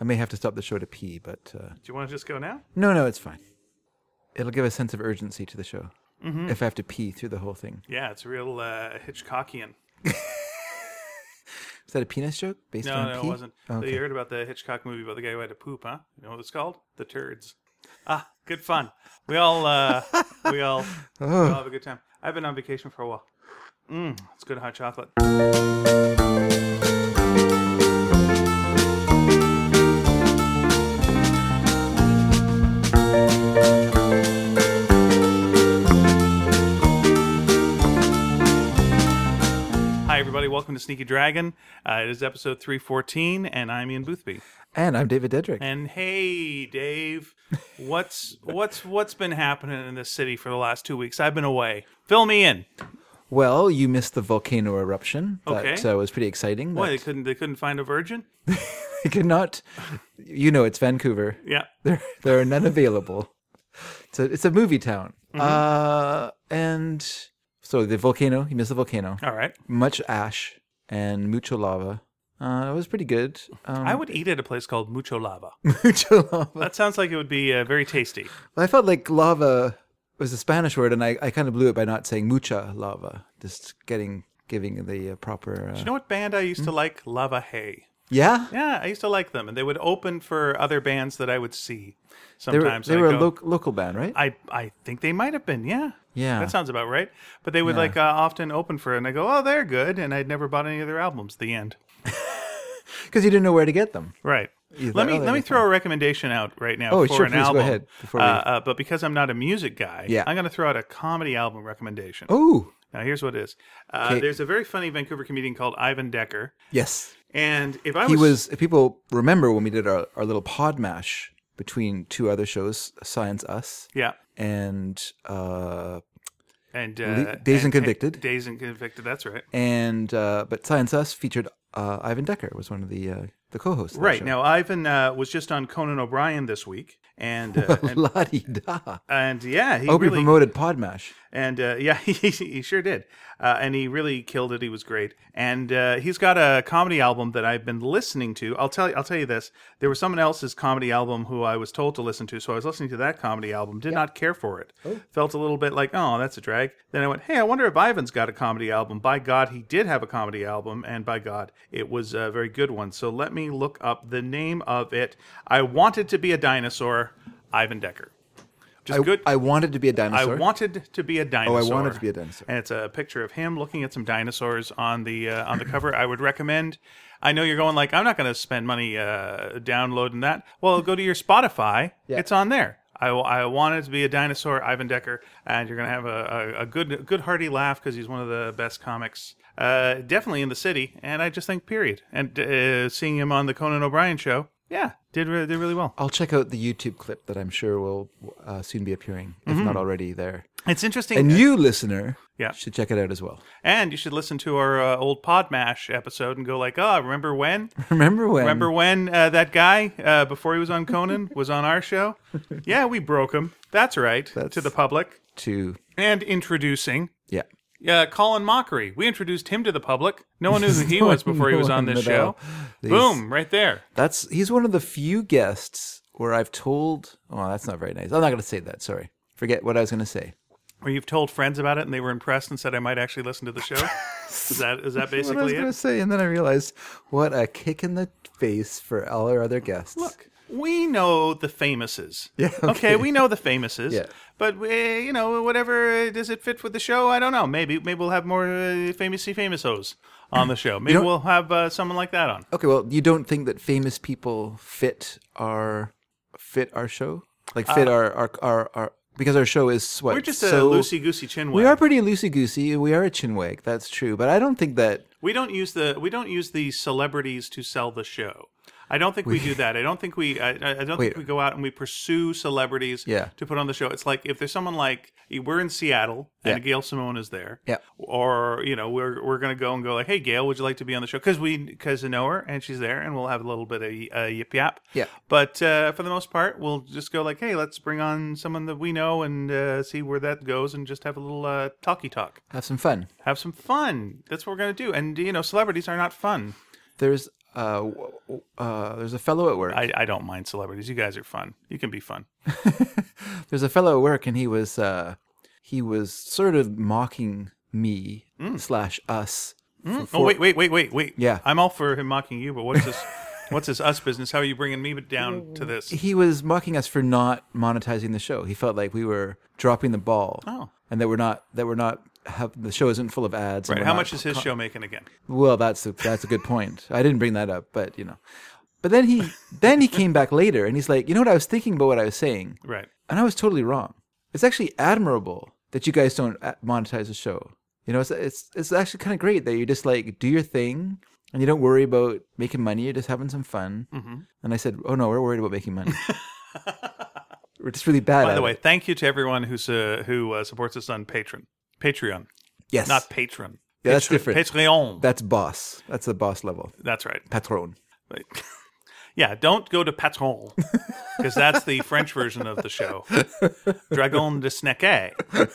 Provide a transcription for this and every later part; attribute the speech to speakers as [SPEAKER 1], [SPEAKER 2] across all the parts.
[SPEAKER 1] I may have to stop the show to pee, but uh,
[SPEAKER 2] Do you want to just go now?
[SPEAKER 1] no, no, it's fine. It'll give a sense of urgency to the show
[SPEAKER 2] Mm-hmm.
[SPEAKER 1] if I have to pee through the whole thing.
[SPEAKER 2] Yeah, it's real uh, Hitchcockian.
[SPEAKER 1] Is that a penis joke based
[SPEAKER 2] No,
[SPEAKER 1] on
[SPEAKER 2] no,
[SPEAKER 1] pee?
[SPEAKER 2] it wasn't.
[SPEAKER 1] Okay.
[SPEAKER 2] You heard about the Hitchcock movie about the guy who had to poop, huh? You know what it's called? The Turds. Ah, good fun. We all, uh, we all, we all have a good time. I've been on vacation for a while. Mm, it's good hot chocolate. Hi, everybody. Welcome to Sneaky Dragon. Uh, it is episode 314, and I'm Ian Boothby.
[SPEAKER 1] And I'm David Dedrick.
[SPEAKER 2] And hey, Dave, what's what's what's been happening in this city for the last two weeks? I've been away. Fill me in.
[SPEAKER 1] well, you missed the volcano eruption. That
[SPEAKER 2] Okay.
[SPEAKER 1] uh, was pretty exciting.
[SPEAKER 2] Boy,
[SPEAKER 1] but
[SPEAKER 2] they couldn't they couldn't find a virgin.
[SPEAKER 1] I could not. You know, it's Vancouver.
[SPEAKER 2] Yeah,
[SPEAKER 1] There, there are none available. It's a, it's a movie town.
[SPEAKER 2] Mm-hmm.
[SPEAKER 1] Uh, and so the volcano, you missed the volcano.
[SPEAKER 2] all right.
[SPEAKER 1] Much ash and mucho lava. Uh, it was pretty good. Um,
[SPEAKER 2] I would eat at a place called Mucho Lava.
[SPEAKER 1] mucho lava.
[SPEAKER 2] That sounds like it would be uh, very tasty.
[SPEAKER 1] Well, I felt like lava was a Spanish word, and I, I kind of blew it by not saying mucha lava, just getting giving the uh, proper. Uh,
[SPEAKER 2] You know what band I used to like? Lava Hay.
[SPEAKER 1] yeah,
[SPEAKER 2] Yeah, I used to like them, and they would open for other bands that I would see
[SPEAKER 1] they were,
[SPEAKER 2] sometimes.
[SPEAKER 1] they
[SPEAKER 2] and
[SPEAKER 1] were
[SPEAKER 2] I'd
[SPEAKER 1] a
[SPEAKER 2] go,
[SPEAKER 1] loc local band, right?
[SPEAKER 2] I I think they might have been. Yeah.
[SPEAKER 1] Yeah.
[SPEAKER 2] That sounds about right. But they would like uh, often open for it, and I go, oh, they're good, and I'd never bought any of their albums. The end.
[SPEAKER 1] Because you didn't know where to get them.
[SPEAKER 2] Right.
[SPEAKER 1] Either-
[SPEAKER 2] let
[SPEAKER 1] oh,
[SPEAKER 2] me
[SPEAKER 1] there
[SPEAKER 2] let me
[SPEAKER 1] you go.
[SPEAKER 2] throw a recommendation out right now
[SPEAKER 1] Oh,
[SPEAKER 2] for
[SPEAKER 1] sure,
[SPEAKER 2] an
[SPEAKER 1] please, go
[SPEAKER 2] album.
[SPEAKER 1] ahead, before we-
[SPEAKER 2] Uh, uh, but because I'm not a music guy,
[SPEAKER 1] Yeah.
[SPEAKER 2] I'm going to throw out a comedy album recommendation.
[SPEAKER 1] Oh,
[SPEAKER 2] Now here's what it is. Uh,
[SPEAKER 1] Okay.
[SPEAKER 2] There's a very funny Vancouver comedian called Ivan Decker,
[SPEAKER 1] yes,
[SPEAKER 2] and if I
[SPEAKER 1] he was. If people remember when we did our, our little pod mash between two other shows, Science Us
[SPEAKER 2] yeah.
[SPEAKER 1] and uh,
[SPEAKER 2] And
[SPEAKER 1] Le-
[SPEAKER 2] uh,
[SPEAKER 1] Dazed and Convicted.
[SPEAKER 2] Days and Convicted. That's right.
[SPEAKER 1] and uh, but Science Us featured uh, Ivan Decker was one of the uh, the co-hosts. of that
[SPEAKER 2] Right
[SPEAKER 1] show.
[SPEAKER 2] now, Ivan uh, was just on Conan O'Brien this week, and uh, and,
[SPEAKER 1] La-di-da.
[SPEAKER 2] and yeah, he
[SPEAKER 1] I hope
[SPEAKER 2] really
[SPEAKER 1] you promoted Podmash.
[SPEAKER 2] And uh, yeah, he, he sure did. Uh, and he really killed it. He was great. And uh, he's got a comedy album that I've been listening to. I'll tell you, I'll tell you this. There was someone else's comedy album who I was told to listen to, so I was listening to that comedy album. Did not care for it. Felt a little bit like, oh, that's a drag. Then I went, hey, I wonder if Ivan's got a comedy album. By God, he did have a comedy album, and by God, it was a very good one. So let me look up the name of it. I wanted to be a dinosaur, Ivan Decker. Just
[SPEAKER 1] I,
[SPEAKER 2] good.
[SPEAKER 1] I wanted to be a
[SPEAKER 2] I
[SPEAKER 1] dinosaur. Oh,
[SPEAKER 2] wanted to be a dinosaur.
[SPEAKER 1] wanted to be a dinosaur.
[SPEAKER 2] And it's a picture of him looking at some dinosaurs on the uh, on the cover. I would recommend. I know you're going like I'm not going to spend money uh, downloading that. Well, go to your Spotify.
[SPEAKER 1] Yeah.
[SPEAKER 2] It's on there. I, I wanted to be a dinosaur, Ivan Decker, and you're going to have a, a, a good good hearty laugh because he's one of the best comics, uh, definitely in the city. And I just think period. And uh, seeing him on the Conan O'Brien show, yeah, did re- did really well.
[SPEAKER 1] I'll check out the YouTube clip that I'm sure will uh, soon be appearing, if not already there.
[SPEAKER 2] It's interesting.
[SPEAKER 1] And you, listener,
[SPEAKER 2] Mm-hmm. Yeah.
[SPEAKER 1] should check it out as well.
[SPEAKER 2] And you should listen to our uh, old Podmash episode and go like, "Ah, remember when?
[SPEAKER 1] Remember when?
[SPEAKER 2] Remember when uh, that guy uh, before he was on Conan was on our show? Yeah, we broke him. That's right to the public."
[SPEAKER 1] to
[SPEAKER 2] And introducing
[SPEAKER 1] yeah.
[SPEAKER 2] uh, Colin Mockery, we introduced him to the public. No one knew who he was before he was
[SPEAKER 1] No
[SPEAKER 2] on
[SPEAKER 1] one
[SPEAKER 2] this
[SPEAKER 1] at
[SPEAKER 2] show.
[SPEAKER 1] all. These-
[SPEAKER 2] Boom, right there.
[SPEAKER 1] That's he's one of the few guests where I've told. Oh, that's not very nice. I'm not going to say that. Sorry. Forget what I was going to say.
[SPEAKER 2] Where you've told friends about it and they were impressed and said, "I might actually listen to the show." is that is
[SPEAKER 1] What
[SPEAKER 2] that
[SPEAKER 1] I was
[SPEAKER 2] basically
[SPEAKER 1] going to
[SPEAKER 2] it?
[SPEAKER 1] say, and then I realized what a kick in the face for all our other guests.
[SPEAKER 2] Look, we know the famouses.
[SPEAKER 1] Yeah,
[SPEAKER 2] Okay,
[SPEAKER 1] okay.
[SPEAKER 2] we know the famouses.
[SPEAKER 1] Yeah.
[SPEAKER 2] But we, you know, whatever uh, does it fit with the show? I don't know. Maybe maybe we'll have more uh, famousy famousos on the show. Maybe
[SPEAKER 1] don't-
[SPEAKER 2] we'll have uh, someone like that on.
[SPEAKER 1] Okay, well, you don't think that famous people fit our fit our show? Like fit our, our our our because our show is what
[SPEAKER 2] Uh, We're just
[SPEAKER 1] so-
[SPEAKER 2] a loosey goosey chin.
[SPEAKER 1] We are pretty loosey goosey. We are a chinwag. That's true, but I don't think that.
[SPEAKER 2] We don't use the we don't use the celebrities to sell the show. I don't think we, do that. I don't think we I, I I don't think
[SPEAKER 1] Wait.
[SPEAKER 2] we go out and we pursue celebrities
[SPEAKER 1] Yeah.
[SPEAKER 2] to put on the show. It's like if there's someone like we're in Seattle and
[SPEAKER 1] Yeah.
[SPEAKER 2] Gail Simone is there,
[SPEAKER 1] Yeah.
[SPEAKER 2] or you know we're we're gonna go and go like, hey Gail, would you like to be on the show? Because we because I know her and she's there, and we'll have a little bit of uh, yip yap.
[SPEAKER 1] Yeah.
[SPEAKER 2] But uh, for the most part, we'll just go like, hey, let's bring on someone that we know and uh, see where that goes, and just have a little uh, talky talk
[SPEAKER 1] Have some fun.
[SPEAKER 2] have some fun. That's what we're going to do. And, you know, celebrities are not fun.
[SPEAKER 1] There's uh, w- w- uh, there's a fellow at work.
[SPEAKER 2] I, I don't mind celebrities. You guys are fun. You can be fun.
[SPEAKER 1] there's a fellow at work, and he was uh, he was sort of mocking me
[SPEAKER 2] Mm.
[SPEAKER 1] slash us. for-
[SPEAKER 2] oh
[SPEAKER 1] for-
[SPEAKER 2] wait, wait, wait, wait, wait.
[SPEAKER 1] Yeah.
[SPEAKER 2] I'm all for him mocking you, but what's this? what's this us business? How are you bringing me down to this?
[SPEAKER 1] He was mocking us for not monetizing the show. He felt like we were dropping the ball,
[SPEAKER 2] Oh.
[SPEAKER 1] and that we're not that we're not have the show isn't full of ads. and
[SPEAKER 2] Right.
[SPEAKER 1] we're
[SPEAKER 2] How
[SPEAKER 1] not
[SPEAKER 2] much is his show making again?
[SPEAKER 1] Well, that's a, that's a good point. I didn't bring that up, but you know. But then he then he came back later and he's like, "You know what I was thinking about what I was saying,
[SPEAKER 2] Right.
[SPEAKER 1] and I was totally wrong. It's actually admirable that you guys don't a- monetize the show. You know, it's it's it's actually kind of great that you just like do your thing and you don't worry about making money. You're just having some fun."
[SPEAKER 2] Mm-hmm.
[SPEAKER 1] And I said, "Oh no, we're worried about making money. we're just really bad."
[SPEAKER 2] By the way, thank you to everyone who's uh, who uh, supports us on Patreon. Patreon,
[SPEAKER 1] yes,
[SPEAKER 2] not patron.
[SPEAKER 1] Yeah, that's
[SPEAKER 2] Patreon.
[SPEAKER 1] different.
[SPEAKER 2] Patreon.
[SPEAKER 1] that's boss. That's the boss level,
[SPEAKER 2] That's right.
[SPEAKER 1] patron.
[SPEAKER 2] Right. Yeah, don't go to Patron because that's the French version of the show, Dragon de Sneke.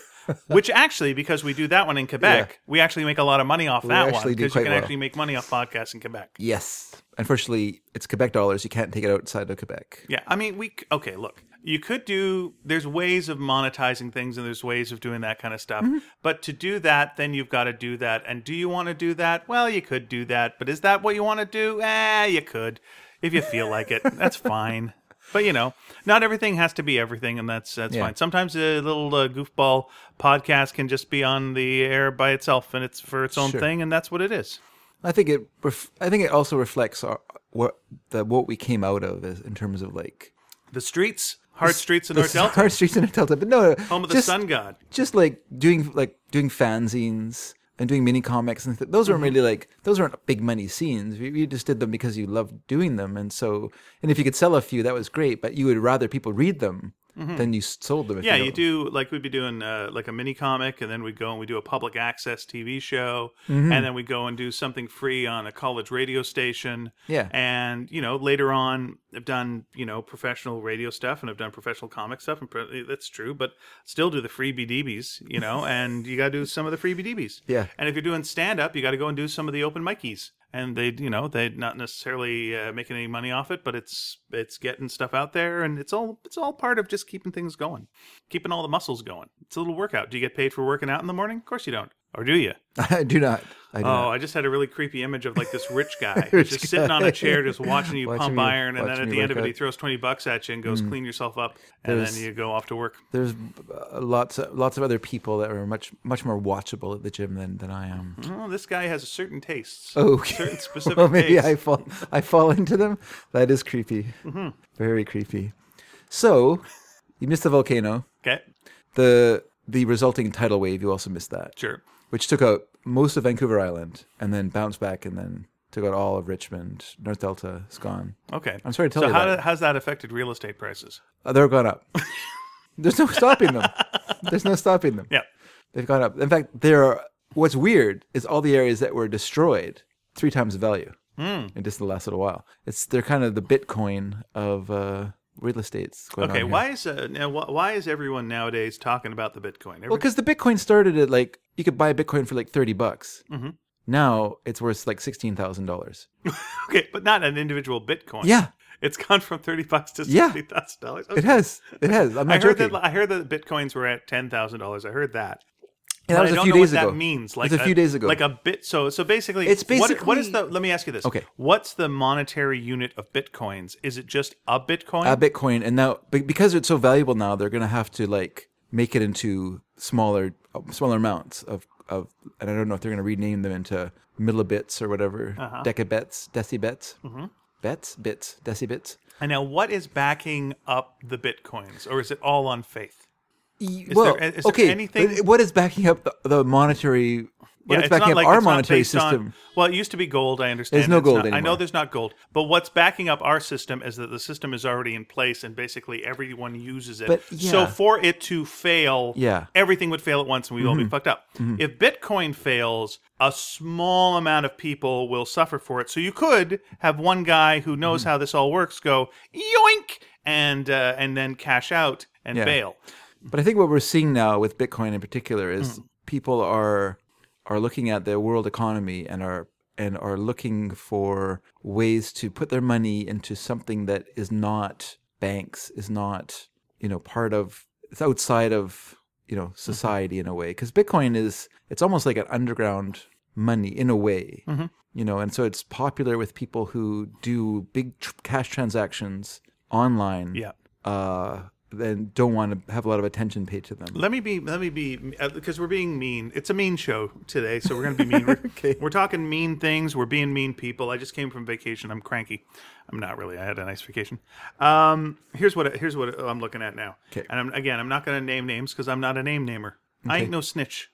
[SPEAKER 2] Which actually, because we do that one in Quebec, we actually make a lot of money off that one
[SPEAKER 1] actually do
[SPEAKER 2] because you
[SPEAKER 1] quite
[SPEAKER 2] can
[SPEAKER 1] well.
[SPEAKER 2] actually make money off podcasts in Quebec.
[SPEAKER 1] Yes. Unfortunately, it's Quebec dollars. You can't take it outside of Quebec.
[SPEAKER 2] Yeah, I mean, we c- okay. Look, you could do. There's ways of monetizing things, and there's ways of doing that kind of stuff.
[SPEAKER 1] Mm-hmm.
[SPEAKER 2] But to do that, then you've got to do that. And do you want to do that? Well, you could do that. But is that what you want to do? Eh, you could, if you feel like it. That's fine. But you know, not everything has to be everything, and that's that's fine. Sometimes a little uh, goofball podcast can just be on the air by itself, and it's for its own thing, and that's what it is.
[SPEAKER 1] I think it. Ref- I think it also reflects our, what the what we came out of is, in terms of like
[SPEAKER 2] The streets, hard streets in North
[SPEAKER 1] the
[SPEAKER 2] Delta,
[SPEAKER 1] hard streets in Delta, but no,
[SPEAKER 2] home of the
[SPEAKER 1] just,
[SPEAKER 2] sun god.
[SPEAKER 1] Just like doing like doing fanzines and doing mini comics and th- those weren't
[SPEAKER 2] Mm-hmm.
[SPEAKER 1] really like those weren't big money scenes. You, you just did them because you loved doing them, and so and if you could sell a few, that was great. But you would rather people read them than you s- sold them. If
[SPEAKER 2] Mm-hmm. Yeah,
[SPEAKER 1] you,
[SPEAKER 2] you
[SPEAKER 1] don't.
[SPEAKER 2] do like we'd be doing uh, like a mini comic, and then we go and we do a public access TV show, and then we go and do something free on a college radio station.
[SPEAKER 1] Yeah.
[SPEAKER 2] and you know later on I've done you know professional radio stuff, and I've done professional comic stuff, and pro- that's true. But still do the free BDBs, you know, and you got to do some of the free BDBs.
[SPEAKER 1] Yeah.
[SPEAKER 2] and if you're doing stand up, you got to go and do some of the open mic's. And they, you know, they're not necessarily uh, making any money off it, but it's it's getting stuff out there, and it's all it's all part of just keeping things going keeping all the muscles going. It's a little workout. Do you get paid for working out in the morning? Of course you don't. Or do you?
[SPEAKER 1] I do not. I do
[SPEAKER 2] Oh, I just had a really creepy image of like this rich guy who's just sitting on a chair just watching you
[SPEAKER 1] Watching
[SPEAKER 2] pump
[SPEAKER 1] me-
[SPEAKER 2] iron and then
[SPEAKER 1] watching
[SPEAKER 2] at
[SPEAKER 1] me
[SPEAKER 2] the end
[SPEAKER 1] work
[SPEAKER 2] of it he
[SPEAKER 1] out. Mm-hmm.
[SPEAKER 2] throws 20 bucks at you and goes clean yourself up and
[SPEAKER 1] There's-
[SPEAKER 2] then you go off to work.
[SPEAKER 1] there's uh, lots of, lots of other people that are much much more watchable at the gym than, than I am.
[SPEAKER 2] Oh, this guy has certain tastes.
[SPEAKER 1] Okay.
[SPEAKER 2] Certain specific
[SPEAKER 1] well, maybe
[SPEAKER 2] tastes.
[SPEAKER 1] I fall I fall into them. That is creepy. Very creepy. So, you missed the volcano.
[SPEAKER 2] Okay.
[SPEAKER 1] The the resulting tidal wave, you also missed that,
[SPEAKER 2] Sure.
[SPEAKER 1] which took out most of Vancouver Island and then bounced back and then took out all of Richmond. North Delta is gone.
[SPEAKER 2] Okay.
[SPEAKER 1] I'm sorry to tell
[SPEAKER 2] so
[SPEAKER 1] you
[SPEAKER 2] how
[SPEAKER 1] that.
[SPEAKER 2] did- how's that affected real estate prices?
[SPEAKER 1] Uh, They're gone up. There's no stopping them. There's no stopping them.
[SPEAKER 2] Yeah.
[SPEAKER 1] They've gone up. In fact, there are. What's weird is all the areas that were destroyed three times the value
[SPEAKER 2] Hmm.
[SPEAKER 1] in just the last little while. It's they're kind of the Bitcoin of uh, real estates. Going on
[SPEAKER 2] Okay,
[SPEAKER 1] here.
[SPEAKER 2] why is uh, now wh- why is everyone nowadays talking about the Bitcoin? Every-
[SPEAKER 1] Well, because the Bitcoin started at like you could buy a Bitcoin for like thirty bucks.
[SPEAKER 2] Mm-hmm.
[SPEAKER 1] Now it's worth like sixteen thousand dollars.
[SPEAKER 2] okay, but not an individual Bitcoin.
[SPEAKER 1] Yeah,
[SPEAKER 2] It's gone from thirty bucks to
[SPEAKER 1] Yeah.
[SPEAKER 2] sixty thousand dollars.
[SPEAKER 1] it has. It has. I'm not
[SPEAKER 2] I heard
[SPEAKER 1] joking.
[SPEAKER 2] that. I heard that bitcoins were at ten thousand dollars. I heard that.
[SPEAKER 1] And
[SPEAKER 2] But
[SPEAKER 1] that was
[SPEAKER 2] I
[SPEAKER 1] a
[SPEAKER 2] don't
[SPEAKER 1] few
[SPEAKER 2] know
[SPEAKER 1] days
[SPEAKER 2] what
[SPEAKER 1] ago.
[SPEAKER 2] that means.
[SPEAKER 1] It
[SPEAKER 2] Like
[SPEAKER 1] was a few days ago.
[SPEAKER 2] Like a bit. So so basically,
[SPEAKER 1] It's
[SPEAKER 2] what, what is the?
[SPEAKER 1] basically-
[SPEAKER 2] Let me ask you this.
[SPEAKER 1] Okay.
[SPEAKER 2] What's the monetary unit of bitcoins? Is it just a bitcoin?
[SPEAKER 1] a Bitcoin, and now be- because it's so valuable now, they're going to have to like make it into smaller smaller amounts of of, and I don't know if they're going to rename them into millibits or whatever,
[SPEAKER 2] Uh-huh.
[SPEAKER 1] decabits, decibits,
[SPEAKER 2] Mm-hmm.
[SPEAKER 1] bets, bits, decibits.
[SPEAKER 2] and now, what is backing up the bitcoins, or is it all on faith?
[SPEAKER 1] E-
[SPEAKER 2] Is
[SPEAKER 1] well,
[SPEAKER 2] there- is there
[SPEAKER 1] okay.
[SPEAKER 2] anything-
[SPEAKER 1] but What is backing up the, the monetary? What is backing up our
[SPEAKER 2] it's not
[SPEAKER 1] monetary
[SPEAKER 2] based on-
[SPEAKER 1] system?
[SPEAKER 2] well, it used to be gold. I understand.
[SPEAKER 1] There's no
[SPEAKER 2] It's
[SPEAKER 1] gold
[SPEAKER 2] not- I know
[SPEAKER 1] anymore.
[SPEAKER 2] there's not gold, but what's backing up our system is that the system is already in place, and basically everyone uses it.
[SPEAKER 1] But,
[SPEAKER 2] So
[SPEAKER 1] yeah.
[SPEAKER 2] for it to fail,
[SPEAKER 1] Yeah. Mm-hmm.
[SPEAKER 2] everything would fail at once, and we'd all be fucked up. If Bitcoin fails, a small amount of people will suffer for it. So you could have one guy who knows
[SPEAKER 1] Mm-hmm.
[SPEAKER 2] how this all works go yoink and uh, and then cash out and
[SPEAKER 1] Yeah.
[SPEAKER 2] bail.
[SPEAKER 1] But I think what we're seeing now with Bitcoin in particular is people are are looking at the world economy and are and are looking for ways to put their money into something that is not banks, is not, you know, part of, it's outside of, you know, society in a way. Because Bitcoin is, it's almost like an underground money in a way, you know, and so it's popular with people who do big tr- cash transactions online.
[SPEAKER 2] Yeah.
[SPEAKER 1] Uh, then don't want to have a lot of attention paid to them.
[SPEAKER 2] Let me be. Let me be. Because we're being mean. It's a mean show today, so we're going to be mean. okay. We're talking mean things. We're being mean people. I just came from vacation. I'm cranky. I'm not really. I had a nice vacation. Um, here's what. Here's what I'm looking at now.
[SPEAKER 1] Okay.
[SPEAKER 2] And I'm, again, I'm not going to name names because I'm not a name namer. I ain't no snitch.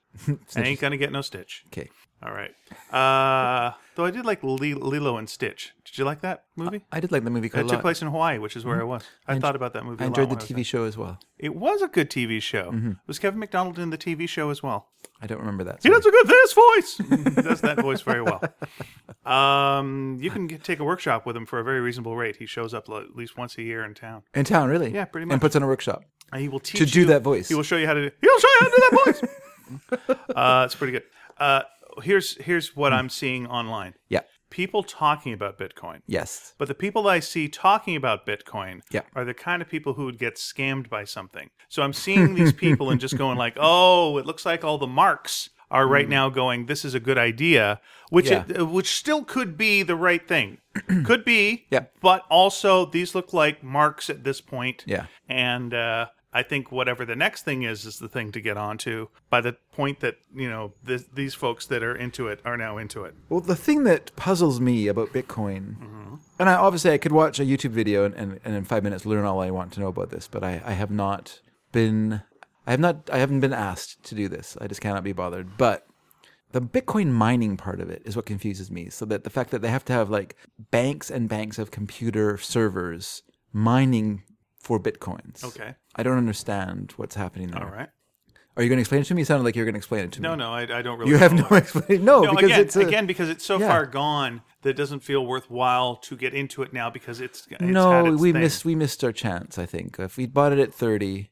[SPEAKER 2] I ain't going to get no stitch.
[SPEAKER 1] Okay.
[SPEAKER 2] All right. Uh, though I did like Li- Lilo and Stitch. Did you like that movie?
[SPEAKER 1] I did like the movie quite
[SPEAKER 2] it
[SPEAKER 1] Uh, a
[SPEAKER 2] took
[SPEAKER 1] lot.
[SPEAKER 2] place in Hawaii, which is where I was. I, thought about that movie.
[SPEAKER 1] I
[SPEAKER 2] a lot
[SPEAKER 1] enjoyed the
[SPEAKER 2] when
[SPEAKER 1] TV
[SPEAKER 2] was
[SPEAKER 1] show as well.
[SPEAKER 2] It was a good TV show. Was Kevin McDonald in the TV show as well?
[SPEAKER 1] I don't remember that.
[SPEAKER 2] Mm-hmm.
[SPEAKER 1] sorry.
[SPEAKER 2] He does a good this voice. He does that voice very well. Um, you can get, take a workshop with him for a very reasonable rate. He shows up lo- at least once a year in town,
[SPEAKER 1] In town, really?
[SPEAKER 2] Yeah, pretty much.
[SPEAKER 1] And puts on a workshop.
[SPEAKER 2] and he will teach
[SPEAKER 1] To do
[SPEAKER 2] you-
[SPEAKER 1] that voice.
[SPEAKER 2] He will show you how to. do He'll show you how to do that voice. uh, it's pretty good. Uh, here's here's what I'm seeing online.
[SPEAKER 1] Yeah.
[SPEAKER 2] People talking about Bitcoin.
[SPEAKER 1] Yes.
[SPEAKER 2] But the people I see talking about Bitcoin
[SPEAKER 1] Yeah.
[SPEAKER 2] are the kind of people who would get scammed by something. So I'm seeing these people and just going like, "Oh, it looks like all the marks are right now going. This is a good idea," which
[SPEAKER 1] Hmm. Yeah.
[SPEAKER 2] it, uh, which still could be the right thing, could be.
[SPEAKER 1] Yeah.
[SPEAKER 2] But also, these look like marks at this point.
[SPEAKER 1] Yeah.
[SPEAKER 2] And uh, I think whatever the next thing is is the thing to get onto. By the point that you know th- these folks that are into it are now into it.
[SPEAKER 1] Well, the thing that puzzles me about Bitcoin, and I obviously I could watch a YouTube video and, and, and in five minutes learn all I want to know about this, but I, I have not been, I have not, I haven't been asked to do this. I just cannot be bothered. But the Bitcoin mining part of it is what confuses me. So that the fact that they have to have like banks and banks of computer servers mining for Bitcoins.
[SPEAKER 2] Okay.
[SPEAKER 1] I don't understand what's happening there.
[SPEAKER 2] All right.
[SPEAKER 1] Are you going to explain it to me? It sounded like you were going to explain it to
[SPEAKER 2] No,
[SPEAKER 1] me.
[SPEAKER 2] no, I, I don't really.
[SPEAKER 1] You have
[SPEAKER 2] know.
[SPEAKER 1] no explanation. No,
[SPEAKER 2] No,
[SPEAKER 1] Oh, because
[SPEAKER 2] again,
[SPEAKER 1] it's a,
[SPEAKER 2] again because it's so
[SPEAKER 1] yeah.
[SPEAKER 2] far gone that it doesn't feel worthwhile to get into it now because it's, it's had
[SPEAKER 1] no.
[SPEAKER 2] its
[SPEAKER 1] We
[SPEAKER 2] thing.
[SPEAKER 1] missed we missed our chance. I think if we bought it at thirty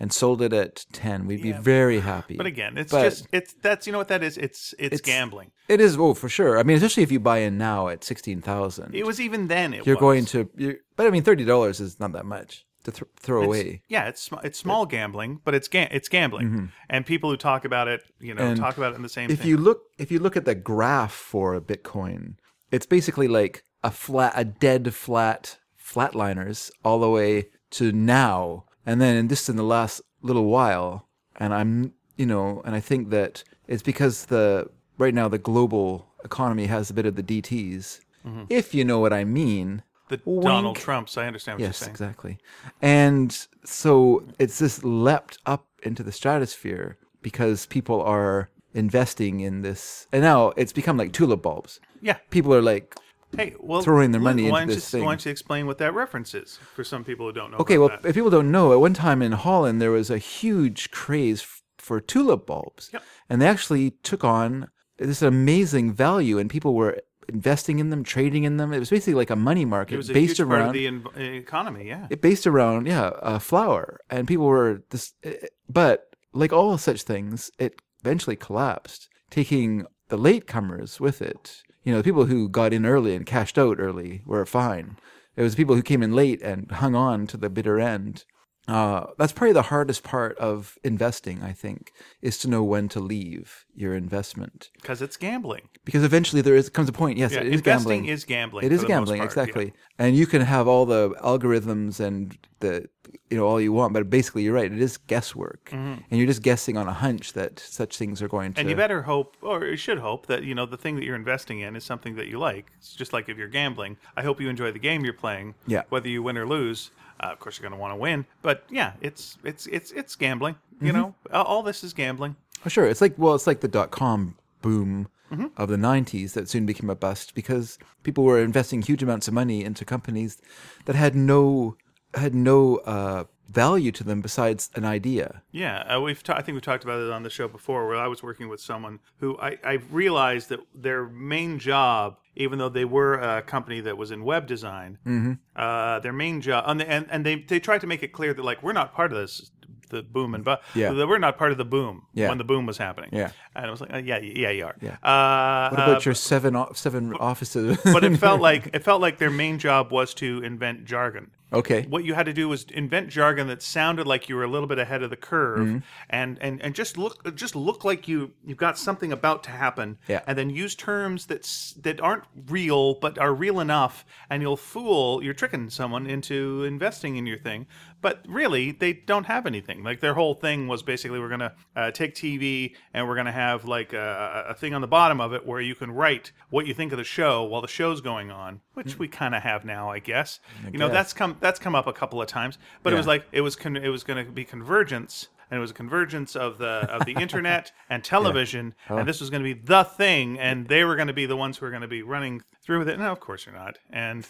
[SPEAKER 1] and sold it at ten, we'd be very happy.
[SPEAKER 2] But again, it's
[SPEAKER 1] But-
[SPEAKER 2] just it's that's you know what that is. It's it's, gambling.
[SPEAKER 1] it is oh for sure. I mean, especially if you buy in now at sixteen thousand,
[SPEAKER 2] It was even then. It
[SPEAKER 1] you're
[SPEAKER 2] was.
[SPEAKER 1] going to. You're, but I mean, thirty dollars is not that much to th- throw away.
[SPEAKER 2] Yeah, it's sm- it's small gambling, but it's ga- it's gambling, and people who talk about it, you know, talk about it in the same.
[SPEAKER 1] Mm-hmm. If
[SPEAKER 2] thing.
[SPEAKER 1] you look if you look at the graph for a Bitcoin, it's basically like a flat a dead flat flatliners all the way to now. And then in just in the last little while, and I'm you know, and I think that it's because the right now the global economy has a bit of the DTs.
[SPEAKER 2] Mm-hmm.
[SPEAKER 1] If you know what I mean,
[SPEAKER 2] the
[SPEAKER 1] wink.
[SPEAKER 2] Donald Trumps, I understand what
[SPEAKER 1] Yes,
[SPEAKER 2] you're saying.
[SPEAKER 1] exactly. And so it's just leapt up into the stratosphere because people are investing in this. And now it's become like tulip bulbs.
[SPEAKER 2] Yeah.
[SPEAKER 1] People are like,
[SPEAKER 2] Hey, well,
[SPEAKER 1] Throwing their money
[SPEAKER 2] why
[SPEAKER 1] into
[SPEAKER 2] don't
[SPEAKER 1] this
[SPEAKER 2] you,
[SPEAKER 1] thing.
[SPEAKER 2] Why don't you explain what that reference is for some people who don't know?
[SPEAKER 1] okay,
[SPEAKER 2] about
[SPEAKER 1] well,
[SPEAKER 2] that.
[SPEAKER 1] if people don't know, at one time in Holland, there was a huge craze f- for tulip bulbs.
[SPEAKER 2] Yep.
[SPEAKER 1] And they actually took on this amazing value, and people were investing in them, trading in them. It was basically like a money market
[SPEAKER 2] it was a
[SPEAKER 1] based
[SPEAKER 2] huge
[SPEAKER 1] around.
[SPEAKER 2] part of the en- economy. Yeah,
[SPEAKER 1] it based around yeah uh, flour and people were this eh, but like all such things it eventually collapsed taking the latecomers with it you know the people who got in early and cashed out early were fine it was people who came in late and hung on to the bitter end uh, that's probably the hardest part of investing i think is to know when to leave your investment
[SPEAKER 2] because it's gambling.
[SPEAKER 1] because eventually there is comes a point yes
[SPEAKER 2] Yeah,
[SPEAKER 1] it is
[SPEAKER 2] investing
[SPEAKER 1] gambling
[SPEAKER 2] is gambling.
[SPEAKER 1] it
[SPEAKER 2] for
[SPEAKER 1] is
[SPEAKER 2] the most
[SPEAKER 1] gambling
[SPEAKER 2] part,
[SPEAKER 1] exactly and you can have all the algorithms and the you know all you want but basically you're right it is guesswork and you're just guessing on a hunch that such things are going to
[SPEAKER 2] yeah. Mm-hmm. And you better hope, or you should hope, that you know the thing that you're investing in is something that you like. It's just like if you're gambling. I hope you enjoy the game you're playing.
[SPEAKER 1] Yeah.
[SPEAKER 2] Whether you win or lose, uh, of course you're going to want to win. But yeah, it's it's it's it's gambling. You
[SPEAKER 1] Mm-hmm.
[SPEAKER 2] know, all, all this is gambling.
[SPEAKER 1] Oh, sure it's like well it's like the dot-com boom
[SPEAKER 2] Mm-hmm.
[SPEAKER 1] of the 90s that soon became a bust because people were investing huge amounts of money into companies that had no had no uh, value to them besides an idea
[SPEAKER 2] Yeah, uh, we've ta- I think we've talked about it on the show before, where I was working with someone who I, I realized that their main job, even though they were a company that was in web
[SPEAKER 1] Mm-hmm.
[SPEAKER 2] design, uh, their main job, and, and, and they, they tried to make it clear that like we're not part of this the boom and but
[SPEAKER 1] Yeah.
[SPEAKER 2] we're not part of the boom
[SPEAKER 1] Yeah.
[SPEAKER 2] when the boom was happening.
[SPEAKER 1] Yeah.
[SPEAKER 2] and I was like, uh, yeah, y- yeah, you are.
[SPEAKER 1] Yeah.
[SPEAKER 2] Uh,
[SPEAKER 1] What
[SPEAKER 2] uh,
[SPEAKER 1] about your seven o- seven offices?
[SPEAKER 2] but it felt like it felt like their main job was to invent jargon.
[SPEAKER 1] okay.
[SPEAKER 2] What you had to do was invent jargon that sounded like you were a little bit ahead of the curve, and, and and just look just look like you you've got something about to happen,
[SPEAKER 1] Yeah.
[SPEAKER 2] and then use terms that s- that aren't real but are real enough, and you'll fool you're tricking someone into investing in your thing, but really they don't have anything. Like their whole thing was basically we're gonna uh, take TV and we're gonna have like a, a thing on the bottom of it where you can write what you think of the show while the show's going on, which we kind of have now, I guess. you know
[SPEAKER 1] Hmm. guess.
[SPEAKER 2] that's that's come that's come up a couple of times, but it was
[SPEAKER 1] Yeah.
[SPEAKER 2] like it was con- it was going to be convergence, and it was a convergence of the of the internet and television, and this was going to be the thing, and they were going to be the ones who were going to be running through with it. No, of course you're not. And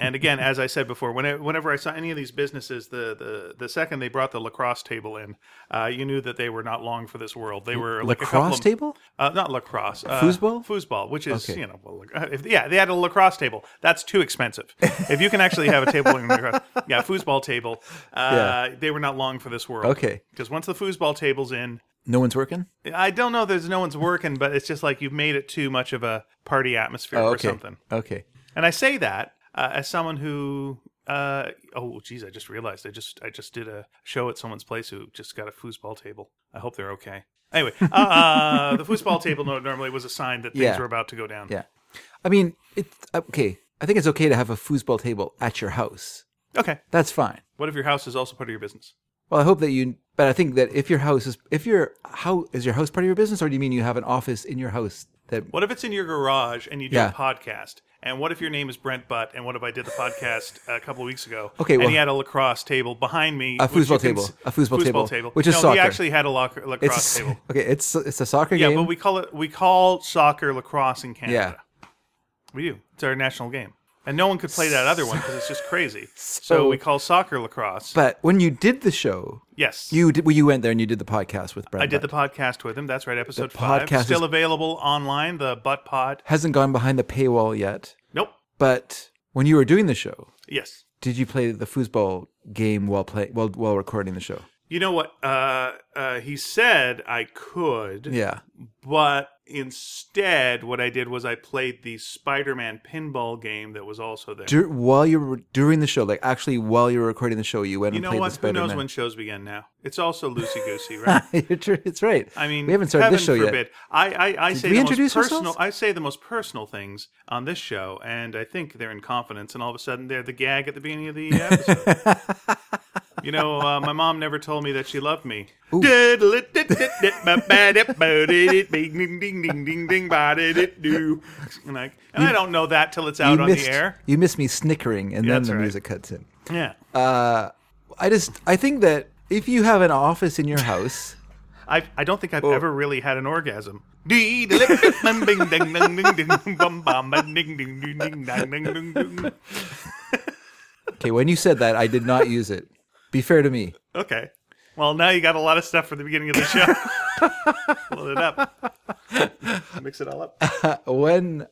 [SPEAKER 2] and again, as I said before, whenever, whenever I saw any of these businesses, the the the second they brought the lacrosse table in, uh, you knew that they were not long for this world. They were like a couple
[SPEAKER 1] Lacrosse
[SPEAKER 2] of-
[SPEAKER 1] table?
[SPEAKER 2] uh, not lacrosse. Uh,
[SPEAKER 1] Foosball?
[SPEAKER 2] Foosball, which is
[SPEAKER 1] Okay.
[SPEAKER 2] you know, well, lac- if, yeah, they had a lacrosse table. That's too expensive. if you can actually have a table in lacrosse, yeah, foosball table. Uh, They were not long for this world.
[SPEAKER 1] Okay.
[SPEAKER 2] because once the foosball table's in,
[SPEAKER 1] No one's working.
[SPEAKER 2] I don't know. There's no one's working, but it's just like you've made it too much of a party atmosphere
[SPEAKER 1] Oh,
[SPEAKER 2] or
[SPEAKER 1] okay.
[SPEAKER 2] something.
[SPEAKER 1] Okay.
[SPEAKER 2] And I say that uh, as someone who. Uh, oh, geez, I just realized I just I just did a show at someone's place who just got a foosball table. I hope they're okay. Anyway, uh, uh, the foosball table no- normally was a sign that things
[SPEAKER 1] Yeah.
[SPEAKER 2] were about to go down.
[SPEAKER 1] Yeah. I mean, it okay. I think it's okay to have a foosball table at your house.
[SPEAKER 2] Okay.
[SPEAKER 1] That's fine.
[SPEAKER 2] What if your house is also part of your business?
[SPEAKER 1] Well, I hope that you. But I think that if your house is if your how is your house part of your business, or do you mean you have an office in your house that?
[SPEAKER 2] What if it's in your garage and you do
[SPEAKER 1] Yeah.
[SPEAKER 2] a podcast? And what if your name is Brent Butt? And what if I did the podcast a couple of weeks ago?
[SPEAKER 1] Okay,
[SPEAKER 2] and
[SPEAKER 1] well-
[SPEAKER 2] he had a lacrosse table behind me.
[SPEAKER 1] A
[SPEAKER 2] which you
[SPEAKER 1] foosball
[SPEAKER 2] can
[SPEAKER 1] table.
[SPEAKER 2] s-
[SPEAKER 1] A foosball table, which is
[SPEAKER 2] no,
[SPEAKER 1] soccer.
[SPEAKER 2] he actually had a loc- lacrosse
[SPEAKER 1] It's
[SPEAKER 2] table.
[SPEAKER 1] okay. It's it's a soccer
[SPEAKER 2] Yeah,
[SPEAKER 1] game.
[SPEAKER 2] but we call it we call soccer lacrosse in Canada. We do. It's our national game, and no one could play that other one because it's just crazy. So,
[SPEAKER 1] So-
[SPEAKER 2] we call soccer lacrosse.
[SPEAKER 1] But when you did the show,
[SPEAKER 2] yes,
[SPEAKER 1] you did, well, you went there and you did the podcast with Brad.
[SPEAKER 2] I did the podcast with him. That's right, episode five,
[SPEAKER 1] podcast is-
[SPEAKER 2] still available online. The Butt Pod.
[SPEAKER 1] hasn't gone behind the paywall yet.
[SPEAKER 2] Nope.
[SPEAKER 1] But when you were doing the show,
[SPEAKER 2] Yes.
[SPEAKER 1] did you play the foosball game while play while while recording the show?
[SPEAKER 2] You know what? Uh, uh, he said I could,
[SPEAKER 1] Yeah.
[SPEAKER 2] but instead, what I did was I played the Spider-Man pinball game that was also there.
[SPEAKER 1] Dur- while you were during the show, like actually while you were recording the show, you went
[SPEAKER 2] you
[SPEAKER 1] and
[SPEAKER 2] know
[SPEAKER 1] played the
[SPEAKER 2] what? Who
[SPEAKER 1] Spider
[SPEAKER 2] knows when
[SPEAKER 1] Man.
[SPEAKER 2] shows begin now? It's also loosey goosey, right?
[SPEAKER 1] it's right.
[SPEAKER 2] I mean,
[SPEAKER 1] we haven't started this show
[SPEAKER 2] heaven
[SPEAKER 1] yet.
[SPEAKER 2] forbid. I, I, I say
[SPEAKER 1] we
[SPEAKER 2] the
[SPEAKER 1] introduce
[SPEAKER 2] most personal.
[SPEAKER 1] ourselves?
[SPEAKER 2] I say the most personal things on this show, and I think they're in confidence. And all of a sudden, they're the gag at the beginning of the episode. you know, uh, my mom never told me that she loved me. Diddle-it-dit-dit-ba-ba-dip-bo-did-it-ding-ding-ding-ding-ding-ba-did-it-do. And I and I don't know that till it's out
[SPEAKER 1] you
[SPEAKER 2] on
[SPEAKER 1] missed,
[SPEAKER 2] the air.
[SPEAKER 1] You missed me snickering, and then
[SPEAKER 2] that's
[SPEAKER 1] the
[SPEAKER 2] right.
[SPEAKER 1] music cuts in.
[SPEAKER 2] Yeah,
[SPEAKER 1] I just, I think that if you have an office in your house,
[SPEAKER 2] I I don't think I've ever really had an orgasm. Diddle-it-bum-bing-ding-ding-ding-ding-bum-bum-ba-ding-ding-ding-ding-ding-ding-ding-ding.
[SPEAKER 1] okay, when you said that, I did not use it. Be fair to me.
[SPEAKER 2] Okay. Well, now you got a lot of stuff for the beginning of the show. Load it up. Mix it all up.
[SPEAKER 1] When,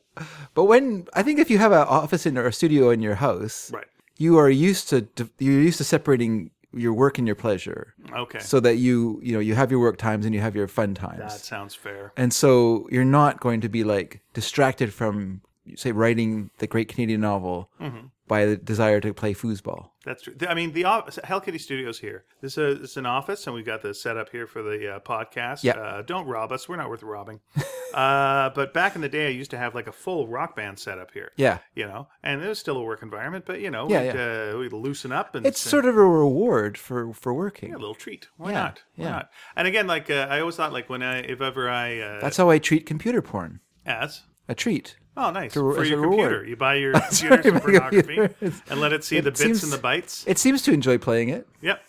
[SPEAKER 1] but when I think if you have an office in or a studio in your house,
[SPEAKER 2] Right.
[SPEAKER 1] you are used to you're used to separating your work and your pleasure,
[SPEAKER 2] Okay.
[SPEAKER 1] so that you you know you have your work times and you have your fun times.
[SPEAKER 2] that sounds fair.
[SPEAKER 1] And so you're not going to be like distracted from, say, writing the great Canadian novel
[SPEAKER 2] Mm-hmm.
[SPEAKER 1] by the desire to play foosball.
[SPEAKER 2] That's true. I mean, the office, Hell Kitty Studios here. This is it's an office, and we've got the setup here for the uh, podcast.
[SPEAKER 1] Yeah.
[SPEAKER 2] Uh, don't rob us. We're not worth robbing. uh, but back in the day, I used to have like a full rock band setup here.
[SPEAKER 1] Yeah.
[SPEAKER 2] You know, and it was still a work environment, but you know,
[SPEAKER 1] Yeah,
[SPEAKER 2] we'd, Uh, we'd loosen up and
[SPEAKER 1] It's sort of a reward for, for working.
[SPEAKER 2] a little treat. Why
[SPEAKER 1] Yeah,
[SPEAKER 2] not? Why
[SPEAKER 1] yeah.
[SPEAKER 2] not? And again, like uh, I always thought, like when I, if ever I uh,
[SPEAKER 1] That's how I treat computer porn.
[SPEAKER 2] as
[SPEAKER 1] A treat.
[SPEAKER 2] Oh, nice.
[SPEAKER 1] a-
[SPEAKER 2] For
[SPEAKER 1] as
[SPEAKER 2] your
[SPEAKER 1] a
[SPEAKER 2] computer.
[SPEAKER 1] reward.
[SPEAKER 2] You buy your computer some
[SPEAKER 1] my computer.
[SPEAKER 2] pornography
[SPEAKER 1] It's-
[SPEAKER 2] and let it see the bits
[SPEAKER 1] seems-
[SPEAKER 2] and the bytes.
[SPEAKER 1] It seems to enjoy playing it.
[SPEAKER 2] Yep.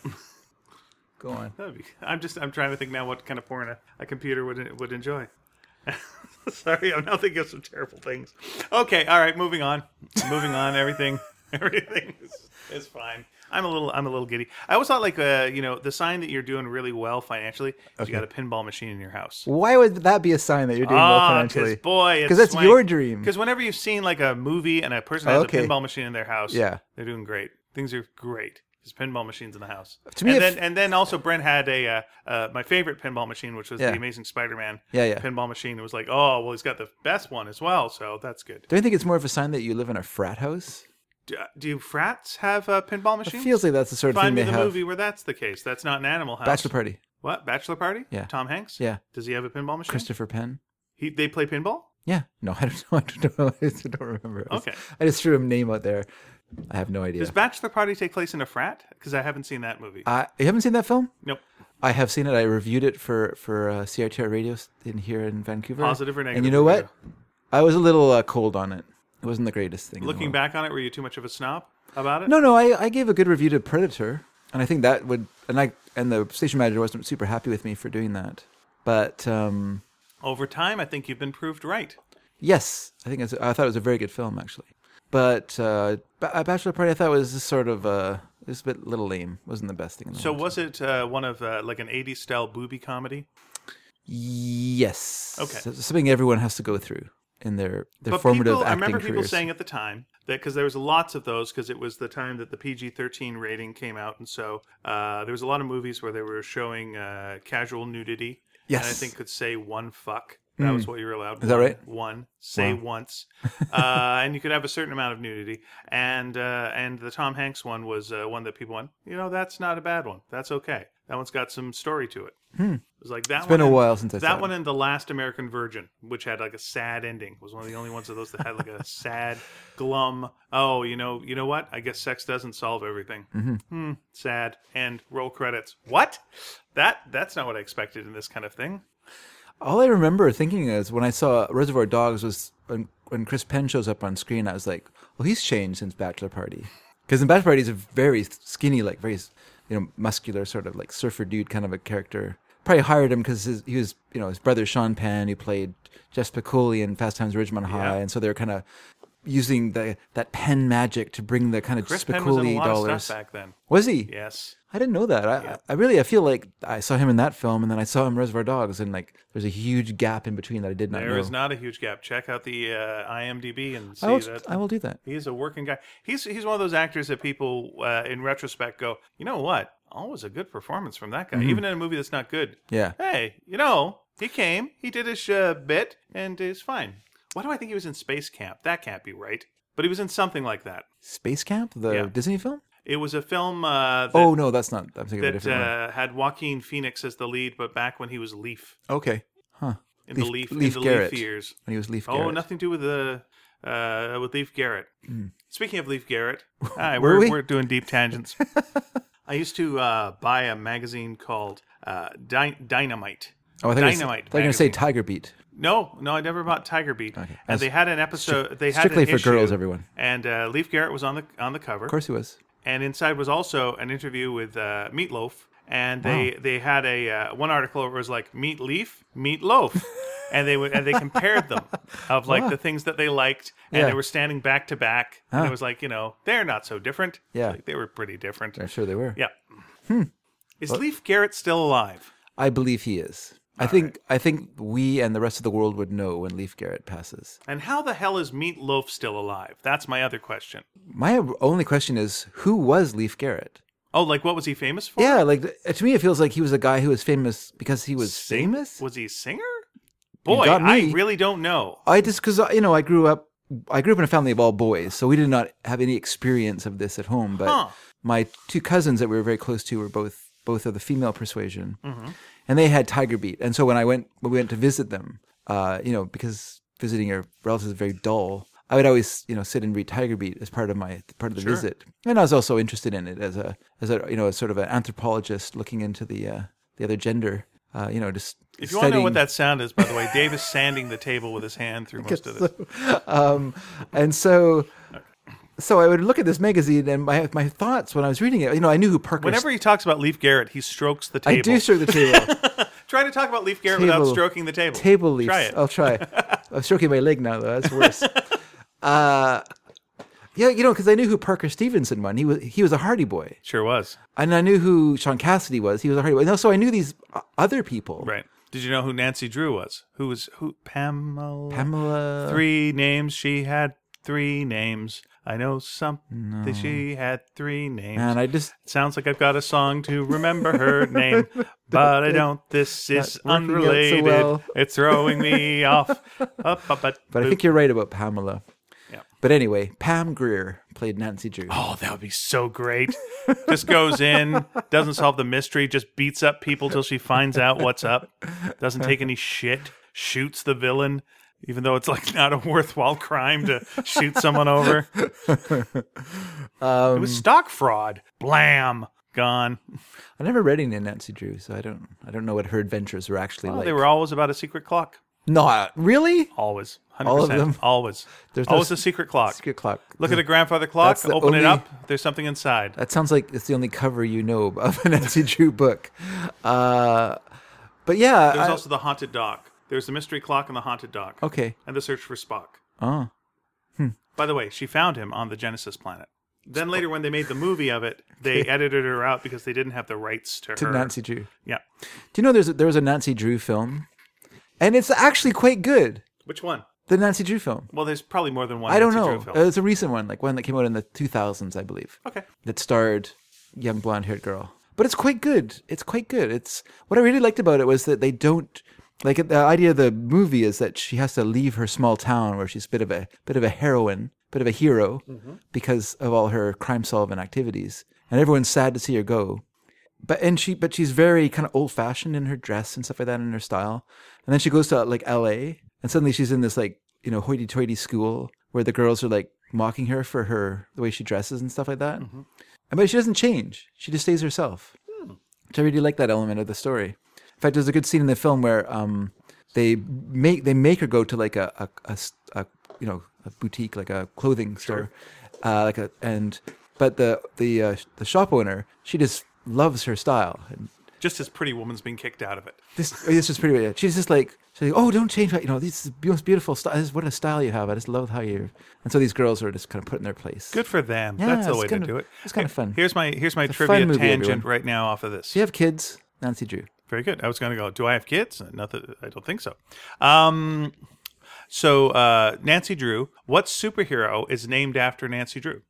[SPEAKER 1] Go on.
[SPEAKER 2] That'd be- I'm just I'm trying to think now what kind of porn a, a computer would would enjoy. Sorry, I'm now thinking of some terrible things. Okay, all right, moving on. Moving on, everything everything is, is fine. I'm a little I'm a little giddy. I always thought like uh, you know, the sign that you're doing really well financially is you got a pinball machine in your house.
[SPEAKER 1] Why would that be a sign that you're doing well
[SPEAKER 2] Ah, 'cause
[SPEAKER 1] financially?
[SPEAKER 2] boy,
[SPEAKER 1] because that's your dream.
[SPEAKER 2] Because whenever you've seen like a movie and a person has
[SPEAKER 1] Okay.
[SPEAKER 2] a pinball machine in their house,
[SPEAKER 1] Yeah.
[SPEAKER 2] they're doing great. Things are great. His pinball machines in the house.
[SPEAKER 1] To me,
[SPEAKER 2] and
[SPEAKER 1] if-
[SPEAKER 2] then and then also Brent had a uh, uh, my favorite pinball machine, which was
[SPEAKER 1] Yeah.
[SPEAKER 2] the Amazing Spider-Man
[SPEAKER 1] Yeah, yeah.
[SPEAKER 2] pinball machine. It was like, oh, well, he's got the best one as well, so that's good.
[SPEAKER 1] Don't you think it's more of a sign that you live in a frat house?
[SPEAKER 2] Do, uh, do frats have uh, pinball
[SPEAKER 1] It
[SPEAKER 2] machines?
[SPEAKER 1] feels like that's the sort of
[SPEAKER 2] Find
[SPEAKER 1] thing
[SPEAKER 2] me
[SPEAKER 1] they
[SPEAKER 2] the
[SPEAKER 1] have.
[SPEAKER 2] movie where that's the case. That's not an Animal House.
[SPEAKER 1] Bachelor party.
[SPEAKER 2] What Bachelor Party?
[SPEAKER 1] Yeah.
[SPEAKER 2] Tom Hanks.
[SPEAKER 1] Yeah.
[SPEAKER 2] Does he have a pinball machine?
[SPEAKER 1] Christopher Penn.
[SPEAKER 2] He, they play pinball.
[SPEAKER 1] Yeah. No, I don't know. I don't, know. I just don't remember. I was-
[SPEAKER 2] Okay.
[SPEAKER 1] I just threw a name out there. I have no idea.
[SPEAKER 2] Does Bachelor Party take place in a frat? Because I haven't seen that movie.
[SPEAKER 1] I, you haven't seen that film?
[SPEAKER 2] nope.
[SPEAKER 1] I have seen it. I reviewed it for for uh, CRTR Radio s- in here in Vancouver.
[SPEAKER 2] Positive or
[SPEAKER 1] And
[SPEAKER 2] negative
[SPEAKER 1] you know
[SPEAKER 2] review?
[SPEAKER 1] what? I was a little uh, cold on it. It wasn't the greatest thing. in the
[SPEAKER 2] Looking
[SPEAKER 1] world.
[SPEAKER 2] back on it, were you too much of a snob about it?
[SPEAKER 1] No, no, I, I gave a good review to Predator, and I think that would and I and the station manager wasn't super happy with me for doing that. But um,
[SPEAKER 2] Over time, I think you've been proved right.
[SPEAKER 1] yes, I think it's, I thought it was a very good film actually. But uh, Ba- Bachelor Party, I thought was just sort of uh, it was a bit little lame. wasn't the best thing. In the
[SPEAKER 2] So
[SPEAKER 1] world.
[SPEAKER 2] was it uh, one of uh, like an '80s style booby comedy?
[SPEAKER 1] yes,
[SPEAKER 2] Okay.
[SPEAKER 1] So- something everyone has to go through in their their
[SPEAKER 2] But
[SPEAKER 1] formative
[SPEAKER 2] people, I
[SPEAKER 1] acting
[SPEAKER 2] remember people
[SPEAKER 1] careers.
[SPEAKER 2] saying at the time that because there was lots of those because it was the time that the PG-13 rating came out, and so uh, there was a lot of movies where they were showing uh, casual nudity. and I
[SPEAKER 1] Yes. Hmm.
[SPEAKER 2] think could say one fuck. That was what you were allowed.
[SPEAKER 1] Is that
[SPEAKER 2] One-
[SPEAKER 1] right?
[SPEAKER 2] One say once, uh, and you could have a certain amount of nudity. And uh, and the Tom Hanks one was uh, one that people went, you know, that's not a bad one. That's okay. That one's got some story to it. It was like that.
[SPEAKER 1] it's been a
[SPEAKER 2] one-
[SPEAKER 1] while since I saw
[SPEAKER 2] that
[SPEAKER 1] it.
[SPEAKER 2] one and the last American Virgin, which had like a sad ending, was one of the only ones of those that had like a sad, glum. Oh, you know, you know what? I guess sex doesn't solve everything. Mm-hmm. Hmm, sad. And roll credits. What? That that's not what I expected in this kind of thing.
[SPEAKER 1] All I remember thinking is when I saw Reservoir Dogs was when, when Chris Penn shows up on screen. I was like, "Well, he's changed since Bachelor Party," because in Bachelor Party he's a very skinny, like very you know muscular, sort of like surfer dude kind of a character. Probably hired him because he was you know his brother Sean Penn who played Jess Piccoli in Fast Times at Ridgemont High, and so they were kind of using the that Penn magic to bring the kind of
[SPEAKER 2] Chris
[SPEAKER 1] Jess
[SPEAKER 2] Penn was in a
[SPEAKER 1] Piccoli
[SPEAKER 2] lot of
[SPEAKER 1] dollars.
[SPEAKER 2] stuff back then.
[SPEAKER 1] Was he?
[SPEAKER 2] Yes.
[SPEAKER 1] I didn't know that. I, I I really I feel like I saw him in that film, and then I saw him in Reservoir Dogs, and like there's a huge gap in between that I did not
[SPEAKER 2] there is
[SPEAKER 1] know.
[SPEAKER 2] not a huge gap. Check out the uh, IMDb and see
[SPEAKER 1] I will,
[SPEAKER 2] that.
[SPEAKER 1] I will do that.
[SPEAKER 2] He's a working guy. He's he's one of those actors that people uh, in retrospect go, you know what? Always a good performance from that
[SPEAKER 1] Mm-hmm.
[SPEAKER 2] guy, even in a movie that's not good.
[SPEAKER 1] Yeah.
[SPEAKER 2] Hey, you know, he came, he did his uh, bit, and it's fine. Why do I think he was in Space Camp? That can't be right. But he was in something like that.
[SPEAKER 1] Space Camp, the
[SPEAKER 2] Yeah.
[SPEAKER 1] Disney film.
[SPEAKER 2] It was a film uh, that,
[SPEAKER 1] oh no, that's not. I'm thinking of a
[SPEAKER 2] that
[SPEAKER 1] different
[SPEAKER 2] uh, had Joaquin Phoenix as the lead, but back when he was Leaf
[SPEAKER 1] one. Okay. Huh.
[SPEAKER 2] in the
[SPEAKER 1] Leaf-
[SPEAKER 2] Leaf,
[SPEAKER 1] Leaf
[SPEAKER 2] in the
[SPEAKER 1] Garrett.
[SPEAKER 2] Leaf years.
[SPEAKER 1] When he was Leaf
[SPEAKER 2] Oh,
[SPEAKER 1] Garrett. Mm.
[SPEAKER 2] nothing to do with the uh, with Leaf Garrett. Speaking of Leaf Garrett, hi,
[SPEAKER 1] Were
[SPEAKER 2] we're
[SPEAKER 1] we?
[SPEAKER 2] we? are doing deep tangents. I used to uh, buy a magazine called uh, Dy- Dynamite.
[SPEAKER 1] Oh, I think
[SPEAKER 2] Dynamite
[SPEAKER 1] They're gonna say
[SPEAKER 2] magazine.
[SPEAKER 1] Tiger Beat.
[SPEAKER 2] No, no, I never bought Tiger Beat. And
[SPEAKER 1] That's
[SPEAKER 2] they had an episode. they had
[SPEAKER 1] strictly
[SPEAKER 2] an
[SPEAKER 1] for
[SPEAKER 2] issue,
[SPEAKER 1] girls, everyone.
[SPEAKER 2] And uh, Leaf Garrett was on the on the cover
[SPEAKER 1] Of course he was.
[SPEAKER 2] and inside was also an interview with uh, Meatloaf, and they they had a uh, one article where it was like meat leaf, meat loaf, and they would and they compared them of like the things that they liked, and
[SPEAKER 1] Yeah.
[SPEAKER 2] they were standing back to back, and it was like you know they're not so different,
[SPEAKER 1] Yeah. Hmm.
[SPEAKER 2] like, they were pretty different,
[SPEAKER 1] I'm sure they were.
[SPEAKER 2] yeah. Is Leaf Garrett still alive?
[SPEAKER 1] I believe he is. I think I think we and the rest of the world would know when Leaf Garrett passes.
[SPEAKER 2] And how the hell is Meat Loaf still alive? That's my other question.
[SPEAKER 1] My only question is, who was Leaf Garrett?
[SPEAKER 2] Oh, like what was he famous for?
[SPEAKER 1] Yeah, like th- to me, it feels like he was a guy who was famous because he was
[SPEAKER 2] Sing-
[SPEAKER 1] famous.
[SPEAKER 2] Was he a singer? Boy,
[SPEAKER 1] got
[SPEAKER 2] I
[SPEAKER 1] me.
[SPEAKER 2] really don't know.
[SPEAKER 1] I just because you know I grew up, I grew up in a family of all boys, so we did not have any experience of this at home. But
[SPEAKER 2] Huh.
[SPEAKER 1] my two cousins that we were very close to were both both of the female persuasion,
[SPEAKER 2] Mm-hmm.
[SPEAKER 1] and they had Tiger Beat. And so when I went when we went to visit them, uh, you know, because visiting your relatives is very dull. I would always, you know, sit and read Tiger Beat as part of my part of the visit, and I was also interested in it as a as a you know as sort of an anthropologist looking into the uh, the other gender, uh, you know, just
[SPEAKER 2] If you want to know
[SPEAKER 1] studying-
[SPEAKER 2] what that sound is, by the way, Dave is sanding the table with his hand through most of this.
[SPEAKER 1] um, and so so I would look at this magazine and my my thoughts when I was reading it. You know, I knew who Parker.
[SPEAKER 2] Whenever he talks about Leaf Garrett, he strokes the table.
[SPEAKER 1] I do stroke the table,
[SPEAKER 2] Try to talk about Leaf Garrett
[SPEAKER 1] Table-
[SPEAKER 2] without stroking the table.
[SPEAKER 1] table Oh. leaves.
[SPEAKER 2] Try it.
[SPEAKER 1] I'll try. I'm stroking my leg now though. That's worse. uh, yeah, you know, because I knew who Parker Stevenson was. He was he was a Hardy Boy,
[SPEAKER 2] Sure was.
[SPEAKER 1] and I knew who Sean Cassidy was. He was a Hardy Boy, and also I knew these uh, other people.
[SPEAKER 2] Right. Did you know who Nancy Drew was? Who was who? Pamela.
[SPEAKER 1] Pamela.
[SPEAKER 2] Three names she had. three names. I know something.
[SPEAKER 1] No.
[SPEAKER 2] She had three names.
[SPEAKER 1] And I just
[SPEAKER 2] It sounds like I've got a song to remember her name, but I don't. This is
[SPEAKER 1] Not working out so
[SPEAKER 2] unrelated.
[SPEAKER 1] well.
[SPEAKER 2] It's throwing me off. Up, up, up,
[SPEAKER 1] But I
[SPEAKER 2] boop.
[SPEAKER 1] think you're right about Pamela.
[SPEAKER 2] Yeah.
[SPEAKER 1] But anyway, Pam Greer played Nancy Drew.
[SPEAKER 2] Oh, that would be so great. just goes in, doesn't solve the mystery, just beats up people till she finds out what's up, doesn't take any shit, shoots the villain, even though it's like not a worthwhile crime to shoot someone over. it
[SPEAKER 1] Um,
[SPEAKER 2] was stock fraud. Blam. Gone.
[SPEAKER 1] I never read any Nancy Drew, so I don't I don't know what her adventures were actually
[SPEAKER 2] Well,
[SPEAKER 1] like.
[SPEAKER 2] they were always about a secret clock.
[SPEAKER 1] not really
[SPEAKER 2] Always. 100%.
[SPEAKER 1] All of them?
[SPEAKER 2] Always.
[SPEAKER 1] There's no
[SPEAKER 2] always
[SPEAKER 1] s-
[SPEAKER 2] a secret clock.
[SPEAKER 1] secret clock.
[SPEAKER 2] Look at a grandfather clock,
[SPEAKER 1] That's the
[SPEAKER 2] open it
[SPEAKER 1] only-
[SPEAKER 2] up, there's something inside.
[SPEAKER 1] That sounds like it's the only cover you know of a Nancy Drew book. Uh, but yeah,
[SPEAKER 2] There's
[SPEAKER 1] I-
[SPEAKER 2] also the haunted dock. There's the mystery clock and the haunted dock.
[SPEAKER 1] okay.
[SPEAKER 2] and the search for Spock.
[SPEAKER 1] Oh,
[SPEAKER 2] By the way, she found him on the Genesis planet. Then later, when they made the movie of it, they edited her out because they didn't have the rights to,
[SPEAKER 1] to
[SPEAKER 2] her.
[SPEAKER 1] Nancy Drew.
[SPEAKER 2] Yeah.
[SPEAKER 1] Do you know there's a, there was a Nancy Drew film, and it's actually quite good.
[SPEAKER 2] Which one?
[SPEAKER 1] The Nancy Drew film.
[SPEAKER 2] Well, there's probably more than one.
[SPEAKER 1] I don't
[SPEAKER 2] Nancy
[SPEAKER 1] know.
[SPEAKER 2] Drew
[SPEAKER 1] Uh,
[SPEAKER 2] film.
[SPEAKER 1] It's a recent one, like one that came out in the 2000s, I believe.
[SPEAKER 2] okay.
[SPEAKER 1] that starred young blonde haired girl. But it's quite good. It's quite good. It's what I really liked about it was that they don't like the idea of the movie is that she has to leave her small town where she's a bit of a bit of a heroine, bit of a hero because of all her crime solving activities. And everyone's sad to see her go. But and she but she's very kind of old fashioned in her dress and stuff like that and her style. And then she goes to like LA and suddenly she's in this like, you know, hoity toity school where the girls are like mocking her for her the way she dresses and stuff like that. I mean, she doesn't change. She just stays herself.
[SPEAKER 2] Hmm.
[SPEAKER 1] Which I really like that element of the story. In fact, there's a good scene in the film where um, they make they make her go to like a, a- a s- a, you know a boutique like a clothing store, uh, like a and but the the uh, the shop owner she just loves her style. And
[SPEAKER 2] Just as Pretty Woman's being kicked out of it.
[SPEAKER 1] this this is pretty weird. She's just like she's like oh don't change my you know this is the most beautiful style. This is what a style you have. I just love how you. And so these girls are just kind of put in their place.
[SPEAKER 2] Good for them.
[SPEAKER 1] Yeah,
[SPEAKER 2] That's the
[SPEAKER 1] it's
[SPEAKER 2] way
[SPEAKER 1] kinda-
[SPEAKER 2] to do it.
[SPEAKER 1] it's kinda
[SPEAKER 2] Here-
[SPEAKER 1] fun.
[SPEAKER 2] Here's my here's my
[SPEAKER 1] a fun
[SPEAKER 2] trivia
[SPEAKER 1] movie,
[SPEAKER 2] tangent
[SPEAKER 1] everyone.
[SPEAKER 2] right now off of this.
[SPEAKER 1] Do you have kids, Nancy Drew?
[SPEAKER 2] Very good. I was going to go. Do I have kids? Nothing. I don't think so. Um, so uh, Nancy Drew. What superhero is named after Nancy Drew?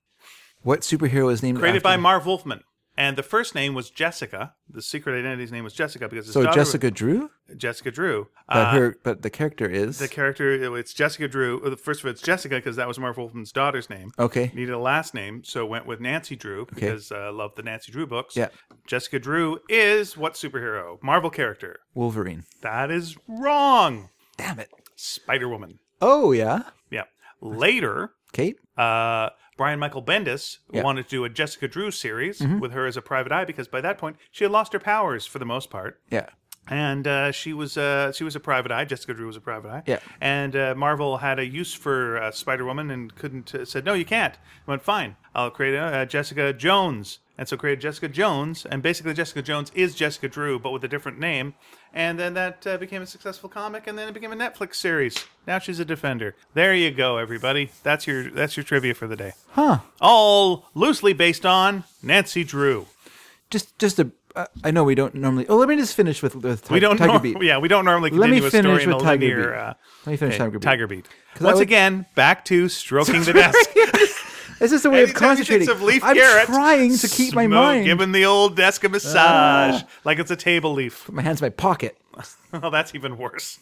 [SPEAKER 1] What superhero is named
[SPEAKER 2] created
[SPEAKER 1] after
[SPEAKER 2] by Marv Wolfman. And the first name was Jessica. The secret identity's name was Jessica because his
[SPEAKER 1] So
[SPEAKER 2] daughter
[SPEAKER 1] Jessica Drew,
[SPEAKER 2] Jessica Drew.
[SPEAKER 1] but
[SPEAKER 2] Uh,
[SPEAKER 1] her, but the character is
[SPEAKER 2] the character it's Jessica Drew. uh, The first of it's Jessica because that was Marv Wolfman's daughter's name.
[SPEAKER 1] okay.
[SPEAKER 2] Needed a last name, so went with Nancy Drew because uh, loved the Nancy Drew books.
[SPEAKER 1] Yeah.
[SPEAKER 2] Jessica Drew is what superhero? Marvel character.
[SPEAKER 1] Wolverine.
[SPEAKER 2] That is wrong.
[SPEAKER 1] Damn it.
[SPEAKER 2] Spider Woman.
[SPEAKER 1] Oh yeah,
[SPEAKER 2] Yeah. Later,
[SPEAKER 1] Kate.
[SPEAKER 2] uh, Brian Michael Bendis
[SPEAKER 1] Yeah.
[SPEAKER 2] wanted to do a Jessica Drew series with her as a private eye because by that point she had lost her powers for the most part,
[SPEAKER 1] Yeah,
[SPEAKER 2] and uh, she was uh, she was a private eye. Jessica Drew was a private eye.
[SPEAKER 1] Yeah.
[SPEAKER 2] And uh, Marvel had a use for uh, Spider Woman and couldn't uh, said no, you can't. Went fine. I'll create a, uh, Jessica Jones. And so created Jessica Jones, and basically Jessica Jones is Jessica Drew, but with a different name. And then that uh, became a successful comic, and then it became a Netflix series. Now she's a Defender. There you go, everybody. That's your that's your trivia for the day.
[SPEAKER 1] huh?
[SPEAKER 2] All loosely based on Nancy Drew.
[SPEAKER 1] Just, just a. I- I know we don't normally. Oh, let me just finish with with Ti-
[SPEAKER 2] We don't
[SPEAKER 1] Tiger
[SPEAKER 2] nor-
[SPEAKER 1] Beat.
[SPEAKER 2] Yeah, we don't normally
[SPEAKER 1] Let me
[SPEAKER 2] continue a story
[SPEAKER 1] finish
[SPEAKER 2] in a
[SPEAKER 1] with Tiger
[SPEAKER 2] linear.
[SPEAKER 1] Beat.
[SPEAKER 2] Uh,
[SPEAKER 1] Let me finish
[SPEAKER 2] thing.
[SPEAKER 1] Tiger Beat.
[SPEAKER 2] Tiger Beat.
[SPEAKER 1] 'Cause I
[SPEAKER 2] Once
[SPEAKER 1] would-
[SPEAKER 2] again, back to stroking the desk.
[SPEAKER 1] This is a way of
[SPEAKER 2] Anytime he thinks
[SPEAKER 1] concentrating.
[SPEAKER 2] of Leaf
[SPEAKER 1] I'm
[SPEAKER 2] Garrett,
[SPEAKER 1] trying to keep my
[SPEAKER 2] Smo
[SPEAKER 1] mind. Ah.
[SPEAKER 2] Giving the old desk a massage like it's a table leaf.
[SPEAKER 1] My hands in my pocket.
[SPEAKER 2] Oh, that's even worse.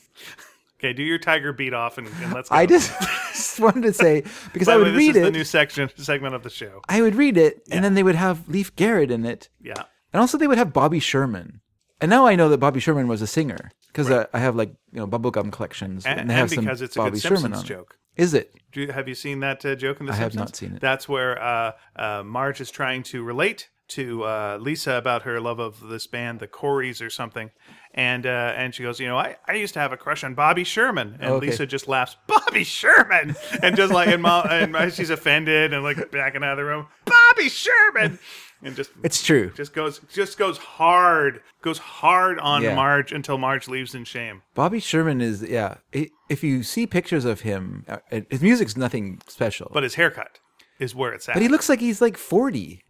[SPEAKER 2] Okay, do your Tiger Beat off and, and let's. Go.
[SPEAKER 1] I just, just wanted to say because
[SPEAKER 2] By
[SPEAKER 1] I
[SPEAKER 2] the
[SPEAKER 1] would
[SPEAKER 2] way, this
[SPEAKER 1] read
[SPEAKER 2] is
[SPEAKER 1] it.
[SPEAKER 2] the new section segment of the show.
[SPEAKER 1] I would read it, and then they would have Leaf Garrett in it,
[SPEAKER 2] Yeah.
[SPEAKER 1] and also they would have Bobby Sherman. And now I know that Bobby Sherman was a singer because I, I have like you know bubblegum collections,
[SPEAKER 2] And,
[SPEAKER 1] they have
[SPEAKER 2] and because
[SPEAKER 1] some
[SPEAKER 2] it's a
[SPEAKER 1] Bobby
[SPEAKER 2] good
[SPEAKER 1] Sherman
[SPEAKER 2] Simpsons
[SPEAKER 1] on it.
[SPEAKER 2] joke.
[SPEAKER 1] Is it?
[SPEAKER 2] Do you, have you seen that uh, joke in The
[SPEAKER 1] I have
[SPEAKER 2] Simpsons?
[SPEAKER 1] not seen it.
[SPEAKER 2] That's where uh, uh, Marge is trying to relate to uh, Lisa about her love of this band, the Coreys or something, and uh, and she goes, you know, I, I used to have a crush on Bobby Sherman, and
[SPEAKER 1] Okay.
[SPEAKER 2] Lisa just laughs, Bobby Sherman, and just like and, mom, and she's offended and like backing out of the room, Bobby Sherman, and just
[SPEAKER 1] It's true.
[SPEAKER 2] just goes just goes hard, goes hard on
[SPEAKER 1] Yeah.
[SPEAKER 2] Marge until Marge leaves in shame.
[SPEAKER 1] Bobby Sherman is yeah. i if you see pictures of him, uh, his music's nothing special, but,
[SPEAKER 2] But his haircut is where it's at.
[SPEAKER 1] he looks like he's like forty.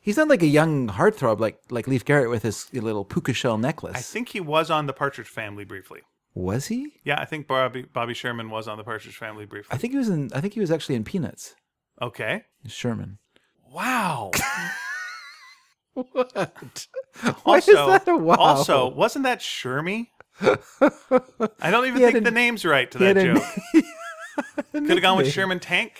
[SPEAKER 1] he's not like a young heartthrob like like Leaf Garrett with his little puka shell necklace.
[SPEAKER 2] I think he was on the Partridge Family briefly.
[SPEAKER 1] Was he?
[SPEAKER 2] Yeah, I think Bobby Bobby Sherman was on the Partridge Family briefly.
[SPEAKER 1] I think he was in. I think he was actually in Peanuts.
[SPEAKER 2] Okay.
[SPEAKER 1] Sherman.
[SPEAKER 2] Wow.
[SPEAKER 1] What? Why
[SPEAKER 2] also,
[SPEAKER 1] is that a wow?
[SPEAKER 2] also, wasn't that Shermie? I don't even
[SPEAKER 1] He had
[SPEAKER 2] think the
[SPEAKER 1] an-
[SPEAKER 2] name's right to
[SPEAKER 1] he
[SPEAKER 2] that
[SPEAKER 1] had a-
[SPEAKER 2] joke. Could have gone
[SPEAKER 1] nickname.
[SPEAKER 2] with Sherman Tank.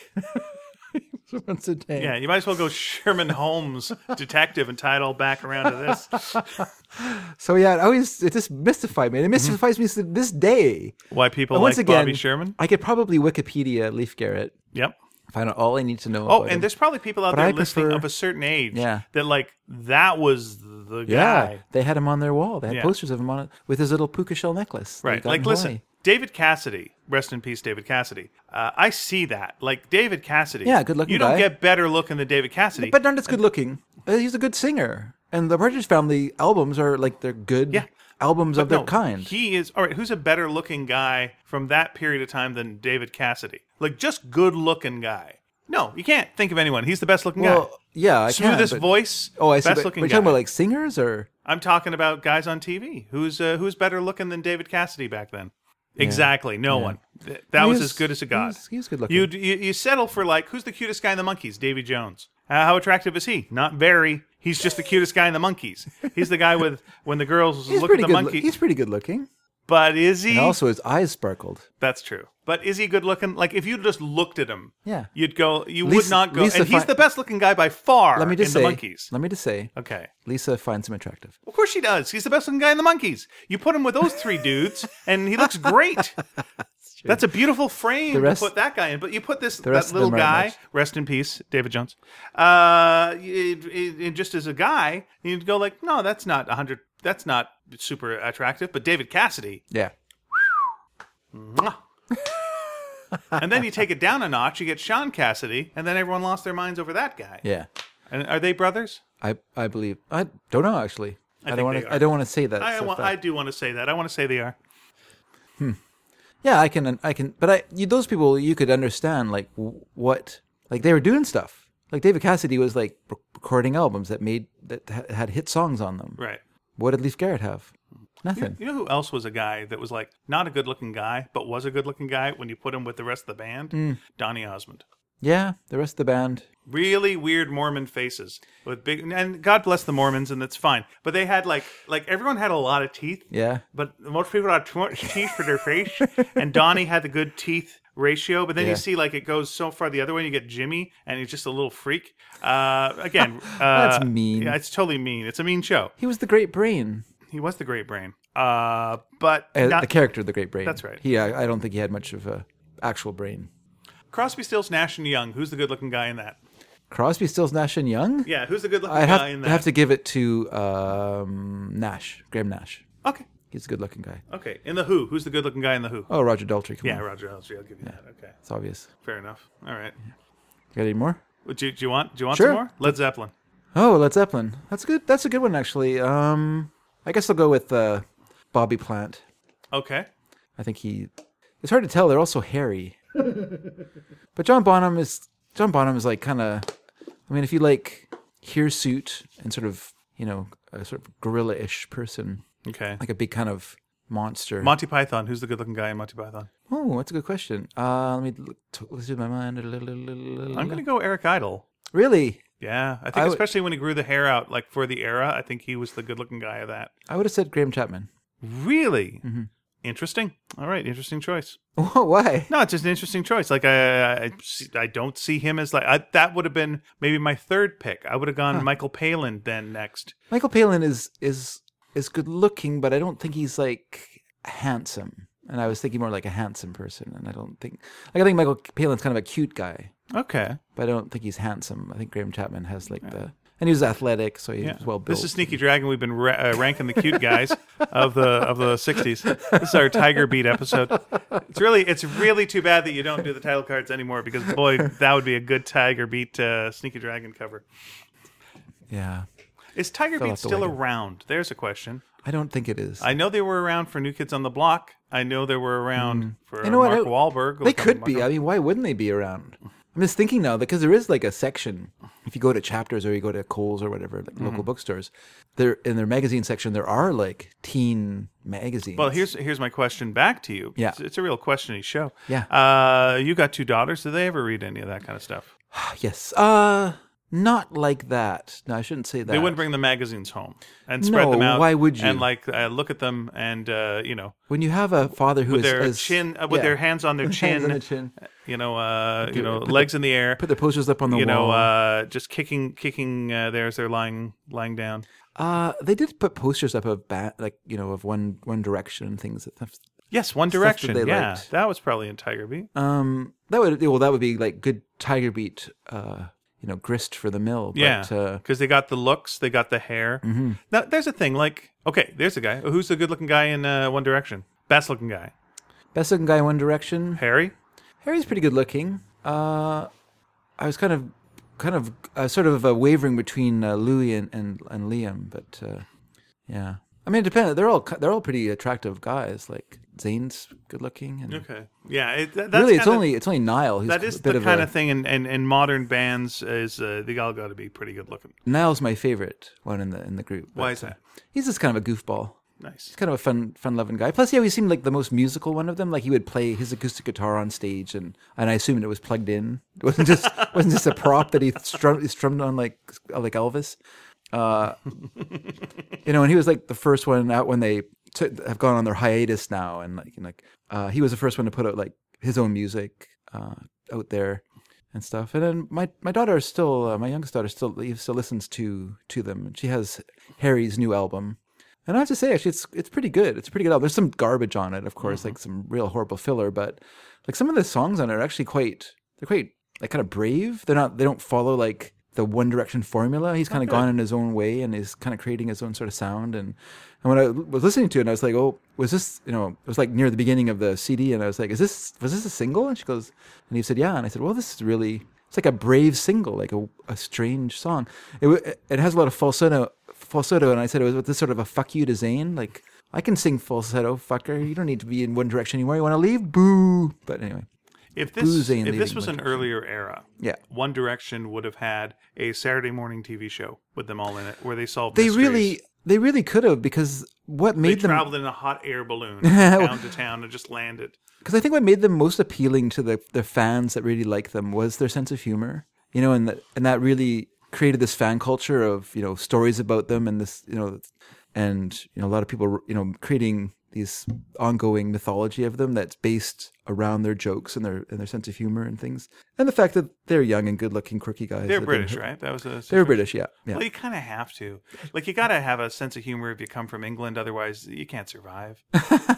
[SPEAKER 1] Once a day.
[SPEAKER 2] Yeah, you might as well go Sherman Holmes Detective and tie it all back around to this.
[SPEAKER 1] So yeah, it always it just mystified me. It mystifies me to this day.
[SPEAKER 2] Why people
[SPEAKER 1] But
[SPEAKER 2] Mm-hmm. like
[SPEAKER 1] once again,
[SPEAKER 2] Bobby Sherman?
[SPEAKER 1] I could probably Wikipedia Leaf Garrett
[SPEAKER 2] Yep.
[SPEAKER 1] find out all I need to know.
[SPEAKER 2] Oh,
[SPEAKER 1] about
[SPEAKER 2] and
[SPEAKER 1] him.
[SPEAKER 2] there's probably people out
[SPEAKER 1] But
[SPEAKER 2] there
[SPEAKER 1] I
[SPEAKER 2] listening
[SPEAKER 1] prefer-
[SPEAKER 2] of a certain age
[SPEAKER 1] Yeah.
[SPEAKER 2] that like that was the
[SPEAKER 1] yeah,
[SPEAKER 2] guy.
[SPEAKER 1] they had him on their wall. They had
[SPEAKER 2] Yeah.
[SPEAKER 1] posters of him on it with his little puka shell necklace. that he
[SPEAKER 2] Right.
[SPEAKER 1] got
[SPEAKER 2] Like,
[SPEAKER 1] in
[SPEAKER 2] listen,
[SPEAKER 1] Hawaii.
[SPEAKER 2] David Cassidy, rest in peace, David Cassidy. Uh, I see that. Like, David Cassidy.
[SPEAKER 1] Yeah, good looking
[SPEAKER 2] You don't
[SPEAKER 1] guy.
[SPEAKER 2] get better looking than David Cassidy.
[SPEAKER 1] but not as good looking. Uh, He's a good singer, and the Partridge Family albums are like they're good
[SPEAKER 2] Yeah.
[SPEAKER 1] albums of
[SPEAKER 2] No,
[SPEAKER 1] their kind.
[SPEAKER 2] He is. All right. Who's a better looking guy from that period of time than David Cassidy? Like, just good looking guy. No, you can't think of anyone. He's the best looking
[SPEAKER 1] well,
[SPEAKER 2] guy.
[SPEAKER 1] yeah, I can,
[SPEAKER 2] Smoothest
[SPEAKER 1] but-
[SPEAKER 2] voice.
[SPEAKER 1] Oh, I see. But,
[SPEAKER 2] Best
[SPEAKER 1] but
[SPEAKER 2] looking
[SPEAKER 1] you're
[SPEAKER 2] guy.
[SPEAKER 1] talking about like singers or
[SPEAKER 2] I'm talking about guys on TV. Who's uh, who's better looking than David Cassidy back then? Exactly, no one. Th- That
[SPEAKER 1] He
[SPEAKER 2] was
[SPEAKER 1] was-
[SPEAKER 2] as good as it
[SPEAKER 1] he
[SPEAKER 2] got.
[SPEAKER 1] was- he was good looking.
[SPEAKER 2] You you you settle for like who's the cutest guy in the Monkeys? Davy Jones. Uh, how attractive is he? Not very. He's just the cutest guy in the Monkeys. He's the guy with when the girls
[SPEAKER 1] he's
[SPEAKER 2] look at
[SPEAKER 1] pretty
[SPEAKER 2] the
[SPEAKER 1] good. loo-
[SPEAKER 2] monkey.
[SPEAKER 1] he's pretty good looking.
[SPEAKER 2] but is he?
[SPEAKER 1] And also, his eyes sparkled.
[SPEAKER 2] That's true. But is he good looking? Like if you just looked at him,
[SPEAKER 1] Yeah.
[SPEAKER 2] you'd go. You would
[SPEAKER 1] Lisa-
[SPEAKER 2] not go.
[SPEAKER 1] Lisa
[SPEAKER 2] and he's
[SPEAKER 1] Fi-
[SPEAKER 2] the best looking guy by far.
[SPEAKER 1] Let me just
[SPEAKER 2] in
[SPEAKER 1] say.
[SPEAKER 2] the Uh, Monkeys.
[SPEAKER 1] Let me just say.
[SPEAKER 2] Okay.
[SPEAKER 1] Lisa finds him attractive.
[SPEAKER 2] Of course she does. He's the best looking guy in the monkeys. You put him with those three dudes, and he looks great. That's a beautiful frame
[SPEAKER 1] rest-
[SPEAKER 2] to put that guy in. But you put this
[SPEAKER 1] rest
[SPEAKER 2] that
[SPEAKER 1] of
[SPEAKER 2] little
[SPEAKER 1] them aren't
[SPEAKER 2] guy, rest in peace, David Jones. Uh, it, it- it- just as a guy, you'd go like, no, that's not hundred. That's not super attractive. But David Cassidy,
[SPEAKER 1] Yeah.
[SPEAKER 2] mwah. and then you take it down a notch. You get Sean Cassidy, and then everyone lost their minds over that guy.
[SPEAKER 1] Yeah.
[SPEAKER 2] And are they brothers?
[SPEAKER 1] I I believe. I don't know actually. I,
[SPEAKER 2] think
[SPEAKER 1] don't want
[SPEAKER 2] they
[SPEAKER 1] to.
[SPEAKER 2] are.
[SPEAKER 1] I don't want to say that.
[SPEAKER 2] I,
[SPEAKER 1] so
[SPEAKER 2] wa-
[SPEAKER 1] fast.
[SPEAKER 2] I do want to say that. I want to say they are.
[SPEAKER 1] Yeah, I can, I can, but I you, those people you could understand like w- what like they were doing stuff. Like David Cassidy was like rec- recording albums that made that ha- had hit songs on them.
[SPEAKER 2] Right.
[SPEAKER 1] What did Leaf Garrett have? Nothing.
[SPEAKER 2] You know who else was a guy that was like not a good looking guy, but was a good looking guy when you put him with the rest of the band?
[SPEAKER 1] Hmm.
[SPEAKER 2] Donny Osmond.
[SPEAKER 1] Yeah, the rest of the band.
[SPEAKER 2] Really weird Mormon faces with big and God bless the Mormons and that's fine. But they had like like everyone had a lot of teeth.
[SPEAKER 1] Yeah,
[SPEAKER 2] But most people had too much teeth for their face. And Donnie had the good teeth ratio. But then you
[SPEAKER 1] Yeah.
[SPEAKER 2] see like it goes so far the other way, you get Jimmy and he's just a little freak. Uh again, uh,
[SPEAKER 1] That's mean.
[SPEAKER 2] Yeah, it's totally mean. It's a mean show.
[SPEAKER 1] he was the Great Brain.
[SPEAKER 2] He was the great brain. Uh but
[SPEAKER 1] Uh,
[SPEAKER 2] not-
[SPEAKER 1] the character of the Great Brain.
[SPEAKER 2] That's right.
[SPEAKER 1] He, I, I don't think he had much of a actual brain.
[SPEAKER 2] Crosby, Stills, Nash and Young. Who's the good-looking guy in that?
[SPEAKER 1] Crosby, Stills, Nash and Young.
[SPEAKER 2] Yeah, who's the good-looking
[SPEAKER 1] I
[SPEAKER 2] guy in
[SPEAKER 1] have, I
[SPEAKER 2] that?
[SPEAKER 1] have to give it to um, Nash, Graham Nash.
[SPEAKER 2] Okay,
[SPEAKER 1] He's a good looking guy.
[SPEAKER 2] okay. In the Who, who's the good-looking guy in the Who?
[SPEAKER 1] Oh, Roger Daltrey. Come
[SPEAKER 2] Yeah,
[SPEAKER 1] on.
[SPEAKER 2] Roger Elsie. I'll give you that. Okay,
[SPEAKER 1] it's obvious.
[SPEAKER 2] fair enough. All right.
[SPEAKER 1] Got any more?
[SPEAKER 2] Would you, do you want? Do you want
[SPEAKER 1] Sure.
[SPEAKER 2] some more? Led Zeppelin.
[SPEAKER 1] Oh, Led Zeppelin. That's good. That's a good one, actually. Um, I guess I'll go with uh, Bobby Plant.
[SPEAKER 2] Okay.
[SPEAKER 1] I think he. It's hard to tell. They're also hairy. but John Bonham is John Bonham is like kind of. I mean, if you like hirsute and sort of you know a sort of gorilla-ish person,
[SPEAKER 2] Okay.
[SPEAKER 1] like a big kind of monster.
[SPEAKER 2] Monty Python. Who's the good-looking guy in Monty Python?
[SPEAKER 1] oh, that's a good question. Uh, let me look, t- let's do my mind. I'm
[SPEAKER 2] I'm gonna go Eric Idle.
[SPEAKER 1] really.
[SPEAKER 2] Yeah, I think
[SPEAKER 1] I would-
[SPEAKER 2] especially when he grew the hair out, like for the era, I think he was the good-looking guy of that.
[SPEAKER 1] I would have said Graham Chapman.
[SPEAKER 2] Really
[SPEAKER 1] Mm-hmm.
[SPEAKER 2] interesting. All right, interesting choice.
[SPEAKER 1] Why?
[SPEAKER 2] No, it's just an interesting choice. Like I, I, I don't see him as like I, that would have been maybe my third pick. I would have gone Michael Palin then next.
[SPEAKER 1] Michael Palin is is is good looking, but I don't think he's like handsome. And I was thinking more like a handsome person, and I don't think like I think Michael Palin's kind of a cute guy,
[SPEAKER 2] Okay,
[SPEAKER 1] but I don't think he's handsome. I think Graham Chapman has like the and he was athletic, so he
[SPEAKER 2] yeah.
[SPEAKER 1] was well built.
[SPEAKER 2] this is Sneaky Dragon. We've been ra- uh, ranking the cute guys of the of the '60s. This is our Tiger Beat episode. It's really it's really too bad that you don't do the title cards anymore because boy, that would be a good Tiger Beat uh, Sneaky Dragon cover.
[SPEAKER 1] yeah.
[SPEAKER 2] Is Tiger
[SPEAKER 1] Fill
[SPEAKER 2] Beat
[SPEAKER 1] out the
[SPEAKER 2] still
[SPEAKER 1] wagon.
[SPEAKER 2] around? There's a question.
[SPEAKER 1] I don't think it is.
[SPEAKER 2] I know they were around for New Kids on the Block. I know they were around for
[SPEAKER 1] Hmm. You know what?
[SPEAKER 2] Mark
[SPEAKER 1] I-
[SPEAKER 2] Wahlberg.
[SPEAKER 1] they could
[SPEAKER 2] Mark
[SPEAKER 1] be. I mean, why wouldn't they be around? I'm just thinking now because there is like a section. If you go to chapters or you go to Coles or whatever, like
[SPEAKER 2] Mm-hmm.
[SPEAKER 1] local bookstores, there in their magazine section there are like teen magazines.
[SPEAKER 2] Well, here's here's my question back to you.
[SPEAKER 1] Yeah.
[SPEAKER 2] It's, it's a real questiony show.
[SPEAKER 1] Yeah.
[SPEAKER 2] Uh, you got two daughters. Do they ever read any of that kind of stuff?
[SPEAKER 1] yes, uh, not like that. No, I shouldn't say that.
[SPEAKER 2] They wouldn't bring the magazines home and spread
[SPEAKER 1] No,
[SPEAKER 2] them out.
[SPEAKER 1] why would you?
[SPEAKER 2] And like uh, look at them and uh, you know
[SPEAKER 1] when you have a father who is
[SPEAKER 2] with their
[SPEAKER 1] is-
[SPEAKER 2] chin uh, with
[SPEAKER 1] yeah,
[SPEAKER 2] their hands on their
[SPEAKER 1] hands
[SPEAKER 2] chin,
[SPEAKER 1] on the chin,
[SPEAKER 2] you know, uh, you know,
[SPEAKER 1] put the-
[SPEAKER 2] legs in the air,
[SPEAKER 1] put their posters up on the
[SPEAKER 2] you know,
[SPEAKER 1] wall.
[SPEAKER 2] uh, just kicking kicking uh, there as they're lying lying down.
[SPEAKER 1] Uh, they did put posters up of bat, like you know, of one One Direction and things. That,
[SPEAKER 2] Yes, One
[SPEAKER 1] Stuff that
[SPEAKER 2] Direction.
[SPEAKER 1] they
[SPEAKER 2] yeah,
[SPEAKER 1] liked.
[SPEAKER 2] that was probably in Tiger Beat.
[SPEAKER 1] um, that would well, that would be like good Tiger Beat, uh, you know, grist for the mill. But,
[SPEAKER 2] Yeah,
[SPEAKER 1] uh, Mm-hmm.
[SPEAKER 2] because they got the looks, they got the hair. Now, there's a thing like, okay, there's a guy. Who's the good-looking guy in uh, One Direction? Best-looking guy,
[SPEAKER 1] best looking guy in One Direction.
[SPEAKER 2] Harry.
[SPEAKER 1] Harry's pretty good looking. Uh, I was kind of, kind of, uh, sort of uh, wavering between uh, Louis and, and and Liam, but uh, yeah. I mean, it depends. They're all ki- they're all pretty attractive guys. Like Zane's good looking, and
[SPEAKER 2] Okay, yeah. It, th- that's
[SPEAKER 1] really, it's
[SPEAKER 2] kinda-
[SPEAKER 1] only it's only Niall who's
[SPEAKER 2] that
[SPEAKER 1] a
[SPEAKER 2] is
[SPEAKER 1] bit
[SPEAKER 2] the
[SPEAKER 1] of
[SPEAKER 2] kind
[SPEAKER 1] a,
[SPEAKER 2] of thing in, in, in modern bands is uh, they all got to be pretty good-looking.
[SPEAKER 1] Niall's my favorite one in the in the group.
[SPEAKER 2] Why
[SPEAKER 1] but,
[SPEAKER 2] is that?
[SPEAKER 1] uh, He's just kind of a goofball.
[SPEAKER 2] Nice.
[SPEAKER 1] He's kind of a fun, fun-loving guy. Plus, yeah, he seemed like the most musical one of them. Like he would play his acoustic guitar on stage, and and I assumed it was plugged in. It wasn't just wasn't just a prop that he strummed he strummed on like like Elvis. Uh, you know, and he was like the first one out when they took, have gone on their hiatus now, and like and like uh, he was the first one to put out like his own music uh, out there and stuff. And then my my daughter is still uh, my youngest daughter still still listens to to them. She has Harry's new album, and I have to say actually it's it's pretty good. It's a pretty good album. There's some garbage on it, of course, like some real horrible filler, but like some of the songs on it are actually quite they're quite like kind of brave. They're not they don't follow like the One Direction formula. He's kind of gone in his own way and is kind of creating his own sort of sound. And and when I was listening to it, and I was like, oh, was this you know it was like near the beginning of the CD, and I was like, is this was this a single? And she goes, and he said, yeah. And I said, well, this is really it's like a brave single, like a, a strange song. It wa- it has a lot of falsetto falsetto, and I said it was this sort of a fuck you to Zayn, like. I can sing falsetto, fucker. You don't need to be in One Direction anymore. You want to leave? Boo! But anyway,
[SPEAKER 2] If this
[SPEAKER 1] boozing
[SPEAKER 2] if this
[SPEAKER 1] leading
[SPEAKER 2] was
[SPEAKER 1] One
[SPEAKER 2] an earlier era,
[SPEAKER 1] yeah.
[SPEAKER 2] One Direction would have had a Saturday morning TV show with them all in it, where they solved.
[SPEAKER 1] They
[SPEAKER 2] mysteries.
[SPEAKER 1] really, they really could have because what
[SPEAKER 2] they
[SPEAKER 1] made them
[SPEAKER 2] traveled in a hot air balloon town to town and just landed.
[SPEAKER 1] because I think what made them most appealing to the the fans that really liked them was their sense of humor, you know, and that and that really created this fan culture of you know stories about them and this you know, and you know a lot of people you know creating these ongoing mythology of them that's based around their jokes and their and their sense of humor and things, and the fact that they're young and good looking, quirky guys.
[SPEAKER 2] They're
[SPEAKER 1] that
[SPEAKER 2] British, right? That was a
[SPEAKER 1] They're British, yeah, yeah.
[SPEAKER 2] Well, you kind of have to. Like, you got to have a sense of humor if you come from England. Otherwise, you can't survive.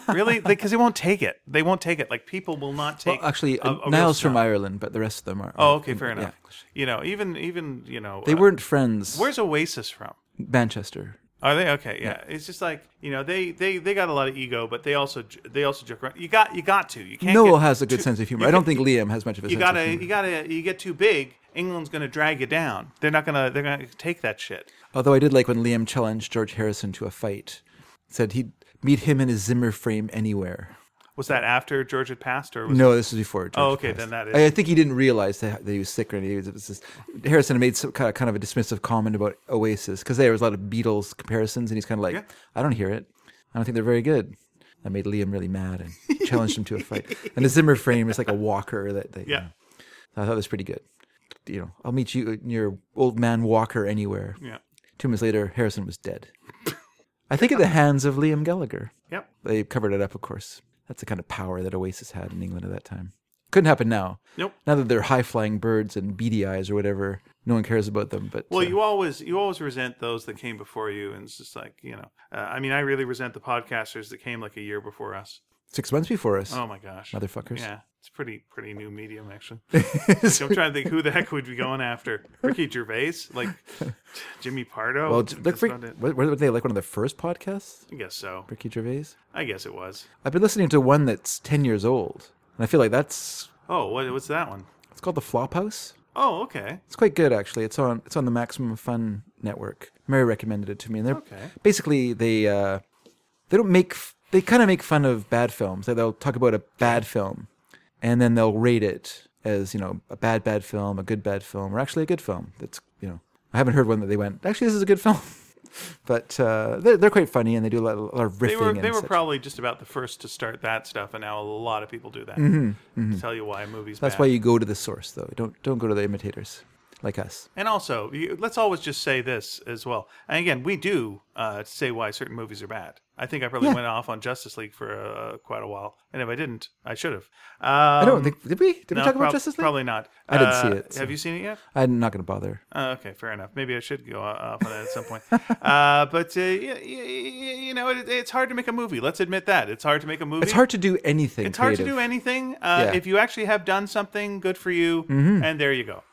[SPEAKER 2] really? Because they won't take it. They won't take it. Like, people will not take
[SPEAKER 1] Actually,
[SPEAKER 2] a- a real
[SPEAKER 1] Niall's from
[SPEAKER 2] snub.
[SPEAKER 1] Ireland, but the rest of them are.
[SPEAKER 2] Oh, okay, fair
[SPEAKER 1] yeah.
[SPEAKER 2] enough. You know, even, even you know,
[SPEAKER 1] They
[SPEAKER 2] uh,
[SPEAKER 1] weren't friends.
[SPEAKER 2] where's Oasis from?
[SPEAKER 1] Manchester.
[SPEAKER 2] Are they okay? Yeah. It's just like you know they they they got a lot of ego, but they also j- they also joke around. You got you got to. You can't.
[SPEAKER 1] Noel
[SPEAKER 2] get
[SPEAKER 1] has a good
[SPEAKER 2] too-
[SPEAKER 1] sense of humor.
[SPEAKER 2] you
[SPEAKER 1] I don't
[SPEAKER 2] ca-
[SPEAKER 1] think Liam has much of a
[SPEAKER 2] you
[SPEAKER 1] sense of
[SPEAKER 2] gotta
[SPEAKER 1] humor.
[SPEAKER 2] you gotta you get too big. England's gonna drag you down. They're not gonna they're gonna take that shit.
[SPEAKER 1] Although I did like when Liam challenged George Harrison to a fight. Said he'd meet him in his Zimmer frame anywhere.
[SPEAKER 2] Was that after George had passed, or was
[SPEAKER 1] No, this was before. George
[SPEAKER 2] Oh, okay,
[SPEAKER 1] passed.
[SPEAKER 2] then that is-
[SPEAKER 1] I, I think he didn't realize that, that he was sick or anything. It was- it was just- Harrison made some kind of, kind of a dismissive comment about Oasis because there was a lot of Beatles comparisons, and he's kind of like,
[SPEAKER 2] Yeah.
[SPEAKER 1] "I don't hear it. I don't think they're very good." That made Liam really mad and challenged him to a fight. And the Zimmer frame is like a walker that they.
[SPEAKER 2] Yeah.
[SPEAKER 1] I thought that was pretty good. You know, I'll meet you near old man Walker anywhere.
[SPEAKER 2] yeah,
[SPEAKER 1] Two months later, Harrison was dead. I think at the hands of Liam Gallagher.
[SPEAKER 2] yep.
[SPEAKER 1] They covered it up, of course. That's the kind of power that Oasis had in England at that time. Couldn't happen now.
[SPEAKER 2] Nope.
[SPEAKER 1] Now that they're high flying birds and beady eyes or whatever, no one cares about them. But
[SPEAKER 2] Well,
[SPEAKER 1] uh,
[SPEAKER 2] you always you always resent those that came before you, and it's just like you know. Uh, I mean, I really resent the podcasters that came like a year before us.
[SPEAKER 1] six months before us,
[SPEAKER 2] Oh my gosh,
[SPEAKER 1] motherfuckers.
[SPEAKER 2] yeah, it's pretty pretty new medium actually. Like, I'm trying to think who the heck would be going after Ricky Gervais, like Jimmy Pardo.
[SPEAKER 1] Well, look
[SPEAKER 2] That's
[SPEAKER 1] for,
[SPEAKER 2] about it.
[SPEAKER 1] were, were they like one of the first podcasts?
[SPEAKER 2] I guess so.
[SPEAKER 1] Ricky Gervais.
[SPEAKER 2] I guess it was.
[SPEAKER 1] I've been listening to one that's ten years old, and I feel like that's
[SPEAKER 2] Oh, what, what's that one?
[SPEAKER 1] it's called the Flophouse.
[SPEAKER 2] Oh, okay.
[SPEAKER 1] It's quite good actually. It's on it's on the Maximum Fun network. Mary recommended it to me, and they're
[SPEAKER 2] Okay.
[SPEAKER 1] basically they uh, they don't make f- they kind of make fun of bad films. Like they'll talk about a bad film, and then they'll rate it as you know a bad bad film, a good bad film, or actually a good film. That's you know I haven't heard one that they went actually this is a good film. but uh, they're, they're quite funny and they do a lot, a lot of riffing.
[SPEAKER 2] They were they
[SPEAKER 1] and
[SPEAKER 2] were
[SPEAKER 1] such.
[SPEAKER 2] probably just about the first to start that stuff, and now a lot of people do that. Tell you why a movie's
[SPEAKER 1] Mm-hmm, That's
[SPEAKER 2] bad.
[SPEAKER 1] why you go to the source though. Don't don't go to the imitators like us.
[SPEAKER 2] And also, you, let's always just say this as well. And again, we do uh, say why certain movies are bad. I think I probably
[SPEAKER 1] Yeah.
[SPEAKER 2] went off on Justice League for uh, quite a while, and if I didn't, I should have. Um,
[SPEAKER 1] I don't think did we did we
[SPEAKER 2] no,
[SPEAKER 1] talk about
[SPEAKER 2] prob-
[SPEAKER 1] Justice League?
[SPEAKER 2] Probably not.
[SPEAKER 1] I didn't see
[SPEAKER 2] Uh,
[SPEAKER 1] it, so-
[SPEAKER 2] Have you seen it yet?
[SPEAKER 1] I'm not going to bother.
[SPEAKER 2] Uh, okay, fair enough. Maybe I should go off on that at some point. Uh, but uh, you, you know, it, it's hard to make a movie. Let's admit that it's hard to make a movie.
[SPEAKER 1] It's hard to do anything.
[SPEAKER 2] It's hard to
[SPEAKER 1] creative.
[SPEAKER 2] do anything. Uh,
[SPEAKER 1] Yeah. Mm-hmm.
[SPEAKER 2] If you actually have done something, good for you. And there you go.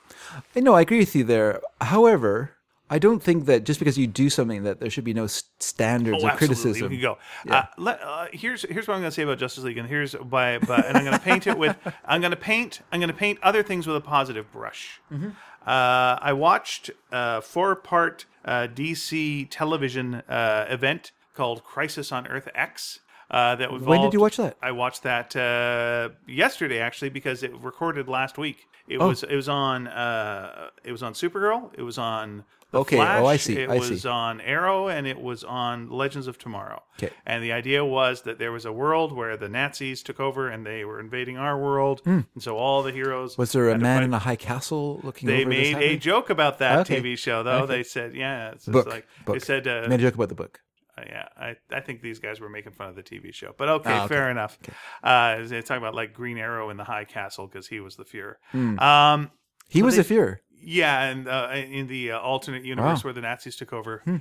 [SPEAKER 1] I know, I agree with you there. However, I don't think that just because you do something that there should be no s- standards
[SPEAKER 2] Oh,
[SPEAKER 1] of
[SPEAKER 2] absolutely.
[SPEAKER 1] criticism.
[SPEAKER 2] We can go. Uh, let, uh, here's here's what I'm going to say about Justice League, and here's by, by and I'm going to paint it with I'm going to paint I'm going to paint other things with a positive brush.
[SPEAKER 1] Mm-hmm.
[SPEAKER 2] Uh, I watched a four part uh, DC television uh, event called Crisis on Earth X. Uh, that
[SPEAKER 1] When did you
[SPEAKER 2] evolved-
[SPEAKER 1] watch that?
[SPEAKER 2] I watched that uh, yesterday actually because it recorded last week. It
[SPEAKER 1] Oh.
[SPEAKER 2] was it was on uh, it was on Supergirl. It was on The
[SPEAKER 1] Okay. Oh,
[SPEAKER 2] Flash,
[SPEAKER 1] I see.
[SPEAKER 2] It
[SPEAKER 1] I
[SPEAKER 2] was
[SPEAKER 1] see.
[SPEAKER 2] on Arrow and it was on Legends of Tomorrow.
[SPEAKER 1] Okay.
[SPEAKER 2] And the idea was that there was a world where the Nazis took over and they were invading our world, and so all the heroes
[SPEAKER 1] Hmm. Was there a
[SPEAKER 2] had to
[SPEAKER 1] man
[SPEAKER 2] fight.
[SPEAKER 1] in a high castle looking
[SPEAKER 2] They
[SPEAKER 1] over this
[SPEAKER 2] made a
[SPEAKER 1] happening?
[SPEAKER 2] joke about that
[SPEAKER 1] Okay.
[SPEAKER 2] TV show though.
[SPEAKER 1] Okay.
[SPEAKER 2] They said, yeah, it's, it's
[SPEAKER 1] book?
[SPEAKER 2] like
[SPEAKER 1] book.
[SPEAKER 2] they said uh,
[SPEAKER 1] made a joke about the book.
[SPEAKER 2] uh, yeah, I, I think these guys were making fun of the TV show, but okay,
[SPEAKER 1] Ah, okay.
[SPEAKER 2] fair enough. Uh, they talk about like Green Arrow in the High Castle because he was the Fuhrer.
[SPEAKER 1] Hmm.
[SPEAKER 2] Um,
[SPEAKER 1] He was
[SPEAKER 2] they-
[SPEAKER 1] a fear.
[SPEAKER 2] yeah, and uh, in the uh, alternate universe where the Nazis took over,
[SPEAKER 1] Hmm.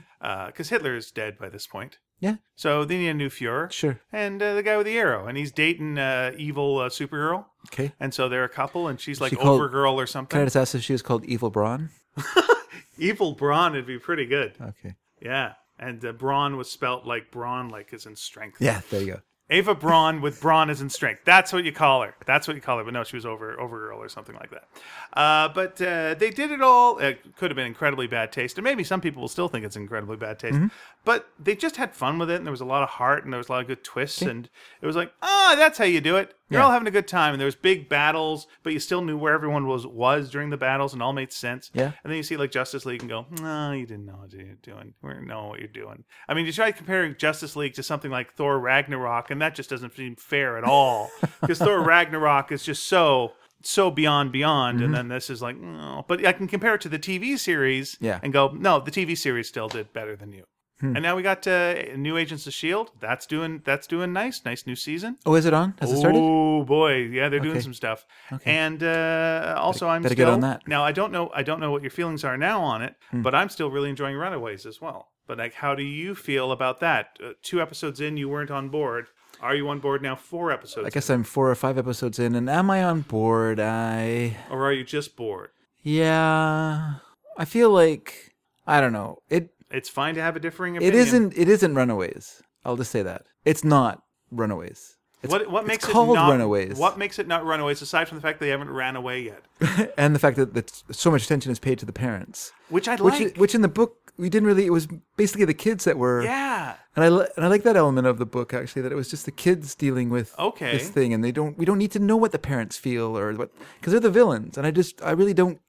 [SPEAKER 2] because Hitler is dead by this point,
[SPEAKER 1] Yeah,
[SPEAKER 2] so they need a new Fuhrer.
[SPEAKER 1] sure.
[SPEAKER 2] And uh, the guy with the arrow, and he's dating uh, evil uh, Supergirl,
[SPEAKER 1] Okay.
[SPEAKER 2] and so they're a couple, and she's like
[SPEAKER 1] She called-
[SPEAKER 2] Overgirl
[SPEAKER 1] Can
[SPEAKER 2] or
[SPEAKER 1] I
[SPEAKER 2] something.
[SPEAKER 1] just ask if she was called Evil Braun?
[SPEAKER 2] Evil Braun would be pretty good.
[SPEAKER 1] Okay.
[SPEAKER 2] Yeah, and uh, Braun was spelt like Braun, like is in strength.
[SPEAKER 1] Yeah, there you go.
[SPEAKER 2] Ava Braun with Braun as in strength. That's what you call her. That's what you call her. But no, she was over overgirl or something like that. Uh, but uh, they did it all. It could have been incredibly bad taste, and maybe some people will still think it's incredibly bad taste.
[SPEAKER 1] Mm-hmm.
[SPEAKER 2] But they just had fun with it, and there was a lot of heart, and there was a lot of good twists, and it was like, ah, that's how you do it. You're
[SPEAKER 1] Yeah.
[SPEAKER 2] all having a good time, and there was big battles, but you still knew where everyone was was during the battles, and all made sense.
[SPEAKER 1] Yeah.
[SPEAKER 2] And then you see like Justice League and go, no, you didn't know what you're doing. We didn't know what you're doing. I mean, you try comparing Justice League to something like Thor Ragnarok, and that just doesn't seem fair at all. Because Thor Ragnarok is just so so beyond beyond,
[SPEAKER 1] Mm-hmm.
[SPEAKER 2] and then this is like, no. But I can compare it to the TV series
[SPEAKER 1] Yeah. Hmm.
[SPEAKER 2] and go, no, the TV series still did better than you. And now we got uh, new Agents of Shield. That's doing that's doing nice. Nice new season.
[SPEAKER 1] Oh, is it on? Has it started?
[SPEAKER 2] Oh boy, yeah, they're doing
[SPEAKER 1] Okay.
[SPEAKER 2] some stuff. And uh, also, I'm
[SPEAKER 1] better
[SPEAKER 2] still
[SPEAKER 1] get on that. Hmm.
[SPEAKER 2] now. I don't know. I don't know what your feelings are now on it, but I'm still really enjoying Runaways as well. But like, how do you feel about that? Uh, two episodes in, you weren't on board. Are you on board now? Four episodes,
[SPEAKER 1] I guess I'm four or five episodes in, and am I on board? I
[SPEAKER 2] in, or are you just bored?
[SPEAKER 1] yeah. I feel like I don't know. It
[SPEAKER 2] It's fine to have a differing
[SPEAKER 1] It
[SPEAKER 2] opinion.
[SPEAKER 1] isn't. It isn't Runaways. I'll just say that it's not Runaways. It's,
[SPEAKER 2] What, what
[SPEAKER 1] it's
[SPEAKER 2] makes
[SPEAKER 1] called
[SPEAKER 2] it not
[SPEAKER 1] Runaways?
[SPEAKER 2] What makes it not Runaways? Aside from the fact they haven't ran away yet,
[SPEAKER 1] and the fact that, that so much attention is paid to the parents,
[SPEAKER 2] which I
[SPEAKER 1] which
[SPEAKER 2] like.
[SPEAKER 1] which in the book we didn't really. It was basically the kids that were.
[SPEAKER 2] yeah,
[SPEAKER 1] And I li- and I like that element of the book actually that it was just the kids dealing with
[SPEAKER 2] Okay.
[SPEAKER 1] this thing, and they don't. We don't need to know what the parents feel or what because they're the villains, and I just I really don't.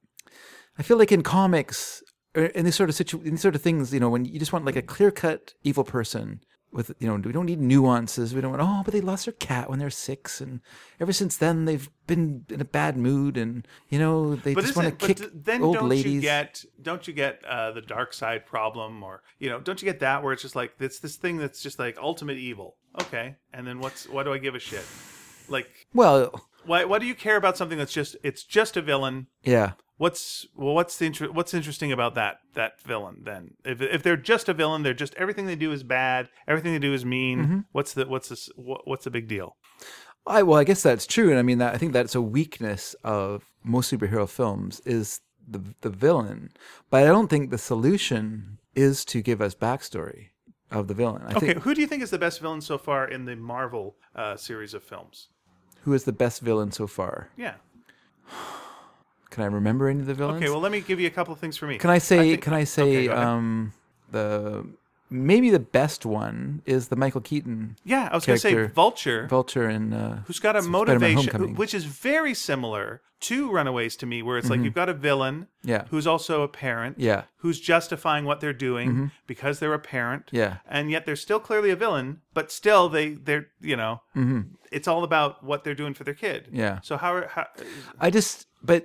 [SPEAKER 1] I feel like in comics or in this sort of situ in these sort of things, you know, when you just want like a clear cut evil person with you know, we don't need nuances. We don't want oh, but they lost their cat when they're six, and ever since then they've been in a bad mood, and you know they
[SPEAKER 2] but
[SPEAKER 1] just
[SPEAKER 2] isn't
[SPEAKER 1] want to kick
[SPEAKER 2] but d- then
[SPEAKER 1] old
[SPEAKER 2] don't
[SPEAKER 1] ladies.
[SPEAKER 2] you get don't you get uh, the dark side problem or you know don't you get that where it's just like it's this thing that's just like ultimate evil okay and then what's why do i give a shit like
[SPEAKER 1] well,
[SPEAKER 2] why why do you care about something that's just it's just a villain
[SPEAKER 1] yeah,
[SPEAKER 2] what's well what's the inter- what's interesting about that that villain then if if they're just a villain they're just everything they do is bad everything they do is mean
[SPEAKER 1] Mm-hmm.
[SPEAKER 2] what's the what's this what, what's the big deal
[SPEAKER 1] I well, I guess that's true, and I mean that I think that's a weakness of most superhero films is the the villain, but I don't think the solution is to give us backstory of the villain. I
[SPEAKER 2] okay
[SPEAKER 1] think
[SPEAKER 2] who do you think is the best villain so far in the marvel uh, series of films
[SPEAKER 1] who is the best villain so far?
[SPEAKER 2] yeah
[SPEAKER 1] Can I remember any of the villains?
[SPEAKER 2] Okay, well, let me give you a couple of things for me.
[SPEAKER 1] can I say?
[SPEAKER 2] think-
[SPEAKER 1] can I
[SPEAKER 2] okay,
[SPEAKER 1] say
[SPEAKER 2] go ahead.
[SPEAKER 1] um, the maybe the best one is the Michael Keaton
[SPEAKER 2] Yeah, I was going to say
[SPEAKER 1] Character.
[SPEAKER 2] Vulture,
[SPEAKER 1] Vulture in uh,
[SPEAKER 2] who's got a
[SPEAKER 1] Spider-Man
[SPEAKER 2] motivation,
[SPEAKER 1] Homecoming.
[SPEAKER 2] which is very similar to Runaways to me, where it's like you've got a villain
[SPEAKER 1] Mm-hmm. Yeah.
[SPEAKER 2] who's also a parent,
[SPEAKER 1] Yeah. Mm-hmm.
[SPEAKER 2] who's justifying what they're doing because they're a parent,
[SPEAKER 1] Yeah.
[SPEAKER 2] and yet they're still clearly a villain, but still they they're you know it's all about what they're doing for their kid.
[SPEAKER 1] Mm-hmm. Yeah.
[SPEAKER 2] So how, are- how
[SPEAKER 1] I just, but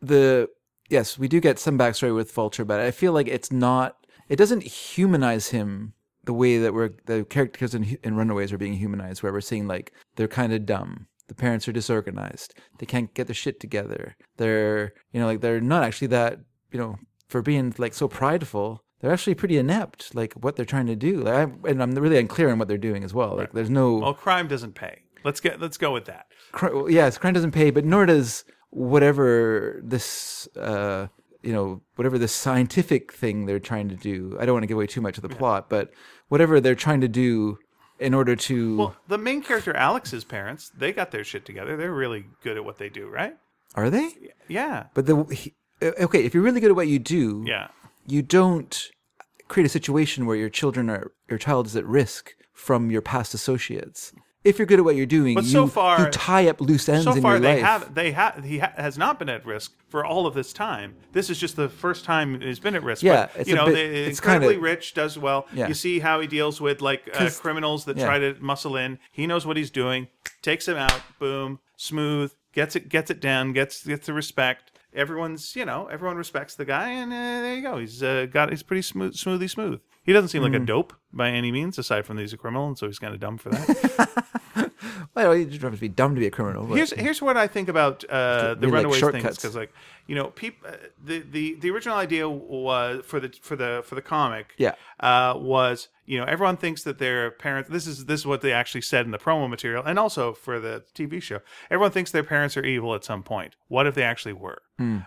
[SPEAKER 1] the yes, we do get some backstory with Vulture, but I feel like it's not. It doesn't humanize him the way that we're the characters in, in Runaways are being humanized, where we're seeing like they're kind of dumb. The parents are disorganized. They can't get their shit together. They're you know like they're not actually that you know for being like so prideful. They're actually pretty inept, like what they're trying to do. Like, I, and I'm really unclear on what they're doing as well. Like, there's no
[SPEAKER 2] well crime doesn't pay. Let's get let's go with that.
[SPEAKER 1] cr- well, yes, crime doesn't pay, but nor does whatever this, uh, you know, whatever this scientific thing they're trying to do. I don't want to give away too much of the plot, but whatever they're trying to do in order to,
[SPEAKER 2] Well, the main character Alex's parents, they got their shit together. They're really good at what they do, right?
[SPEAKER 1] are they?
[SPEAKER 2] Yeah.
[SPEAKER 1] But the he, uh, okay, if you're really good at what you do,
[SPEAKER 2] Yeah.
[SPEAKER 1] you don't create a situation where your children are your child is at risk from your past associates. If you're good at what you're doing,
[SPEAKER 2] But
[SPEAKER 1] you,
[SPEAKER 2] so far-
[SPEAKER 1] you tie up loose ends
[SPEAKER 2] So
[SPEAKER 1] in
[SPEAKER 2] far,
[SPEAKER 1] your
[SPEAKER 2] they
[SPEAKER 1] life.
[SPEAKER 2] have they have he ha- has not been at risk for all of this time. This is just the first time he's been at risk.
[SPEAKER 1] Yeah,
[SPEAKER 2] but,
[SPEAKER 1] it's
[SPEAKER 2] you
[SPEAKER 1] a
[SPEAKER 2] know,
[SPEAKER 1] bit-
[SPEAKER 2] the
[SPEAKER 1] it's
[SPEAKER 2] incredibly
[SPEAKER 1] kinda-
[SPEAKER 2] rich does well.
[SPEAKER 1] Yeah.
[SPEAKER 2] You see how he deals with like uh,
[SPEAKER 1] 'Cause-
[SPEAKER 2] criminals that
[SPEAKER 1] yeah.
[SPEAKER 2] try to muscle in. He knows what he's doing. Takes him out. Boom. Smooth. Gets it. Gets it down. Gets gets the respect. Everyone's you know everyone respects the guy, and uh, there you go. He's uh, got he's pretty smooth, smoothly smooth. He doesn't seem
[SPEAKER 1] Hmm.
[SPEAKER 2] like a dope by any means, aside from that he's a criminal, and so he's kind of dumb for that.
[SPEAKER 1] Well, you don't have to be dumb to be a criminal. but-
[SPEAKER 2] Here's here's what I think about uh,
[SPEAKER 1] We
[SPEAKER 2] the
[SPEAKER 1] like
[SPEAKER 2] Runaways thing
[SPEAKER 1] shortcuts.
[SPEAKER 2] because like you know peop- uh, the, the the original idea was for the for the for the comic
[SPEAKER 1] Yeah.
[SPEAKER 2] uh, was you know everyone thinks that their parents this is this is what they actually said in the promo material and also for the TV show everyone thinks their parents are evil at some point what if they actually were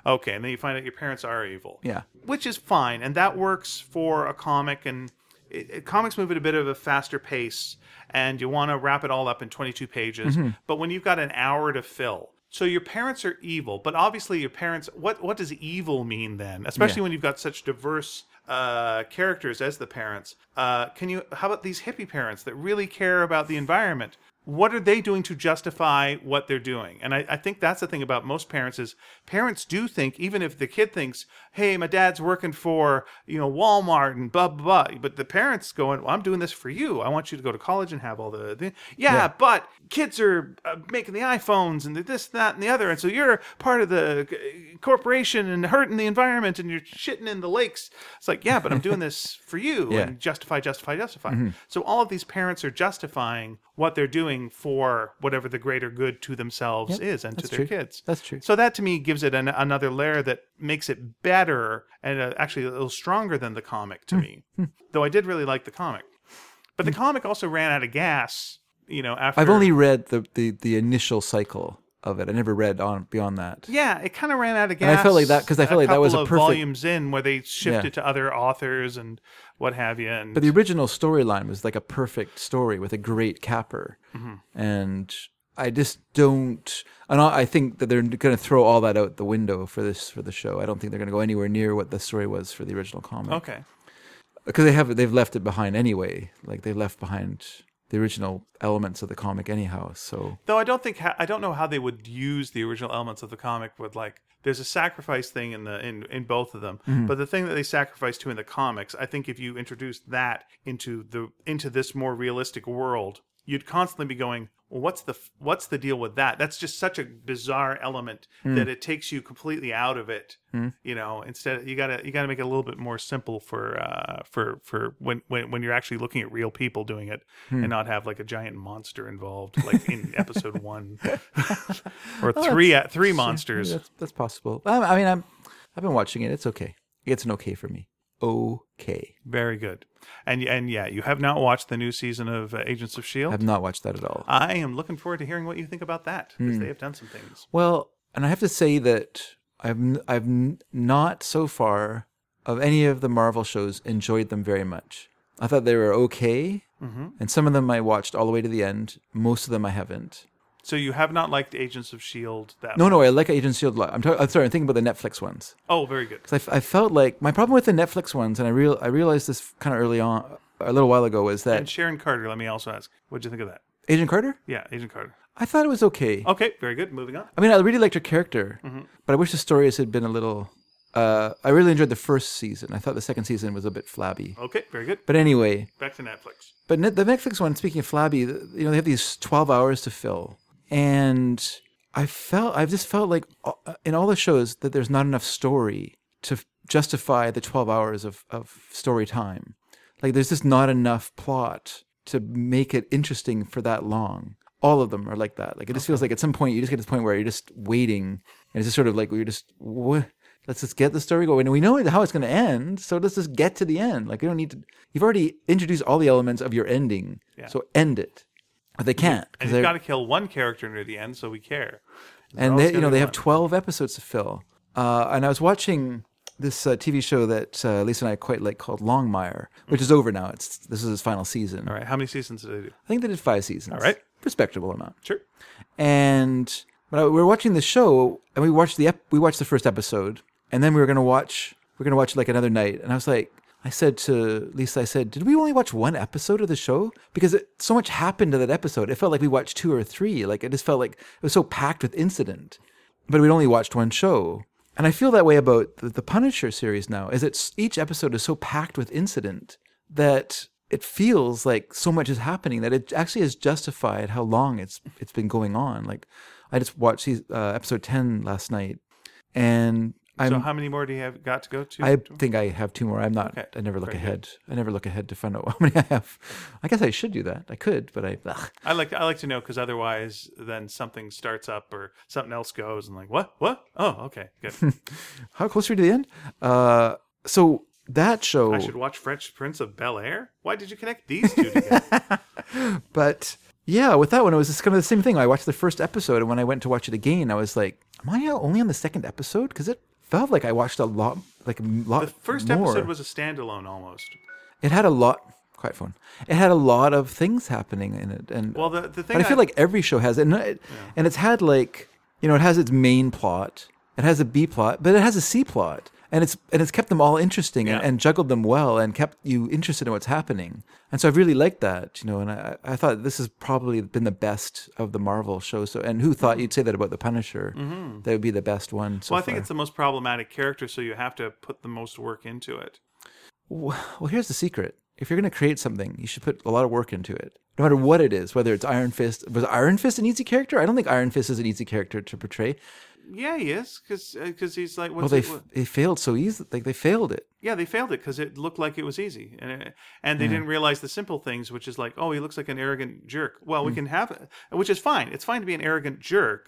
[SPEAKER 2] okay and then you find out your parents are evil
[SPEAKER 1] Hmm. Yeah.
[SPEAKER 2] which is fine and that works for a comic and it, it- comics move at a bit of a faster pace and you want to wrap it all up in 22 pages but when you've got an hour to fill so your parents are evil but obviously your parents what what does evil mean then especially when you've got such diverse uh, characters as the parents uh, can you how about these hippie parents that really care about the environment what are they doing to justify what they're doing and I, I think that's the thing about most parents is parents do think even if the kid thinks hey my dad's working for you know walmart and blah blah blah but the parents going well i'm doing this for you i want you to go to college and have all the, the yeah, but kids are uh, making the iphones and the this that and the other and so you're part of the uh, corporation and hurting the environment and you're shitting in the lakes it's like yeah but i'm doing this for you
[SPEAKER 1] Yeah. Mm-hmm.
[SPEAKER 2] and justify, justify, justify. So all of these parents are justifying what they're doing for whatever the greater good to themselves is and to
[SPEAKER 1] that's
[SPEAKER 2] their
[SPEAKER 1] true.
[SPEAKER 2] kids.
[SPEAKER 1] That's true.
[SPEAKER 2] So that to me gives it an, another layer that makes it better and uh, actually a little stronger than the comic
[SPEAKER 1] Hmm.
[SPEAKER 2] to me. Though I did really like the comic, but the comic also ran out of gas. You know, after
[SPEAKER 1] I've only read the, the, the initial cycle of it. I never read on beyond that.
[SPEAKER 2] Yeah, it kind of ran out of gas.
[SPEAKER 1] I felt like that- 'cause I felt like that was a
[SPEAKER 2] couple of
[SPEAKER 1] perfect-
[SPEAKER 2] volumes in where they shifted to other authors and what have you. And
[SPEAKER 1] But the original storyline was like a perfect story with a great capper, and I just don't. And I I think that they're going to throw all that out the window for this for the show. I don't think they're going to go anywhere near what the story was for the original comic
[SPEAKER 2] okay,
[SPEAKER 1] because they have they've left it behind anyway. Like they left behind the original elements of the comic anyhow. So
[SPEAKER 2] Though I don't think ha- I don't know how they would use the original elements of the comic. With like, there's a sacrifice thing in the in in both of them.
[SPEAKER 1] Mm-hmm.
[SPEAKER 2] But the thing that they sacrifice to in the comics, I think if you introduced that into the into this more realistic world, you'd constantly be going, well, what's the f- what's the deal with that? That's just such a bizarre element that it takes you completely out of it. You know, instead you gotta you gotta make it a little bit more simple for uh for for when when when you're actually looking at real people doing it and not have like a giant monster involved like in episode one or three uh, three monsters.
[SPEAKER 1] that's, that's possible. I, I mean, I'm I've been watching it. It's okay. It's an okay for me. Okay.
[SPEAKER 2] Very good, and and yeah, you have not watched the new season of uh, Agents of Shield.
[SPEAKER 1] I've not watched that at all.
[SPEAKER 2] I am looking forward to hearing what you think about that because they have done some things.
[SPEAKER 1] Well, and I have to say that I've n- I've n- not so far of any of the Marvel shows enjoyed them very much. I thought they were okay, and some of them I watched all the way to the end. Most of them I haven't.
[SPEAKER 2] So you have not liked Agents of Shield E that
[SPEAKER 1] No, no, I like Agent Shield a lot. I'm, ta- I'm sorry, I'm thinking about the Netflix ones.
[SPEAKER 2] Oh, very good.
[SPEAKER 1] So I, f- I felt like my problem with the Netflix ones, and I real I realized this kind of early on a little while ago was
[SPEAKER 2] And
[SPEAKER 1] that
[SPEAKER 2] Sharon Carter, let me also ask, what'd you think of that?
[SPEAKER 1] Agent Carter?
[SPEAKER 2] Yeah, Agent Carter.
[SPEAKER 1] I thought it was okay.
[SPEAKER 2] Okay, very good. Moving on.
[SPEAKER 1] I mean, I really liked her character, but I wish the stories had been a little. Uh, I really enjoyed the first season. I thought the second season was a bit flabby.
[SPEAKER 2] Okay, very good.
[SPEAKER 1] But anyway,
[SPEAKER 2] Back to Netflix.
[SPEAKER 1] But Net- the Netflix one, speaking of flabby, th- you know they have these twelve hours to fill, and I felt I've just felt like uh, in all the shows that there's not enough story to f- justify the twelve hours of of story time. Like there's just not enough plot to make it interesting for that long. All of them are like that. Like it just feels like at some point you just get to the point where you're just waiting, and it's just sort of like you're just what. Let's just get the story going. And we know how it's going to end, so let's just get to the end. Like you don't need to. You've already introduced all the elements of your ending,
[SPEAKER 2] Yeah.
[SPEAKER 1] so end it. But they can't. 'cause
[SPEAKER 2] And
[SPEAKER 1] they're-
[SPEAKER 2] you've got to kill one character near the end, so we care.
[SPEAKER 1] and
[SPEAKER 2] always
[SPEAKER 1] they, you know,
[SPEAKER 2] gonna be
[SPEAKER 1] they have
[SPEAKER 2] one.
[SPEAKER 1] 12 episodes to fill. Uh, and I was watching this uh, TV show that uh, Lisa and I quite like called Longmire, which is over now. It's this is its final season.
[SPEAKER 2] Mm. All right, how many seasons did they do?
[SPEAKER 1] I think they did five seasons.
[SPEAKER 2] All right.
[SPEAKER 1] respectable amount.
[SPEAKER 2] Sure.
[SPEAKER 1] And but I, we were watching the show, and we watched the ep- we watched the first episode, and then we were gonna watch we are gonna watch like another night. And I was like, I said to Lisa, I said, did we only watch one episode of the show? Because it, so much happened to that episode. It felt like we watched two or three. Like it just felt like it was so packed with incident, but we'd only watched one show. And I feel that way about the, the Punisher series now. Is it's each episode is so packed with incident that it feels like so much is happening that it actually is justified how long it's it's been going on. Like I just watched seas- uh, episode ten last night, and I'm
[SPEAKER 2] so how many more do you have got to go to?
[SPEAKER 1] I think I have two more. I'm not.
[SPEAKER 2] Okay,
[SPEAKER 1] I never look
[SPEAKER 2] very good.
[SPEAKER 1] ahead. I never look ahead to find out how many I have. I guess I should do that. I could, but I. Ugh.
[SPEAKER 2] I like I like to know because otherwise, then something starts up or something else goes, and like what what? Oh, okay, good.
[SPEAKER 1] How close are we to the end? Uh, so that show.
[SPEAKER 2] I should watch French Prince of Bel Air. Why did you connect these two together?
[SPEAKER 1] But yeah, with that one, it was just kind of the same thing. I watched the first episode, and when I went to watch it again, I was like, "Am I only on the second episode?" Because it felt like I watched a lot, like a lot.
[SPEAKER 2] the first
[SPEAKER 1] more.
[SPEAKER 2] episode was a standalone almost.
[SPEAKER 1] It had a lot. Quiet phone. It had a lot of things happening in it, and
[SPEAKER 2] Well, the the thing
[SPEAKER 1] but I feel like every show has it, and, uh, it, and it's had like you know, it has its main plot, it has a B plot, but it has a C plot, and it's and it's kept them all interesting and,
[SPEAKER 2] Yeah.
[SPEAKER 1] and juggled them well and kept you interested in what's happening. And so I really liked that, you know, and I, I thought this has probably been the best of the Marvel shows. So and who thought you'd say that about the Punisher? That would be the best one. So
[SPEAKER 2] Mm-hmm. well, I think
[SPEAKER 1] far.
[SPEAKER 2] it's the most problematic character, so you have to put the most work into it.
[SPEAKER 1] Well, here's the secret. If you're going to create something, you should put a lot of work into it, no matter what it is. Whether it's Iron Fist, was Iron Fist an easy character? I don't think Iron Fist is an easy character to portray.
[SPEAKER 2] Yeah, he is because he's like
[SPEAKER 1] Well,
[SPEAKER 2] what's
[SPEAKER 1] they
[SPEAKER 2] it-
[SPEAKER 1] f- they failed so easily. Like they failed it.
[SPEAKER 2] yeah they failed it because it looked like it was easy and it, and they didn't realize the simple things which is like oh he looks like an arrogant jerk well
[SPEAKER 1] Hmm.
[SPEAKER 2] we can have it which is fine it's fine to be an arrogant jerk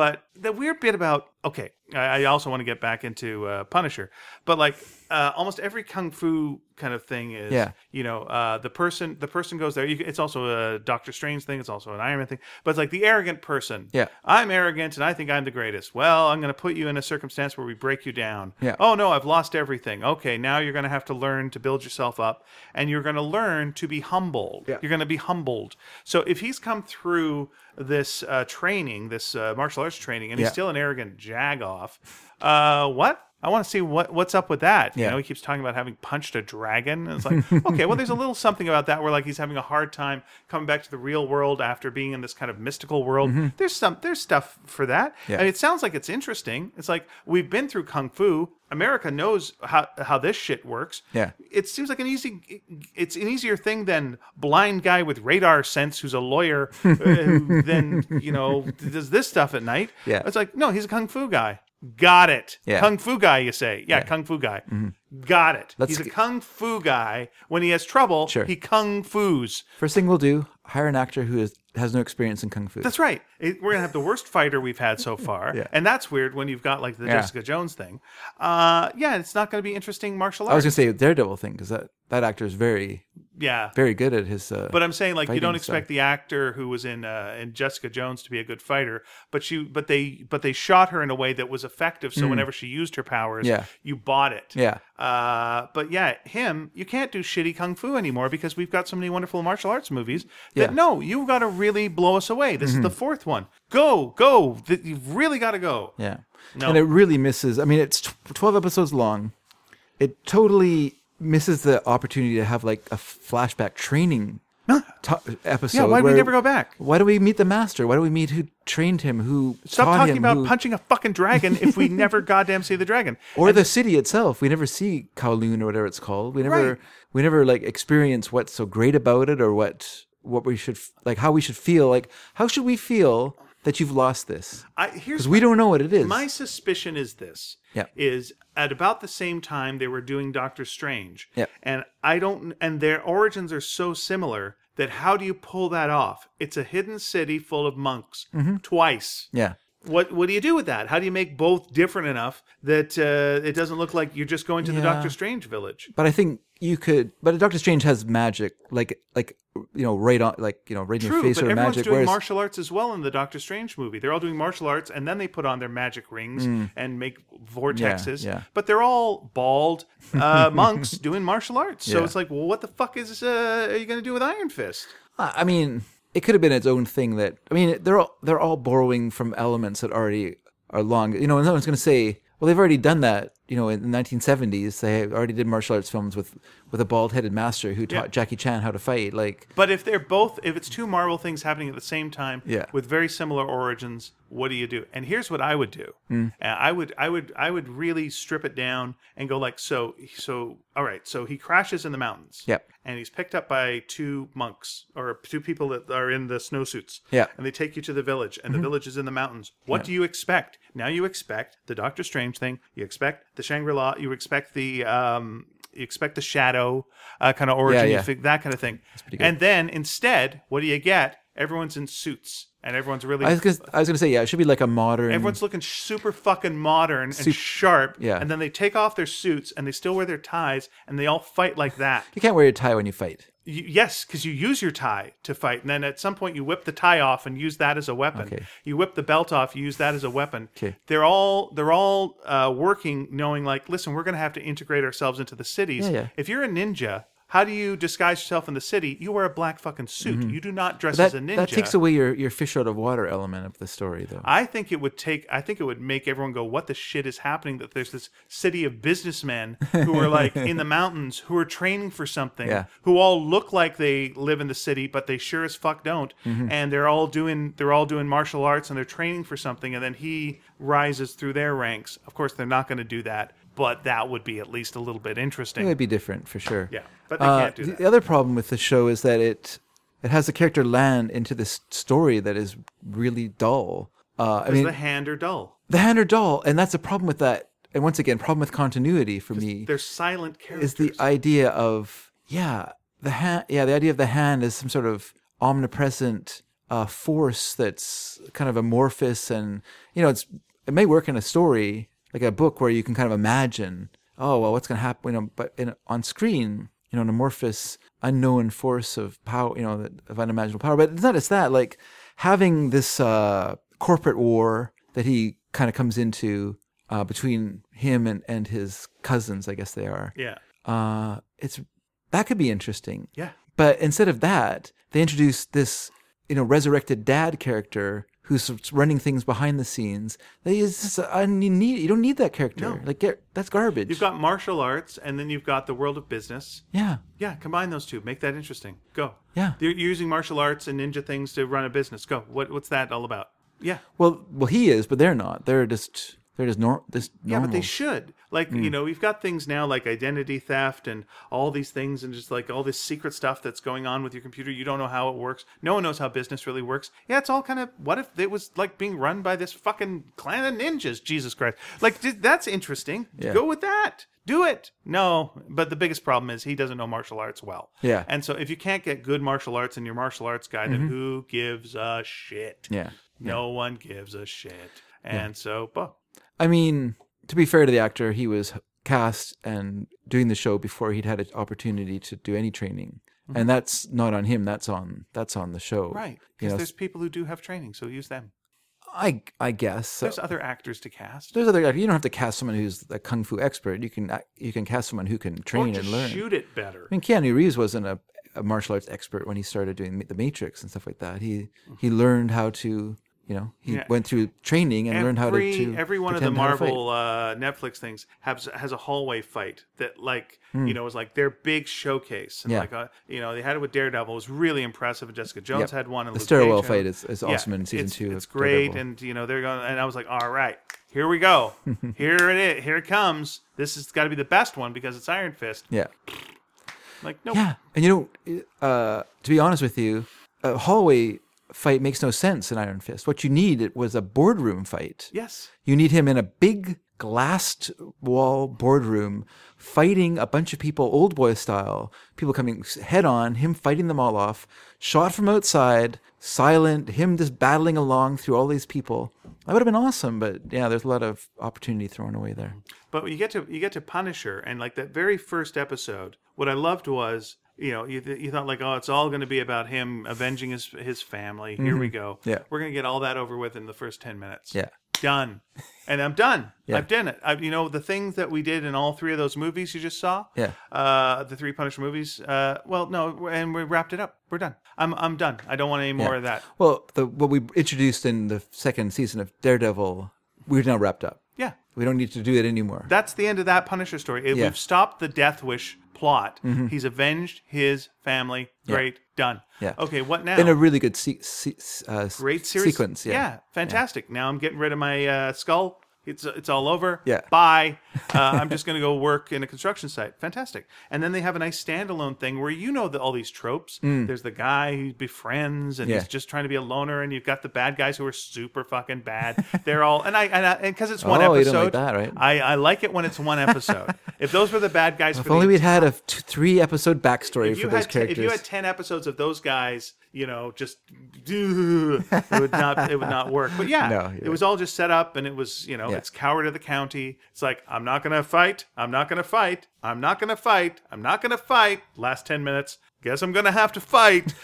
[SPEAKER 2] but the weird bit about okay i, I also want to get back into uh, punisher but like uh, almost every kung fu kind of thing is
[SPEAKER 1] Yeah.
[SPEAKER 2] you know uh, the person the person goes there you, can- it's also a doctor strange thing it's also an iron man thing but it's like the arrogant person
[SPEAKER 1] Yeah.
[SPEAKER 2] i'm arrogant and i think i'm the greatest well i'm going to put you in a circumstance where we break you down
[SPEAKER 1] Yeah.
[SPEAKER 2] oh no i've lost everything okay now you're going to have to learn to build yourself up and you're going to learn to be humbled
[SPEAKER 1] Yeah.
[SPEAKER 2] you're going to be humbled so if he's come through this uh, training this uh, martial arts training and
[SPEAKER 1] Yeah.
[SPEAKER 2] he's still an arrogant jagoff uh, what I want to see what what's up with that. You
[SPEAKER 1] Yeah.
[SPEAKER 2] know, he keeps talking about having punched a dragon. And it's like, okay, well, there's a little something about that where like he's having a hard time coming back to the real world after being in this kind of mystical world. There's some there's stuff for that.
[SPEAKER 1] Mm-hmm. Yeah.
[SPEAKER 2] I mean, it sounds like it's interesting. It's like we've been through kung fu. America knows how how this shit works.
[SPEAKER 1] Yeah.
[SPEAKER 2] It seems like an easy it's an easier thing than blind guy with radar sense who's a lawyer uh, who then, you know, does this stuff at night.
[SPEAKER 1] Yeah.
[SPEAKER 2] It's like, no, he's a kung fu guy. Got it.
[SPEAKER 1] Yeah. Mm-hmm.
[SPEAKER 2] Kung fu guy, you say. Yeah, kung fu guy. Got it.
[SPEAKER 1] Let's
[SPEAKER 2] he's a
[SPEAKER 1] g-
[SPEAKER 2] kung fu guy. When he has trouble,
[SPEAKER 1] Sure.
[SPEAKER 2] he kung fu's.
[SPEAKER 1] First thing we'll do: hire an actor who is, has no experience in kung fu.
[SPEAKER 2] That's right. It, we're gonna have the worst fighter we've had so far,
[SPEAKER 1] Yeah.
[SPEAKER 2] and that's weird when you've got like the Jessica Jones thing. Uh, yeah, it's not gonna be interesting martial
[SPEAKER 1] I was
[SPEAKER 2] arts.
[SPEAKER 1] gonna say Daredevil thing because that that actor is very
[SPEAKER 2] yeah,
[SPEAKER 1] very good at his. Uh,
[SPEAKER 2] but I'm saying like you
[SPEAKER 1] fighting
[SPEAKER 2] don't
[SPEAKER 1] stuff.
[SPEAKER 2] expect the actor who was in uh, in Jessica Jones to be a good fighter, but she but they but they shot her in a way that was effective. So whenever she used her powers,
[SPEAKER 1] Hmm. Yeah.
[SPEAKER 2] you bought it.
[SPEAKER 1] yeah,
[SPEAKER 2] Uh, but yeah, him, you can't do shitty kung fu anymore because we've got so many wonderful martial arts movies that
[SPEAKER 1] Yeah. Mm-hmm.
[SPEAKER 2] no, you've got to really blow us away. This is the fourth one. Go, go. Th- You've really got to go.
[SPEAKER 1] yeah,
[SPEAKER 2] No.
[SPEAKER 1] and it really misses. I mean, it's tw- twelve episodes long. It totally misses the opportunity to have like a flashback training to- episode.
[SPEAKER 2] Yeah, why do we
[SPEAKER 1] where-
[SPEAKER 2] never go back?
[SPEAKER 1] Why do we meet the master? Why do we meet who trained him? Who
[SPEAKER 2] Stop
[SPEAKER 1] taught
[SPEAKER 2] talking
[SPEAKER 1] him,
[SPEAKER 2] about
[SPEAKER 1] who-
[SPEAKER 2] punching a fucking dragon if we never goddamn see the dragon.
[SPEAKER 1] or the city itself. We never see Kowloon or whatever it's called. We never
[SPEAKER 2] Right.
[SPEAKER 1] we never like experience what's so great about it or what what we should f- like how we should feel like how should we feel that you've lost this
[SPEAKER 2] I, here's
[SPEAKER 1] because we don't know what it is.
[SPEAKER 2] My suspicion is this:
[SPEAKER 1] Yeah.
[SPEAKER 2] is at about the same time they were doing Doctor Strange,
[SPEAKER 1] Yeah.
[SPEAKER 2] and I don't, and their origins are so similar that how do you pull that off? It's a hidden city full of monks
[SPEAKER 1] Mm-hmm.
[SPEAKER 2] twice.
[SPEAKER 1] yeah,
[SPEAKER 2] What what do you do with that? How do you make both different enough that uh, it doesn't look like you're just going to the
[SPEAKER 1] Yeah.
[SPEAKER 2] Doctor Strange village?
[SPEAKER 1] but I think you could. But Doctor Strange has magic, like like you know right on like you know right in
[SPEAKER 2] True,
[SPEAKER 1] your face
[SPEAKER 2] but
[SPEAKER 1] or
[SPEAKER 2] everyone's
[SPEAKER 1] magic.
[SPEAKER 2] doing
[SPEAKER 1] Whereas
[SPEAKER 2] martial arts as well in the Doctor Strange movie. They're all doing martial arts, and then they put on their magic rings and make vortexes.
[SPEAKER 1] Mm. yeah.
[SPEAKER 2] But they're all bald uh, monks doing martial arts. So
[SPEAKER 1] Yeah.
[SPEAKER 2] it's like, well, what the fuck is uh, are you going to do with Iron Fist?
[SPEAKER 1] I I mean, it could have been its own thing. That I mean, they're all they're all borrowing from elements that already are long. You know, and someone's going to say, "Well, they've already done that." You know, in the 1970s, they already did martial arts films with with a bald headed master who taught
[SPEAKER 2] Yeah.
[SPEAKER 1] Jackie Chan how to fight. Like,
[SPEAKER 2] But if they're both, if it's two Marvel things happening at the same time
[SPEAKER 1] Yeah.
[SPEAKER 2] with very similar origins, what do you do? And here's what I would do.
[SPEAKER 1] Hmm.
[SPEAKER 2] Uh, I would, I would, I would really strip it down and go like, so, so, all right. So he crashes in the mountains.
[SPEAKER 1] Yep.
[SPEAKER 2] And he's picked up by two monks or two people that are in the snowsuits.
[SPEAKER 1] Yeah. Mm-hmm.
[SPEAKER 2] And they take you to the village, and the village is in the mountains. What do you expect? Now you expect the Doctor Strange thing. You expect the Shangri La. You expect the um. You expect the shadow uh, kind of origin, you
[SPEAKER 1] yeah.
[SPEAKER 2] think- that kind of thing.
[SPEAKER 1] pretty good.
[SPEAKER 2] And then instead, what do you get? Everyone's in suits, and everyone's really
[SPEAKER 1] I was gonna, I was going to say, yeah, it should be like a modern.
[SPEAKER 2] everyone's looking super fucking modern and sharp.
[SPEAKER 1] yeah.
[SPEAKER 2] And then they take off their suits and they still wear their ties, and they all fight like that.
[SPEAKER 1] you can't wear your tie when you fight.
[SPEAKER 2] You, yes, because you use your tie to fight, and then at some point you whip the tie off and use that as a weapon.
[SPEAKER 1] Okay.
[SPEAKER 2] You whip the belt off, you use that as a weapon.
[SPEAKER 1] Okay.
[SPEAKER 2] They're all they're all uh, working, knowing like, listen, we're going to have to integrate ourselves into the cities.
[SPEAKER 1] Yeah, yeah.
[SPEAKER 2] If you're a ninja. How do you disguise yourself in the city? You wear a black fucking suit. You do not dress
[SPEAKER 1] Mm-hmm. That
[SPEAKER 2] as a ninja.
[SPEAKER 1] that takes away your your fish out of water element of the story, though.
[SPEAKER 2] I think it would take. I think it would make everyone go, "What the shit is happening?" That there's this city of businessmen who are like in the mountains, who are training for something,
[SPEAKER 1] Yeah.
[SPEAKER 2] who all look like they live in the city, but they sure as fuck don't.
[SPEAKER 1] Mm-hmm.
[SPEAKER 2] And they're all doing they're all doing martial arts and they're training for something. And then he rises through their ranks. Of course, they're not going to do that, but that would be at least a little bit interesting.
[SPEAKER 1] It would be different for sure.
[SPEAKER 2] Yeah, but they
[SPEAKER 1] Uh,
[SPEAKER 2] can't do
[SPEAKER 1] the-
[SPEAKER 2] that.
[SPEAKER 1] The other problem with the show is that it it has the character land into this story that is really dull. Uh, I mean,
[SPEAKER 2] the hand are dull.
[SPEAKER 1] the hand are dull, and that's a problem with that. And once again, problem with continuity for me
[SPEAKER 2] They're silent characters.
[SPEAKER 1] is the idea of yeah, the hand. Yeah, the idea of the hand is some sort of omnipresent uh, force that's kind of amorphous, and you know, it's it may work in a story like a book where you can kind of imagine, oh well, what's going to happen? You know, but in, on screen, you know, an amorphous, unknown force of power, you know, that- of unimaginable power. But it's not just that. Like having this uh, corporate war that he kind of comes into uh, between him and, and his cousins, I guess they are.
[SPEAKER 2] yeah,
[SPEAKER 1] Uh, it's that could be interesting.
[SPEAKER 2] yeah.
[SPEAKER 1] But instead of that, they introduced this, you know, resurrected dad character who's running things behind the scenes. That is just uh, you need you don't need that character. Like get, that's garbage.
[SPEAKER 2] You've got martial arts, and then you've got the world of business.
[SPEAKER 1] yeah.
[SPEAKER 2] Yeah, combine those two. Make that interesting. Go.
[SPEAKER 1] Yeah.
[SPEAKER 2] You're you're using martial arts and ninja things to run a business. Go. What what's that all about? Yeah.
[SPEAKER 1] Well, well, he is, but they're not. They're just they're just nor this
[SPEAKER 2] Yeah,
[SPEAKER 1] normal.
[SPEAKER 2] but they should. Like,
[SPEAKER 1] Hmm.
[SPEAKER 2] you know, we've got things now like identity theft and all these things and just like all this secret stuff that's going on with your computer. You don't know how it works. No one knows how business really works. Yeah, it's all kind of what if it was like being run by this fucking clan of ninjas? Jesus Christ. Like, d- that's interesting.
[SPEAKER 1] Yeah.
[SPEAKER 2] Go with that. Do it. No, but the biggest problem is he doesn't know martial arts well.
[SPEAKER 1] Yeah. Mm-hmm.
[SPEAKER 2] And so if you can't get good martial arts in your martial arts guy, then who gives a shit?
[SPEAKER 1] yeah.
[SPEAKER 2] No one gives a shit. And so, well,
[SPEAKER 1] I mean, to be fair to the actor, he was cast and doing the show before he'd had an opportunity to do any training. And that's not on him. That's on that's on the show,
[SPEAKER 2] Mm-hmm. Right.
[SPEAKER 1] You
[SPEAKER 2] Because
[SPEAKER 1] know,
[SPEAKER 2] there's people who do have training, so use them.
[SPEAKER 1] I I guess so.
[SPEAKER 2] There's other actors to cast.
[SPEAKER 1] There's other. You don't have to cast someone who's a kung fu expert. You can uh, you can cast someone who can
[SPEAKER 2] Or
[SPEAKER 1] train
[SPEAKER 2] just
[SPEAKER 1] and learn.
[SPEAKER 2] shoot it better.
[SPEAKER 1] I mean, Keanu Reeves wasn't a, a martial arts expert when he started doing The Matrix and stuff like that. He he learned how to You know, he
[SPEAKER 2] Mm-hmm. Yeah.
[SPEAKER 1] went through training and
[SPEAKER 2] every,
[SPEAKER 1] learned how to, to
[SPEAKER 2] every one of the
[SPEAKER 1] pretend how to fight.
[SPEAKER 2] Marvel uh, Netflix things has has a hallway fight that like you know was like their big showcase and
[SPEAKER 1] Hmm. Yeah.
[SPEAKER 2] like uh you know they had it with Daredevil it was really impressive and Jessica Jones
[SPEAKER 1] Yep.
[SPEAKER 2] had one and
[SPEAKER 1] The
[SPEAKER 2] Luke
[SPEAKER 1] stairwell
[SPEAKER 2] Cage had
[SPEAKER 1] fight
[SPEAKER 2] one.
[SPEAKER 1] is, is
[SPEAKER 2] Yeah,
[SPEAKER 1] awesome in season
[SPEAKER 2] it's,
[SPEAKER 1] two.
[SPEAKER 2] It's
[SPEAKER 1] of
[SPEAKER 2] great,
[SPEAKER 1] Daredevil.
[SPEAKER 2] and you know they're going. And I was like, all right, here we go. here it is. Here it comes. This has got to be the best one because it's Iron Fist.
[SPEAKER 1] yeah,
[SPEAKER 2] Like no,
[SPEAKER 1] yeah. And you know, uh, to be honest with you, a hallway fight makes no sense in Iron Fist. What you need was a boardroom fight.
[SPEAKER 2] yes,
[SPEAKER 1] You need him in a big glassed wall boardroom fighting a bunch of people, old boy style, people coming head on, him fighting them all off, shot from outside, silent, him just battling along through all these people. That would have been awesome, but yeah, there's a lot of opportunity thrown away there.
[SPEAKER 2] But you get to you get to Punisher, and like that very first episode, what I loved was you know you, th- you thought like oh it's all going to be about him avenging his his family. Here we go.
[SPEAKER 1] Mm-hmm. Yeah.
[SPEAKER 2] we're going to get all that over with in the first ten minutes.
[SPEAKER 1] Yeah.
[SPEAKER 2] done. And I'm done. I've done it. I, you know the things that we did in all three of those movies you just saw.
[SPEAKER 1] Yeah.
[SPEAKER 2] Uh, the three Punisher movies. Uh, well, no, and we wrapped it up. We're done. I'm I'm done. I don't want any more of that.
[SPEAKER 1] Well, the, what we introduced in the second season of Daredevil, we're now wrapped up.
[SPEAKER 2] Yeah.
[SPEAKER 1] We don't need to do that anymore.
[SPEAKER 2] That's the end of that Punisher story. It-
[SPEAKER 1] Yeah. Mm-hmm.
[SPEAKER 2] We've stopped the Death Wish plot. He's avenged his family. Great, done.
[SPEAKER 1] Yeah.
[SPEAKER 2] Okay, what now?
[SPEAKER 1] in a really good se- se- uh, s-
[SPEAKER 2] Great series
[SPEAKER 1] sequence, yeah.
[SPEAKER 2] fantastic. Now I'm getting rid of my uh, skull. It's it's all over.
[SPEAKER 1] Yeah.
[SPEAKER 2] Bye. Uh, I'm just gonna go work in a construction site. Fantastic. And then they have a nice standalone thing where you know the, all these tropes. There's the guy who befriends and
[SPEAKER 1] Mm. Yeah.
[SPEAKER 2] he's just trying to be a loner, and you've got the bad guys who are super fucking bad. They're all and I and I, and because it's one
[SPEAKER 1] Oh, you
[SPEAKER 2] episode.
[SPEAKER 1] don't like that, right?
[SPEAKER 2] I, I like it when it's one episode. if those were the bad guys,
[SPEAKER 1] If
[SPEAKER 2] for
[SPEAKER 1] only
[SPEAKER 2] the
[SPEAKER 1] we'd had a t- three episode backstory
[SPEAKER 2] if
[SPEAKER 1] for
[SPEAKER 2] you
[SPEAKER 1] those
[SPEAKER 2] had te-
[SPEAKER 1] characters.
[SPEAKER 2] if you had ten episodes of those guys, you know, just it would not it would not work. But yeah,
[SPEAKER 1] No, you're
[SPEAKER 2] it was all just set up, and it was you know, it's coward of the county. It's like I'm not gonna fight. I'm not gonna fight. I'm not gonna fight. I'm not gonna fight. Last ten minutes. Guess I'm gonna have to fight.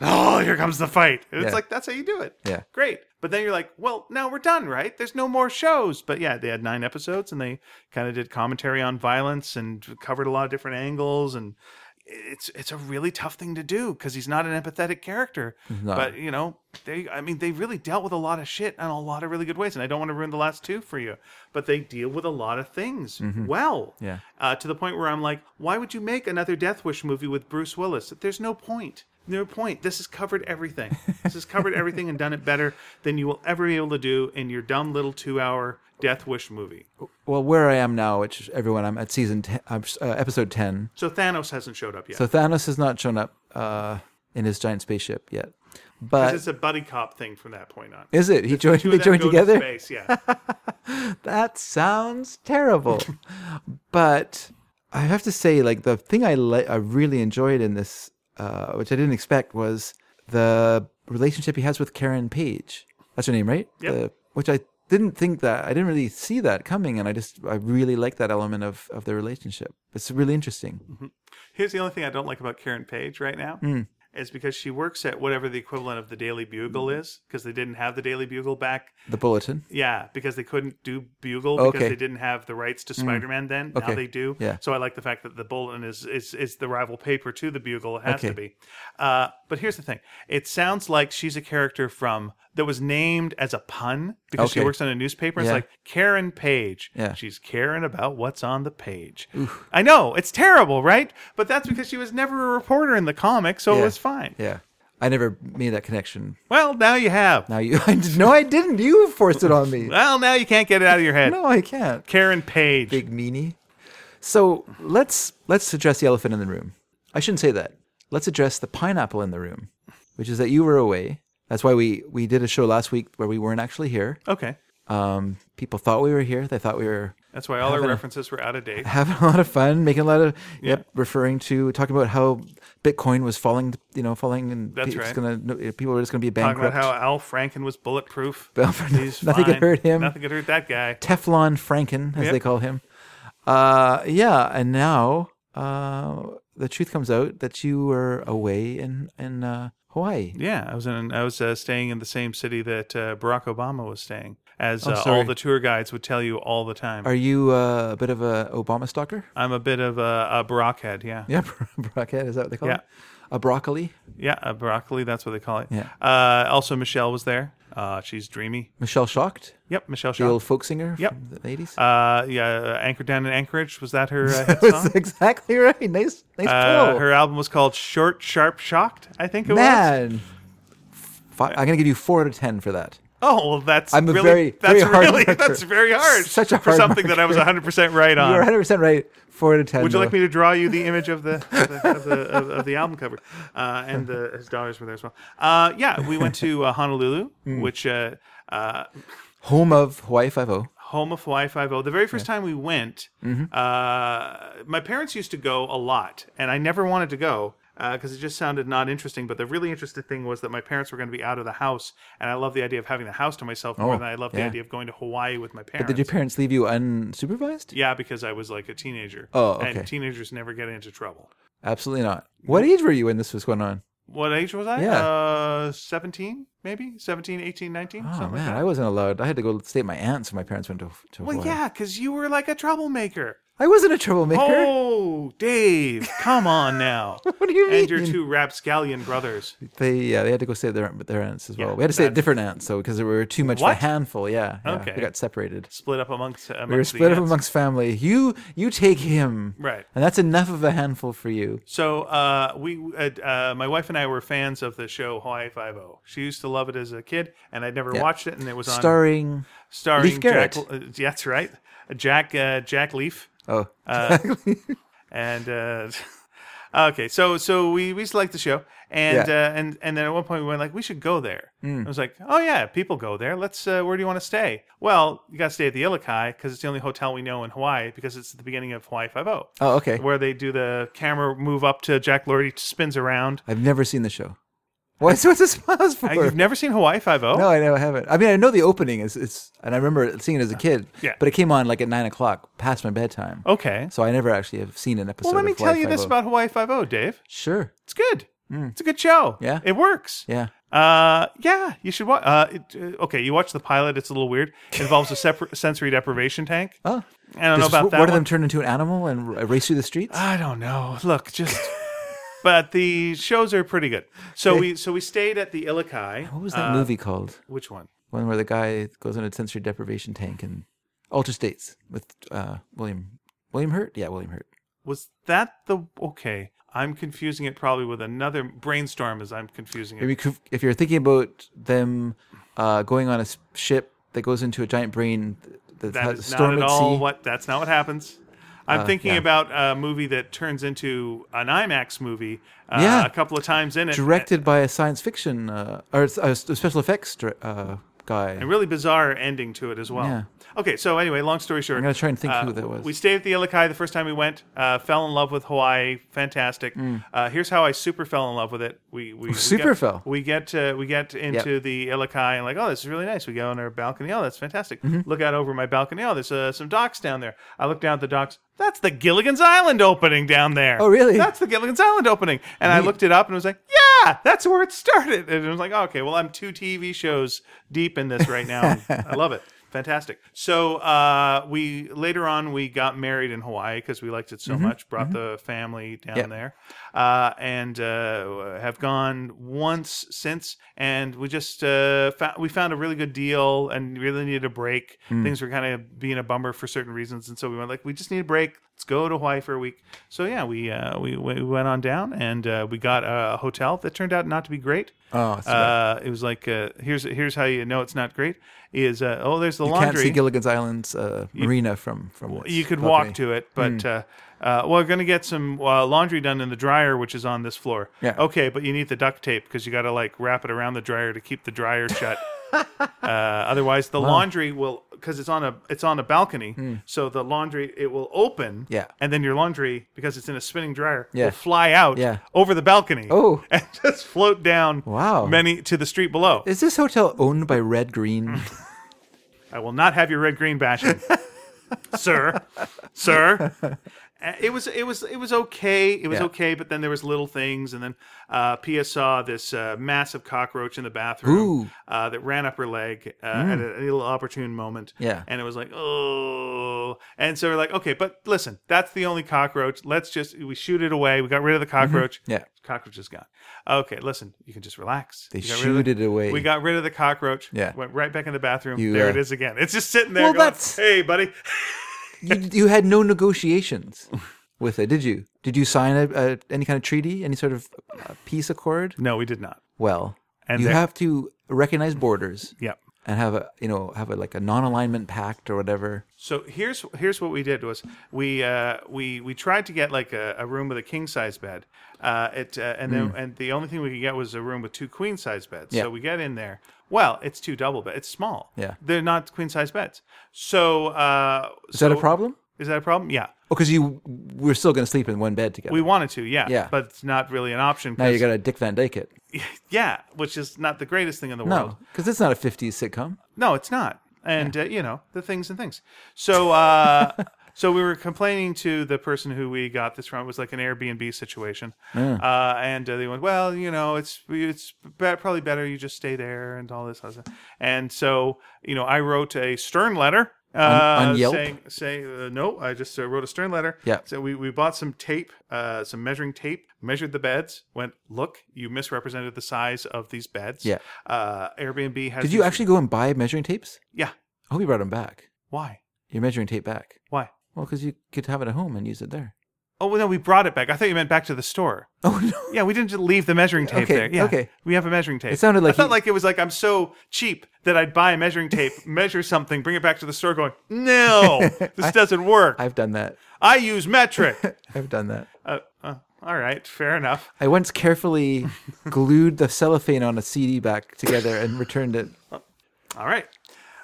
[SPEAKER 2] oh, here comes the fight. And It's
[SPEAKER 1] Yeah.
[SPEAKER 2] like that's how you do it.
[SPEAKER 1] Yeah.
[SPEAKER 2] great. But then you're like, well, now we're done, right? There's no more shows. But yeah, they had nine episodes, and they kind of did commentary on violence and covered a lot of different angles and it's it's a really tough thing to do because he's not an empathetic character.
[SPEAKER 1] Mm-hmm.
[SPEAKER 2] But you know, they I mean they really dealt with a lot of shit in a lot of really good ways, and I don't want to ruin the last two for you, but they deal with a lot of things well.
[SPEAKER 1] Mm-hmm. Yeah.
[SPEAKER 2] Uh, to the point where I'm like, why would you make another Death Wish movie with Bruce Willis? There's no point. No point. This has covered everything. This has covered everything and done it better than you will ever be able to do in your dumb little two-hour Death Wish movie.
[SPEAKER 1] well, where I am now, which everyone, I'm at season ten, I'm, uh, episode ten.
[SPEAKER 2] So Thanos hasn't showed up yet.
[SPEAKER 1] So Thanos has not shown up uh, in his giant spaceship yet. But
[SPEAKER 2] it's a buddy cop thing from that point on.
[SPEAKER 1] is it? He joined.
[SPEAKER 2] Two
[SPEAKER 1] They
[SPEAKER 2] of them
[SPEAKER 1] joined
[SPEAKER 2] go to
[SPEAKER 1] together.
[SPEAKER 2] space, yeah.
[SPEAKER 1] that sounds terrible. but I have to say, like the thing I li- I really enjoyed in this, uh, which I didn't expect, was the relationship he has with Karen Page. That's her name, right?
[SPEAKER 2] Yep.
[SPEAKER 1] The- which I didn't think that I didn't really see that coming, and I just I really like that element of of their relationship. It's really interesting.
[SPEAKER 2] Mm-hmm. Here's the only thing I don't like about Karen Page right now is because she works at whatever the equivalent of the Daily Bugle is because they didn't have the Daily Bugle back.
[SPEAKER 1] The bulletin.
[SPEAKER 2] Yeah, because they couldn't do Bugle because
[SPEAKER 1] Okay. Hmm.
[SPEAKER 2] they didn't have the rights to Spider-Man then. Now
[SPEAKER 1] Okay.
[SPEAKER 2] they do.
[SPEAKER 1] Yeah.
[SPEAKER 2] So I like the fact that the Bulletin is is, is the rival paper to the Bugle. It has to
[SPEAKER 1] Okay.
[SPEAKER 2] be. Uh, but here's the thing: it sounds like she's a character from that was named as a pun because she
[SPEAKER 1] Okay.
[SPEAKER 2] works on a newspaper. It's
[SPEAKER 1] Yeah.
[SPEAKER 2] like Karen Page.
[SPEAKER 1] Yeah.
[SPEAKER 2] She's caring about what's on the page. I know it's terrible, right? But that's because she was never a reporter in the comic, so it
[SPEAKER 1] Yeah.
[SPEAKER 2] was fine.
[SPEAKER 1] Yeah. I never made that connection.
[SPEAKER 2] Well, now you have.
[SPEAKER 1] Now you, I, no, I didn't. You forced it on me.
[SPEAKER 2] Well, now you can't get it out of your head.
[SPEAKER 1] No, I can't.
[SPEAKER 2] Karen Page.
[SPEAKER 1] big meanie. So let's let's address the elephant in the room. I shouldn't say that. Let's address the pineapple in the room, which is that you were away. That's why we we did a show last week where we weren't actually here.
[SPEAKER 2] Okay.
[SPEAKER 1] Um, people thought we were here. They thought we were
[SPEAKER 2] That's why all our references were out of date.
[SPEAKER 1] having a lot of fun, making a lot of yep, referring to talking about how Bitcoin was falling, you know, falling, and
[SPEAKER 2] That's
[SPEAKER 1] it's
[SPEAKER 2] right.
[SPEAKER 1] gonna no, people were just gonna be
[SPEAKER 2] Talking about
[SPEAKER 1] bankrupt.
[SPEAKER 2] how Al Franken was bulletproof.
[SPEAKER 1] Well,
[SPEAKER 2] He's
[SPEAKER 1] nothing
[SPEAKER 2] fine.
[SPEAKER 1] could hurt him.
[SPEAKER 2] Nothing could hurt that guy.
[SPEAKER 1] Teflon Franken, as
[SPEAKER 2] Yep.
[SPEAKER 1] they call him. Uh, yeah, and now uh, the truth comes out that you were away in in uh, Hawaii.
[SPEAKER 2] Yeah, I was in. I was uh, staying in the same city that uh, Barack Obama was staying. as
[SPEAKER 1] Oh,
[SPEAKER 2] uh, all
[SPEAKER 1] sorry.
[SPEAKER 2] the tour guides would tell you all the time.
[SPEAKER 1] Are you uh, a bit of a Obama stalker?
[SPEAKER 2] I'm a bit of a, a brockhead, yeah.
[SPEAKER 1] Yeah, bro- brockhead. Is that what they call
[SPEAKER 2] Yeah.
[SPEAKER 1] it? A broccoli.
[SPEAKER 2] Yeah, a broccoli, that's what they call it.
[SPEAKER 1] Yeah.
[SPEAKER 2] Uh, also, Michelle was there. Uh, she's dreamy.
[SPEAKER 1] Michelle Shocked,
[SPEAKER 2] Yep, Michelle
[SPEAKER 1] the
[SPEAKER 2] Shaw.
[SPEAKER 1] old folk singer
[SPEAKER 2] Yep.
[SPEAKER 1] from the eighties.
[SPEAKER 2] Uh, yeah, Anchor Down in Anchorage. Was that her uh, hit song?
[SPEAKER 1] That's exactly right. Nice, nice
[SPEAKER 2] Uh,
[SPEAKER 1] pull.
[SPEAKER 2] her album was called Short, Sharp, Shocked, I think it was.
[SPEAKER 1] Man, Fi I'm gonna give you four out of ten for that.
[SPEAKER 2] Oh, well, that's
[SPEAKER 1] I'm a
[SPEAKER 2] really,
[SPEAKER 1] very-
[SPEAKER 2] that's
[SPEAKER 1] very hard
[SPEAKER 2] really,
[SPEAKER 1] marker.
[SPEAKER 2] that's very hard.
[SPEAKER 1] Such a
[SPEAKER 2] for
[SPEAKER 1] hard
[SPEAKER 2] something that I was 100% right on.
[SPEAKER 1] You're 100 percent right. Four out of ten.
[SPEAKER 2] Uh, Would you
[SPEAKER 1] though.
[SPEAKER 2] like me to draw you the image of the of the, of the, of, of the album cover? Uh, and the, his daughters were there as well. Uh, yeah, we went to uh, Honolulu,
[SPEAKER 1] Hmm.
[SPEAKER 2] which uh, uh,
[SPEAKER 1] Home of Hawaii Five O.
[SPEAKER 2] home of Hawaii Five O. The very first time we went,
[SPEAKER 1] Mm-hmm.
[SPEAKER 2] uh, my parents used to go a lot, and I never wanted to go because it just sounded not interesting. But the really interesting thing was that my parents were going to be out of the house, and I love the idea of having the house to myself more
[SPEAKER 1] Oh,
[SPEAKER 2] than I love the
[SPEAKER 1] yeah.
[SPEAKER 2] idea of going to Hawaii with my parents.
[SPEAKER 1] Did your parents leave you unsupervised?
[SPEAKER 2] yeah, because I was like a teenager.
[SPEAKER 1] Oh, okay.
[SPEAKER 2] And teenagers never get into trouble.
[SPEAKER 1] Absolutely not. What age were you when this was going on?
[SPEAKER 2] What age was I?
[SPEAKER 1] Yeah.
[SPEAKER 2] Uh, 17, maybe? 17, 18, 19?
[SPEAKER 1] Oh
[SPEAKER 2] something
[SPEAKER 1] man,
[SPEAKER 2] like that.
[SPEAKER 1] I wasn't allowed. I had to go stay at my aunt's when my parents went to, to
[SPEAKER 2] Well,
[SPEAKER 1] Hawaii.
[SPEAKER 2] yeah, because you were like a troublemaker.
[SPEAKER 1] I wasn't a troublemaker.
[SPEAKER 2] Oh, Dave, come on now.
[SPEAKER 1] what do you mean?
[SPEAKER 2] and your two rapscallion brothers.
[SPEAKER 1] They yeah, they had to go stay at their their aunts as well.
[SPEAKER 2] Yeah,
[SPEAKER 1] we had to stay
[SPEAKER 2] that-
[SPEAKER 1] at different aunts, so because we were too much
[SPEAKER 2] What?
[SPEAKER 1] of a handful. Yeah, yeah,
[SPEAKER 2] Okay.
[SPEAKER 1] we got separated.
[SPEAKER 2] Split up amongst, amongst
[SPEAKER 1] We were split
[SPEAKER 2] the
[SPEAKER 1] up
[SPEAKER 2] ants.
[SPEAKER 1] amongst family. You you take him,
[SPEAKER 2] Right.
[SPEAKER 1] and that's enough of a handful for you.
[SPEAKER 2] So uh, we, uh, uh, my wife and I were fans of the show Hawaii Five O. She used to love it as a kid, and I'd never
[SPEAKER 1] Yeah.
[SPEAKER 2] watched it. And it was on
[SPEAKER 1] Starring
[SPEAKER 2] starring
[SPEAKER 1] Leif
[SPEAKER 2] Jack.
[SPEAKER 1] Garrett.
[SPEAKER 2] Uh, yeah, that's right, Jack uh, Jack Leaf.
[SPEAKER 1] oh,
[SPEAKER 2] Uh, and uh okay so so we we used to like the show and uh and and then at one point we went like we should go there
[SPEAKER 1] Mm.
[SPEAKER 2] i was like oh yeah people go there let's uh where do you want to stay well you gotta stay at the ilokai because it's the only hotel we know in hawaii because it's at the beginning of hawaii 5
[SPEAKER 1] oh, okay.
[SPEAKER 2] where they do the camera move up to jack lordy spins around
[SPEAKER 1] I've never seen the show. What's what's this pause for?
[SPEAKER 2] I, you've never seen hawaii 5
[SPEAKER 1] No, I know I haven't. I mean, I know the opening is it's, and I remember seeing it as a kid.
[SPEAKER 2] Yeah.
[SPEAKER 1] But it came on like at nine o'clock, past my bedtime.
[SPEAKER 2] okay
[SPEAKER 1] So I never actually have seen an episode.
[SPEAKER 2] well let me
[SPEAKER 1] of
[SPEAKER 2] tell you
[SPEAKER 1] Hawaii
[SPEAKER 2] this
[SPEAKER 1] Five-O.
[SPEAKER 2] about hawaii 5 dave
[SPEAKER 1] Sure.
[SPEAKER 2] it's good it's a good show
[SPEAKER 1] Yeah.
[SPEAKER 2] it works
[SPEAKER 1] Yeah.
[SPEAKER 2] Uh, yeah, you should watch. Uh, it, uh, okay, you watch the pilot. It's a little weird. It involves a separ sensory deprivation tank.
[SPEAKER 1] Oh.
[SPEAKER 2] I don't
[SPEAKER 1] Does
[SPEAKER 2] know about
[SPEAKER 1] one
[SPEAKER 2] that.
[SPEAKER 1] of
[SPEAKER 2] one. Uh,
[SPEAKER 1] them turn into an animal and r- race through the streets?
[SPEAKER 2] I don't know. Look, just. but the shows are pretty good. So we so we stayed at the Ilokai. Uh,
[SPEAKER 1] what was that movie called?
[SPEAKER 2] Which one?
[SPEAKER 1] One where the guy goes in a sensory deprivation tank and alter states with uh, William William Hurt. Yeah, William Hurt.
[SPEAKER 2] Was that the okay? I'm confusing it probably with another brainstorm. As I'm confusing it.
[SPEAKER 1] Maybe c- if you're thinking about them uh, going on a s- ship that goes into a giant brain th- that's
[SPEAKER 2] That
[SPEAKER 1] ha-
[SPEAKER 2] is not
[SPEAKER 1] storm
[SPEAKER 2] at
[SPEAKER 1] at
[SPEAKER 2] all
[SPEAKER 1] sea. Uh,
[SPEAKER 2] what. That's not what happens. I'm thinking
[SPEAKER 1] yeah.
[SPEAKER 2] about a movie that turns into an IMAX movie. Uh,
[SPEAKER 1] Yeah.
[SPEAKER 2] a couple of times in it.
[SPEAKER 1] directed by a science fiction uh, or s- a s- a special effects dir- uh, guy.
[SPEAKER 2] A really bizarre ending to it as well.
[SPEAKER 1] Yeah.
[SPEAKER 2] Okay, so anyway, long story short, I'm
[SPEAKER 1] gonna try and think who that was.
[SPEAKER 2] We stayed at the Ilokai the first time we went. Uh, fell in love with Hawaii, fantastic. Uh, here's how I super fell in love with it. We we, we
[SPEAKER 1] Mm. Super
[SPEAKER 2] get,
[SPEAKER 1] fell.
[SPEAKER 2] We get uh, we get into the Ilokai and like, oh, this is really nice. We go on our balcony. Oh, that's fantastic.
[SPEAKER 1] Mm-hmm.
[SPEAKER 2] Look out over my balcony. Oh, there's uh, some docks down there. I look down at the docks. That's the Gilligan's Island opening down there.
[SPEAKER 1] Oh, really?
[SPEAKER 2] That's the Gilligan's Island opening. And I looked it up and was like, yeah, that's where it started. And I was like, okay, well, I'm two TV shows deep in this right now. I love it. Fantastic. So uh, we later on we got married in Hawaii because we liked it so much. Brought the family down
[SPEAKER 1] Mm-hmm. Yep.
[SPEAKER 2] there, uh, and uh, have gone once since. And we just uh, fou- we found a really good deal and really needed a break.
[SPEAKER 1] Hmm.
[SPEAKER 2] Things were kind of being a bummer for certain reasons, and so we went like we just need a break. Let's go to Hawaii for a week. So yeah, we uh, we, we went on down and uh, we got a hotel that turned out not to be great.
[SPEAKER 1] oh, that's right.
[SPEAKER 2] Uh, it was like uh, here's here's how you know it's not great is uh, oh there's the laundry
[SPEAKER 1] can't see Gilligan's Island's uh, marina from from. this
[SPEAKER 2] you could
[SPEAKER 1] balcony.
[SPEAKER 2] walk to it, but
[SPEAKER 1] Hmm.
[SPEAKER 2] uh, uh, well, we're going to get some uh, laundry done in the dryer, which is on this floor.
[SPEAKER 1] Yeah.
[SPEAKER 2] Okay, but you need the duct tape because you got to like wrap it around the dryer to keep the dryer shut. uh, otherwise, the laundry will because it's on a it's on a balcony, so the laundry it will open.
[SPEAKER 1] Hmm. Yeah.
[SPEAKER 2] And then your laundry because it's in a spinning dryer
[SPEAKER 1] Yeah.
[SPEAKER 2] will fly out.
[SPEAKER 1] Yeah.
[SPEAKER 2] Over the balcony.
[SPEAKER 1] Oh.
[SPEAKER 2] And just float down.
[SPEAKER 1] Wow.
[SPEAKER 2] Many to the street below.
[SPEAKER 1] Is this hotel owned by Red
[SPEAKER 2] Mm.
[SPEAKER 1] Green?
[SPEAKER 2] I will not have your red green bashing, sir, sir. Uh, It was it was it was okay. It was
[SPEAKER 1] Yeah.
[SPEAKER 2] okay, but then there was little things, and then uh, Pia saw this uh, massive cockroach in the
[SPEAKER 1] Ooh. Mm.
[SPEAKER 2] bathroom uh, that ran up her leg uh, at a, a little opportune moment.
[SPEAKER 1] Yeah.
[SPEAKER 2] and it was like oh, and so we're like okay, but listen, that's the only cockroach. Let's just we shoot it away. We got rid of the cockroach.
[SPEAKER 1] Mm-hmm. Yeah.
[SPEAKER 2] cockroach is gone. Okay, listen, you can just relax.
[SPEAKER 1] They
[SPEAKER 2] We got rid of
[SPEAKER 1] shooed
[SPEAKER 2] the-
[SPEAKER 1] it away.
[SPEAKER 2] We got rid of the cockroach.
[SPEAKER 1] Yeah.
[SPEAKER 2] went right back in the bathroom.
[SPEAKER 1] You,
[SPEAKER 2] there
[SPEAKER 1] uh,
[SPEAKER 2] it is again. It's just sitting there.
[SPEAKER 1] Well,
[SPEAKER 2] going,
[SPEAKER 1] that's-
[SPEAKER 2] hey, buddy.
[SPEAKER 1] you, you had no negotiations with it, did you? Did you sign a, a, any kind of treaty, any sort of uh peace accord?
[SPEAKER 2] No, we did not.
[SPEAKER 1] Well,
[SPEAKER 2] And
[SPEAKER 1] you
[SPEAKER 2] there-
[SPEAKER 1] have to recognize borders
[SPEAKER 2] Yep.
[SPEAKER 1] and have a you know have a like a non-alignment pact or whatever.
[SPEAKER 2] So here's here's what we did was we uh, we we tried to get like a, a room with a king size bed, uh, it uh, and then and the only thing we could get was a room with two queen size beds.
[SPEAKER 1] Mm. Yeah.
[SPEAKER 2] So we get in there. Well, it's two double beds. It's small.
[SPEAKER 1] Yeah.
[SPEAKER 2] they're not queen size beds. So uh,
[SPEAKER 1] Is that a problem?
[SPEAKER 2] Is that a problem? Yeah,
[SPEAKER 1] Oh, because you we're still going to sleep in one bed together.
[SPEAKER 2] we wanted to. Yeah,
[SPEAKER 1] Yeah.
[SPEAKER 2] but it's not really an option.
[SPEAKER 1] now you
[SPEAKER 2] 'cause-
[SPEAKER 1] got to Dick Van Dyke it.
[SPEAKER 2] yeah, which is not the greatest thing in the world.
[SPEAKER 1] No, because it's not a '50s sitcom.
[SPEAKER 2] No, it's not. And uh, you know the things and things. So, uh, so we were complaining to the person who we got this from. It was like an Airbnb situation, uh, and uh, they went, "Well, you know, it's it's be- probably better you just stay there and all this." other- And so, you know, I wrote a stern letter uh,
[SPEAKER 1] on Yelp?
[SPEAKER 2] saying, saying uh, no, I just uh, wrote a stern letter.
[SPEAKER 1] Yeah.
[SPEAKER 2] So we, we bought some tape, uh, some measuring tape, measured the beds. Went, look, you misrepresented the size of these beds.
[SPEAKER 1] Yeah.
[SPEAKER 2] Uh, Airbnb has.
[SPEAKER 1] Did you
[SPEAKER 2] these-
[SPEAKER 1] actually go and buy measuring tapes?
[SPEAKER 2] Yeah.
[SPEAKER 1] I hope you brought them back.
[SPEAKER 2] Why?
[SPEAKER 1] Your measuring tape back.
[SPEAKER 2] Why?
[SPEAKER 1] Well, because you could have it at home and use it there.
[SPEAKER 2] Oh well, no, we brought it back. I thought you meant back to the store.
[SPEAKER 1] Oh no.
[SPEAKER 2] Yeah, we didn't just leave the measuring tape
[SPEAKER 1] Okay,
[SPEAKER 2] there. Yeah,
[SPEAKER 1] okay.
[SPEAKER 2] We have a measuring tape.
[SPEAKER 1] It sounded like
[SPEAKER 2] I felt
[SPEAKER 1] you-
[SPEAKER 2] like it was like I'm so cheap that I'd buy a measuring tape, measure something, bring it back to the store, going, no, this doesn't work. I,
[SPEAKER 1] I've done that.
[SPEAKER 2] use metric.
[SPEAKER 1] I've done that.
[SPEAKER 2] uh, uh, all right, fair enough.
[SPEAKER 1] I once carefully glued the cellophane on a CD back together and returned it.
[SPEAKER 2] All right,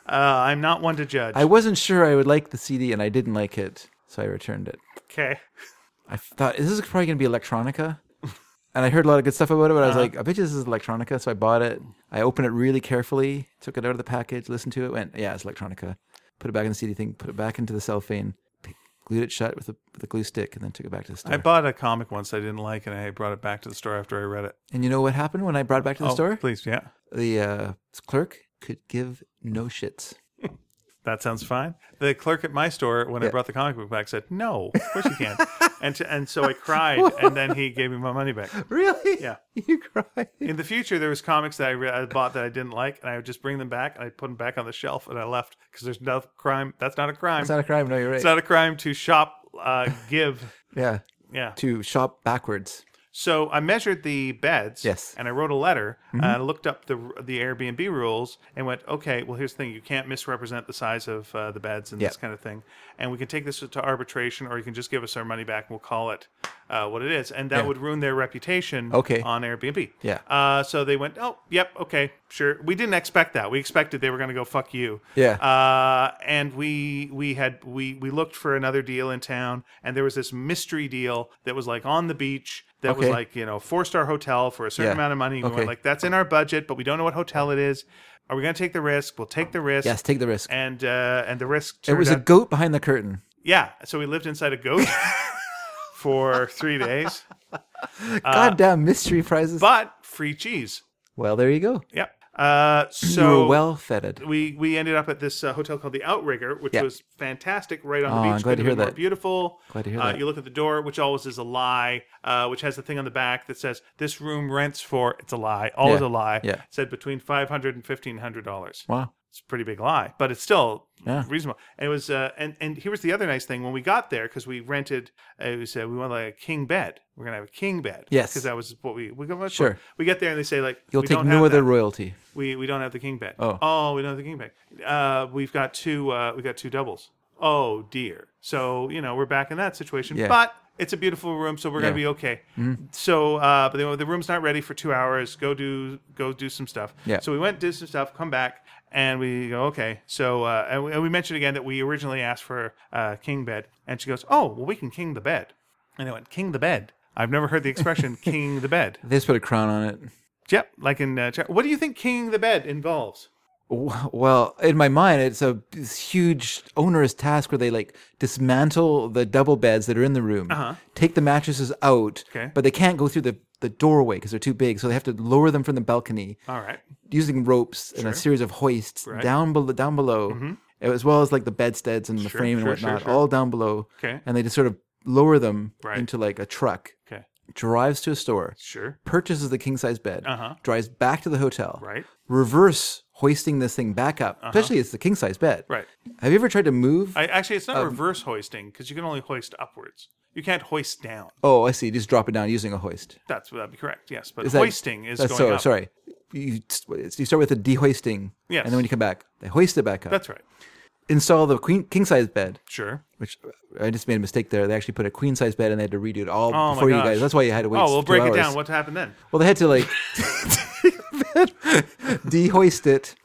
[SPEAKER 2] uh, I'm not one to judge.
[SPEAKER 1] I wasn't sure I would like the CD and I didn't like it, so I returned it.
[SPEAKER 2] okay,
[SPEAKER 1] I thought this is probably going to be electronica. And I heard a lot of good stuff about it, but I
[SPEAKER 2] Uh-huh.
[SPEAKER 1] was like, I bet you this is electronica. So I bought it. I opened it really carefully, took it out of the package, listened to it, went, yeah, it's electronica. Put it back in the CD thing, put it back into the cellophane, p- glued it shut with a, with a glue stick, and then took it back to the store.
[SPEAKER 2] I bought a comic once I didn't like, and I brought it back to the store after I read it.
[SPEAKER 1] and you know what happened when I brought it back to the
[SPEAKER 2] oh,
[SPEAKER 1] store?
[SPEAKER 2] please, yeah,
[SPEAKER 1] The uh, clerk could give no shits.
[SPEAKER 2] That sounds fine. The clerk at my store, when I brought the comic book back, said, "No, of course you can't." and to, and so I cried, and then he gave me my money back.
[SPEAKER 1] Really?
[SPEAKER 2] Yeah.
[SPEAKER 1] You cried.
[SPEAKER 2] In the future, there was comics that I, re- I bought that I didn't like, and I would just bring them back and I put them back on the shelf, and I left because there's no crime. That's not a crime.
[SPEAKER 1] It's not a crime. No, you're right.
[SPEAKER 2] a crime to shop, uh, give.
[SPEAKER 1] yeah.
[SPEAKER 2] Yeah.
[SPEAKER 1] To shop backwards.
[SPEAKER 2] So I measured the beds.
[SPEAKER 1] Yes. Mm-hmm.
[SPEAKER 2] And I wrote a letter. And I looked up the the Airbnb rules and went, okay, well, here's the thing: you can't misrepresent the size of uh, the beds and this
[SPEAKER 1] Yeah.
[SPEAKER 2] kind of thing. And we can take this to arbitration, or you can just give us our money back. and We'll call it uh, what it is, and that would ruin their reputation.
[SPEAKER 1] Okay.
[SPEAKER 2] On Airbnb.
[SPEAKER 1] Yeah.
[SPEAKER 2] Uh, so they went, oh, yep, okay, sure. We didn't expect that. We expected they were going to go fuck you.
[SPEAKER 1] Yeah.
[SPEAKER 2] Uh, and we we had we we looked for another deal in town, and there was this mystery deal that was like on the beach that was
[SPEAKER 1] Okay.
[SPEAKER 2] like you know four star hotel for a certain
[SPEAKER 1] Yeah.
[SPEAKER 2] amount of money. We
[SPEAKER 1] Okay.
[SPEAKER 2] went like that's in our budget, but we don't know what hotel it is. Are we going to take the risk? We'll take the risk.
[SPEAKER 1] Yes, take the risk.
[SPEAKER 2] And uh, and the risk
[SPEAKER 1] There
[SPEAKER 2] turned
[SPEAKER 1] was a
[SPEAKER 2] out,
[SPEAKER 1] goat behind the curtain.
[SPEAKER 2] yeah. So we lived inside a goat for three days, Uh,
[SPEAKER 1] Goddamn mystery prizes.
[SPEAKER 2] but free cheese.
[SPEAKER 1] well, there you go.
[SPEAKER 2] Yep. Uh,
[SPEAKER 1] you
[SPEAKER 2] so
[SPEAKER 1] were well feted.
[SPEAKER 2] we we ended up at this uh, hotel called the Outrigger, which
[SPEAKER 1] Yeah.
[SPEAKER 2] was fantastic, right on the
[SPEAKER 1] Oh,
[SPEAKER 2] beach.
[SPEAKER 1] I'm glad to
[SPEAKER 2] couldn't
[SPEAKER 1] hear
[SPEAKER 2] have been more
[SPEAKER 1] that.
[SPEAKER 2] Beautiful.
[SPEAKER 1] Glad to hear
[SPEAKER 2] uh,
[SPEAKER 1] that.
[SPEAKER 2] You look at the door, which always is a lie, uh, which has the thing on the back that says this room rents for. It's a lie. Always
[SPEAKER 1] Yeah.
[SPEAKER 2] a lie.
[SPEAKER 1] Yeah.
[SPEAKER 2] It said between five hundred and fifteen hundred dollars.
[SPEAKER 1] Wow.
[SPEAKER 2] It's a pretty big lie, but it's still
[SPEAKER 1] Yeah.
[SPEAKER 2] reasonable. And it was, uh, and and here was the other nice thing when we got there because we rented. Uh, it was uh, we wanted like a king bed. We're gonna have a king bed.
[SPEAKER 1] Yes.
[SPEAKER 2] because that was what we we got.
[SPEAKER 1] Sure.
[SPEAKER 2] We get there and they say like
[SPEAKER 1] You'll
[SPEAKER 2] we
[SPEAKER 1] take
[SPEAKER 2] don't have
[SPEAKER 1] no other
[SPEAKER 2] that
[SPEAKER 1] royalty.
[SPEAKER 2] we we don't have the king bag.
[SPEAKER 1] Oh.
[SPEAKER 2] we don't have the king bag. Uh, we've got two. Uh, we got two doubles. Oh dear. So you know we're back in that situation.
[SPEAKER 1] Yeah.
[SPEAKER 2] But it's a beautiful room, so we're gonna
[SPEAKER 1] Yeah. Mm-hmm.
[SPEAKER 2] be okay. So, uh, but the, the room's not ready for two hours. Go do go do some stuff.
[SPEAKER 1] Yeah.
[SPEAKER 2] So we went did some stuff. Come back. And we go okay. So uh, and, we, and we mentioned again that we originally asked for uh, king bed, and she goes, "Oh, well, we can king the bed." And I went, "King the bed." I've never heard the expression "king the bed."
[SPEAKER 1] They just put a crown on it.
[SPEAKER 2] Yep, like in uh, Chi- what do you think "king the bed" involves?
[SPEAKER 1] W- Well, in my mind, it's a this huge, onerous task where they like dismantle the double beds that are in the room,
[SPEAKER 2] Uh-huh.
[SPEAKER 1] take the mattresses out,
[SPEAKER 2] Okay.
[SPEAKER 1] but they can't go through the, the doorway because they're too big. So they have to lower them from the balcony
[SPEAKER 2] All right.
[SPEAKER 1] using ropes and a series of hoists
[SPEAKER 2] Right. Mm-hmm.
[SPEAKER 1] down below, down below, as well as like the bedsteads and the
[SPEAKER 2] Sure,
[SPEAKER 1] frame and
[SPEAKER 2] sure, sure,
[SPEAKER 1] whatnot,
[SPEAKER 2] sure.
[SPEAKER 1] all down below.
[SPEAKER 2] Okay.
[SPEAKER 1] And they just sort of lower them
[SPEAKER 2] Right.
[SPEAKER 1] into like a truck.
[SPEAKER 2] Okay.
[SPEAKER 1] Drives to a store,
[SPEAKER 2] Sure.
[SPEAKER 1] purchases the king size bed,
[SPEAKER 2] Uh-huh.
[SPEAKER 1] drives back to the hotel,
[SPEAKER 2] Right. Uh-huh.
[SPEAKER 1] reverse hoisting this thing back up, especially it's the king size bed.
[SPEAKER 2] Right.
[SPEAKER 1] Have you ever tried to move?
[SPEAKER 2] I actually it's not
[SPEAKER 1] Um,
[SPEAKER 2] reverse hoisting because you can only hoist upwards. You can't hoist down.
[SPEAKER 1] oh, I see. Just drop it down using a hoist.
[SPEAKER 2] That's that'd be correct. Yes, but
[SPEAKER 1] Is that-
[SPEAKER 2] hoisting is
[SPEAKER 1] that's
[SPEAKER 2] going
[SPEAKER 1] so,
[SPEAKER 2] up.
[SPEAKER 1] Sorry. You, you start with a dehoisting,
[SPEAKER 2] Yes.
[SPEAKER 1] and then when you come back, they hoist it back up.
[SPEAKER 2] That's right.
[SPEAKER 1] Install the queen, king size bed,
[SPEAKER 2] Sure.
[SPEAKER 1] which I just made a mistake there. They actually put a queen size bed and they had to redo it all
[SPEAKER 2] Oh
[SPEAKER 1] before
[SPEAKER 2] my
[SPEAKER 1] you
[SPEAKER 2] gosh.
[SPEAKER 1] guys. That's why you had to wait.
[SPEAKER 2] Oh, we'll
[SPEAKER 1] two
[SPEAKER 2] break it
[SPEAKER 1] hours.
[SPEAKER 2] down. What happened then?
[SPEAKER 1] Well, they had to like dehoist it,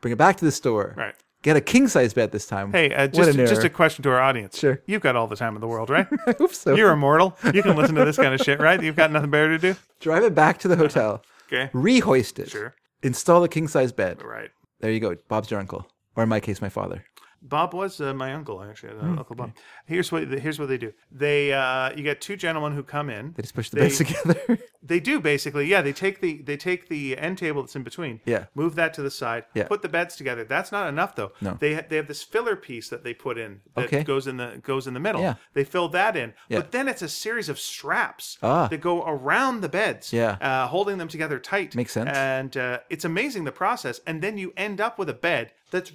[SPEAKER 1] bring it back to the store,
[SPEAKER 2] Mm-hmm. Right.
[SPEAKER 1] get a king size bed this time.
[SPEAKER 2] Hey, uh,
[SPEAKER 1] What
[SPEAKER 2] just
[SPEAKER 1] an
[SPEAKER 2] just
[SPEAKER 1] error.
[SPEAKER 2] a question to our audience.
[SPEAKER 1] Sure.
[SPEAKER 2] You've got all the time in the world, right?
[SPEAKER 1] I hope so.
[SPEAKER 2] You're immortal. You can listen to this kind of shit, right? You've got nothing better to do.
[SPEAKER 1] Drive it back to the hotel,
[SPEAKER 2] Okay.
[SPEAKER 1] rehoist it,
[SPEAKER 2] Sure.
[SPEAKER 1] install a king size bed.
[SPEAKER 2] Right.
[SPEAKER 1] There you go. Bob's your uncle, or in my case, my father.
[SPEAKER 2] Bob was uh, my uncle actually, uh,
[SPEAKER 1] Mm,
[SPEAKER 2] Uncle Bob. Here's what here's what they do. They uh, you got two gentlemen who come in.
[SPEAKER 1] They just push the
[SPEAKER 2] They-
[SPEAKER 1] beds together.
[SPEAKER 2] They do basically, yeah. They take the they take the end table that's in between,
[SPEAKER 1] Yeah.
[SPEAKER 2] Move that to the side,
[SPEAKER 1] Yeah.
[SPEAKER 2] Put the beds together. That's not enough though.
[SPEAKER 1] No.
[SPEAKER 2] they ha- they have this filler piece that they put in that
[SPEAKER 1] Okay.
[SPEAKER 2] goes in the goes in the middle.
[SPEAKER 1] Yeah.
[SPEAKER 2] They fill that in,
[SPEAKER 1] Yeah.
[SPEAKER 2] but then it's a series of straps
[SPEAKER 1] Ah.
[SPEAKER 2] that go around the beds,
[SPEAKER 1] Yeah.
[SPEAKER 2] uh, holding them together tight.
[SPEAKER 1] Makes sense.
[SPEAKER 2] And uh, it's amazing the process, and then you end up with a bed that's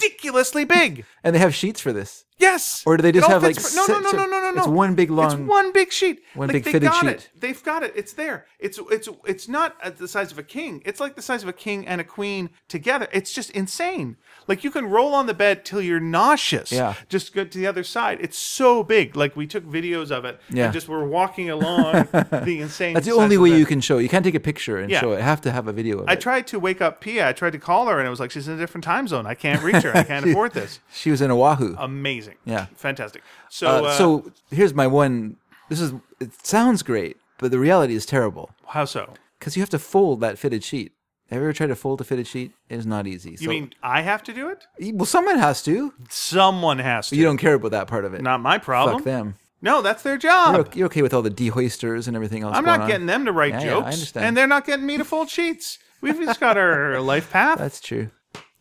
[SPEAKER 2] ridiculously big.
[SPEAKER 1] and they have sheets for this.
[SPEAKER 2] Yes.
[SPEAKER 1] Or do they
[SPEAKER 2] It
[SPEAKER 1] just
[SPEAKER 2] all
[SPEAKER 1] have, like,
[SPEAKER 2] fits- no, no,
[SPEAKER 1] set-
[SPEAKER 2] no,
[SPEAKER 1] so
[SPEAKER 2] no, no, no, no.
[SPEAKER 1] it's one big
[SPEAKER 2] It's
[SPEAKER 1] long-
[SPEAKER 2] one big sheet.
[SPEAKER 1] one
[SPEAKER 2] Like,
[SPEAKER 1] big
[SPEAKER 2] they
[SPEAKER 1] fitted
[SPEAKER 2] got
[SPEAKER 1] sheet.
[SPEAKER 2] It. They've got it. It's there. It's it's it's not at the size of a king. It's like the size of a king and a queen together. It's just insane. Like you can roll on the bed till you're nauseous.
[SPEAKER 1] Yeah.
[SPEAKER 2] Just go to the other side. It's so big. Like we took videos of it.
[SPEAKER 1] Yeah.
[SPEAKER 2] And just we're walking along the insane.
[SPEAKER 1] That's the
[SPEAKER 2] size
[SPEAKER 1] only
[SPEAKER 2] of
[SPEAKER 1] way
[SPEAKER 2] it.
[SPEAKER 1] you can show. You can't take a picture and
[SPEAKER 2] Yeah.
[SPEAKER 1] show it. I have to have a video of
[SPEAKER 2] I
[SPEAKER 1] it.
[SPEAKER 2] tried to wake up Pia. I tried to call her, and it was like she's in a different time zone. I can't reach her. I can't afford this.
[SPEAKER 1] she was in Oahu.
[SPEAKER 2] Amazing.
[SPEAKER 1] Yeah.
[SPEAKER 2] Fantastic. So
[SPEAKER 1] Uh,
[SPEAKER 2] uh,
[SPEAKER 1] so here's my one. This is. It sounds great, but the reality is terrible
[SPEAKER 2] how so?
[SPEAKER 1] because you have to fold that fitted sheet. Have you ever tried to fold a fitted sheet? It is not easy.
[SPEAKER 2] You mean I have to do it?
[SPEAKER 1] well, someone has to.
[SPEAKER 2] Someone has to.
[SPEAKER 1] You don't care about that part of it.
[SPEAKER 2] Not my problem.
[SPEAKER 1] Fuck them.
[SPEAKER 2] No, that's their job.
[SPEAKER 1] You're, you're okay with all the dehoisters and everything else.
[SPEAKER 2] I'm
[SPEAKER 1] going
[SPEAKER 2] not
[SPEAKER 1] on.
[SPEAKER 2] getting them to write
[SPEAKER 1] Yeah, yeah, I
[SPEAKER 2] jokes,
[SPEAKER 1] understand.
[SPEAKER 2] and they're not getting me to fold sheets. We've just got our life path.
[SPEAKER 1] That's true.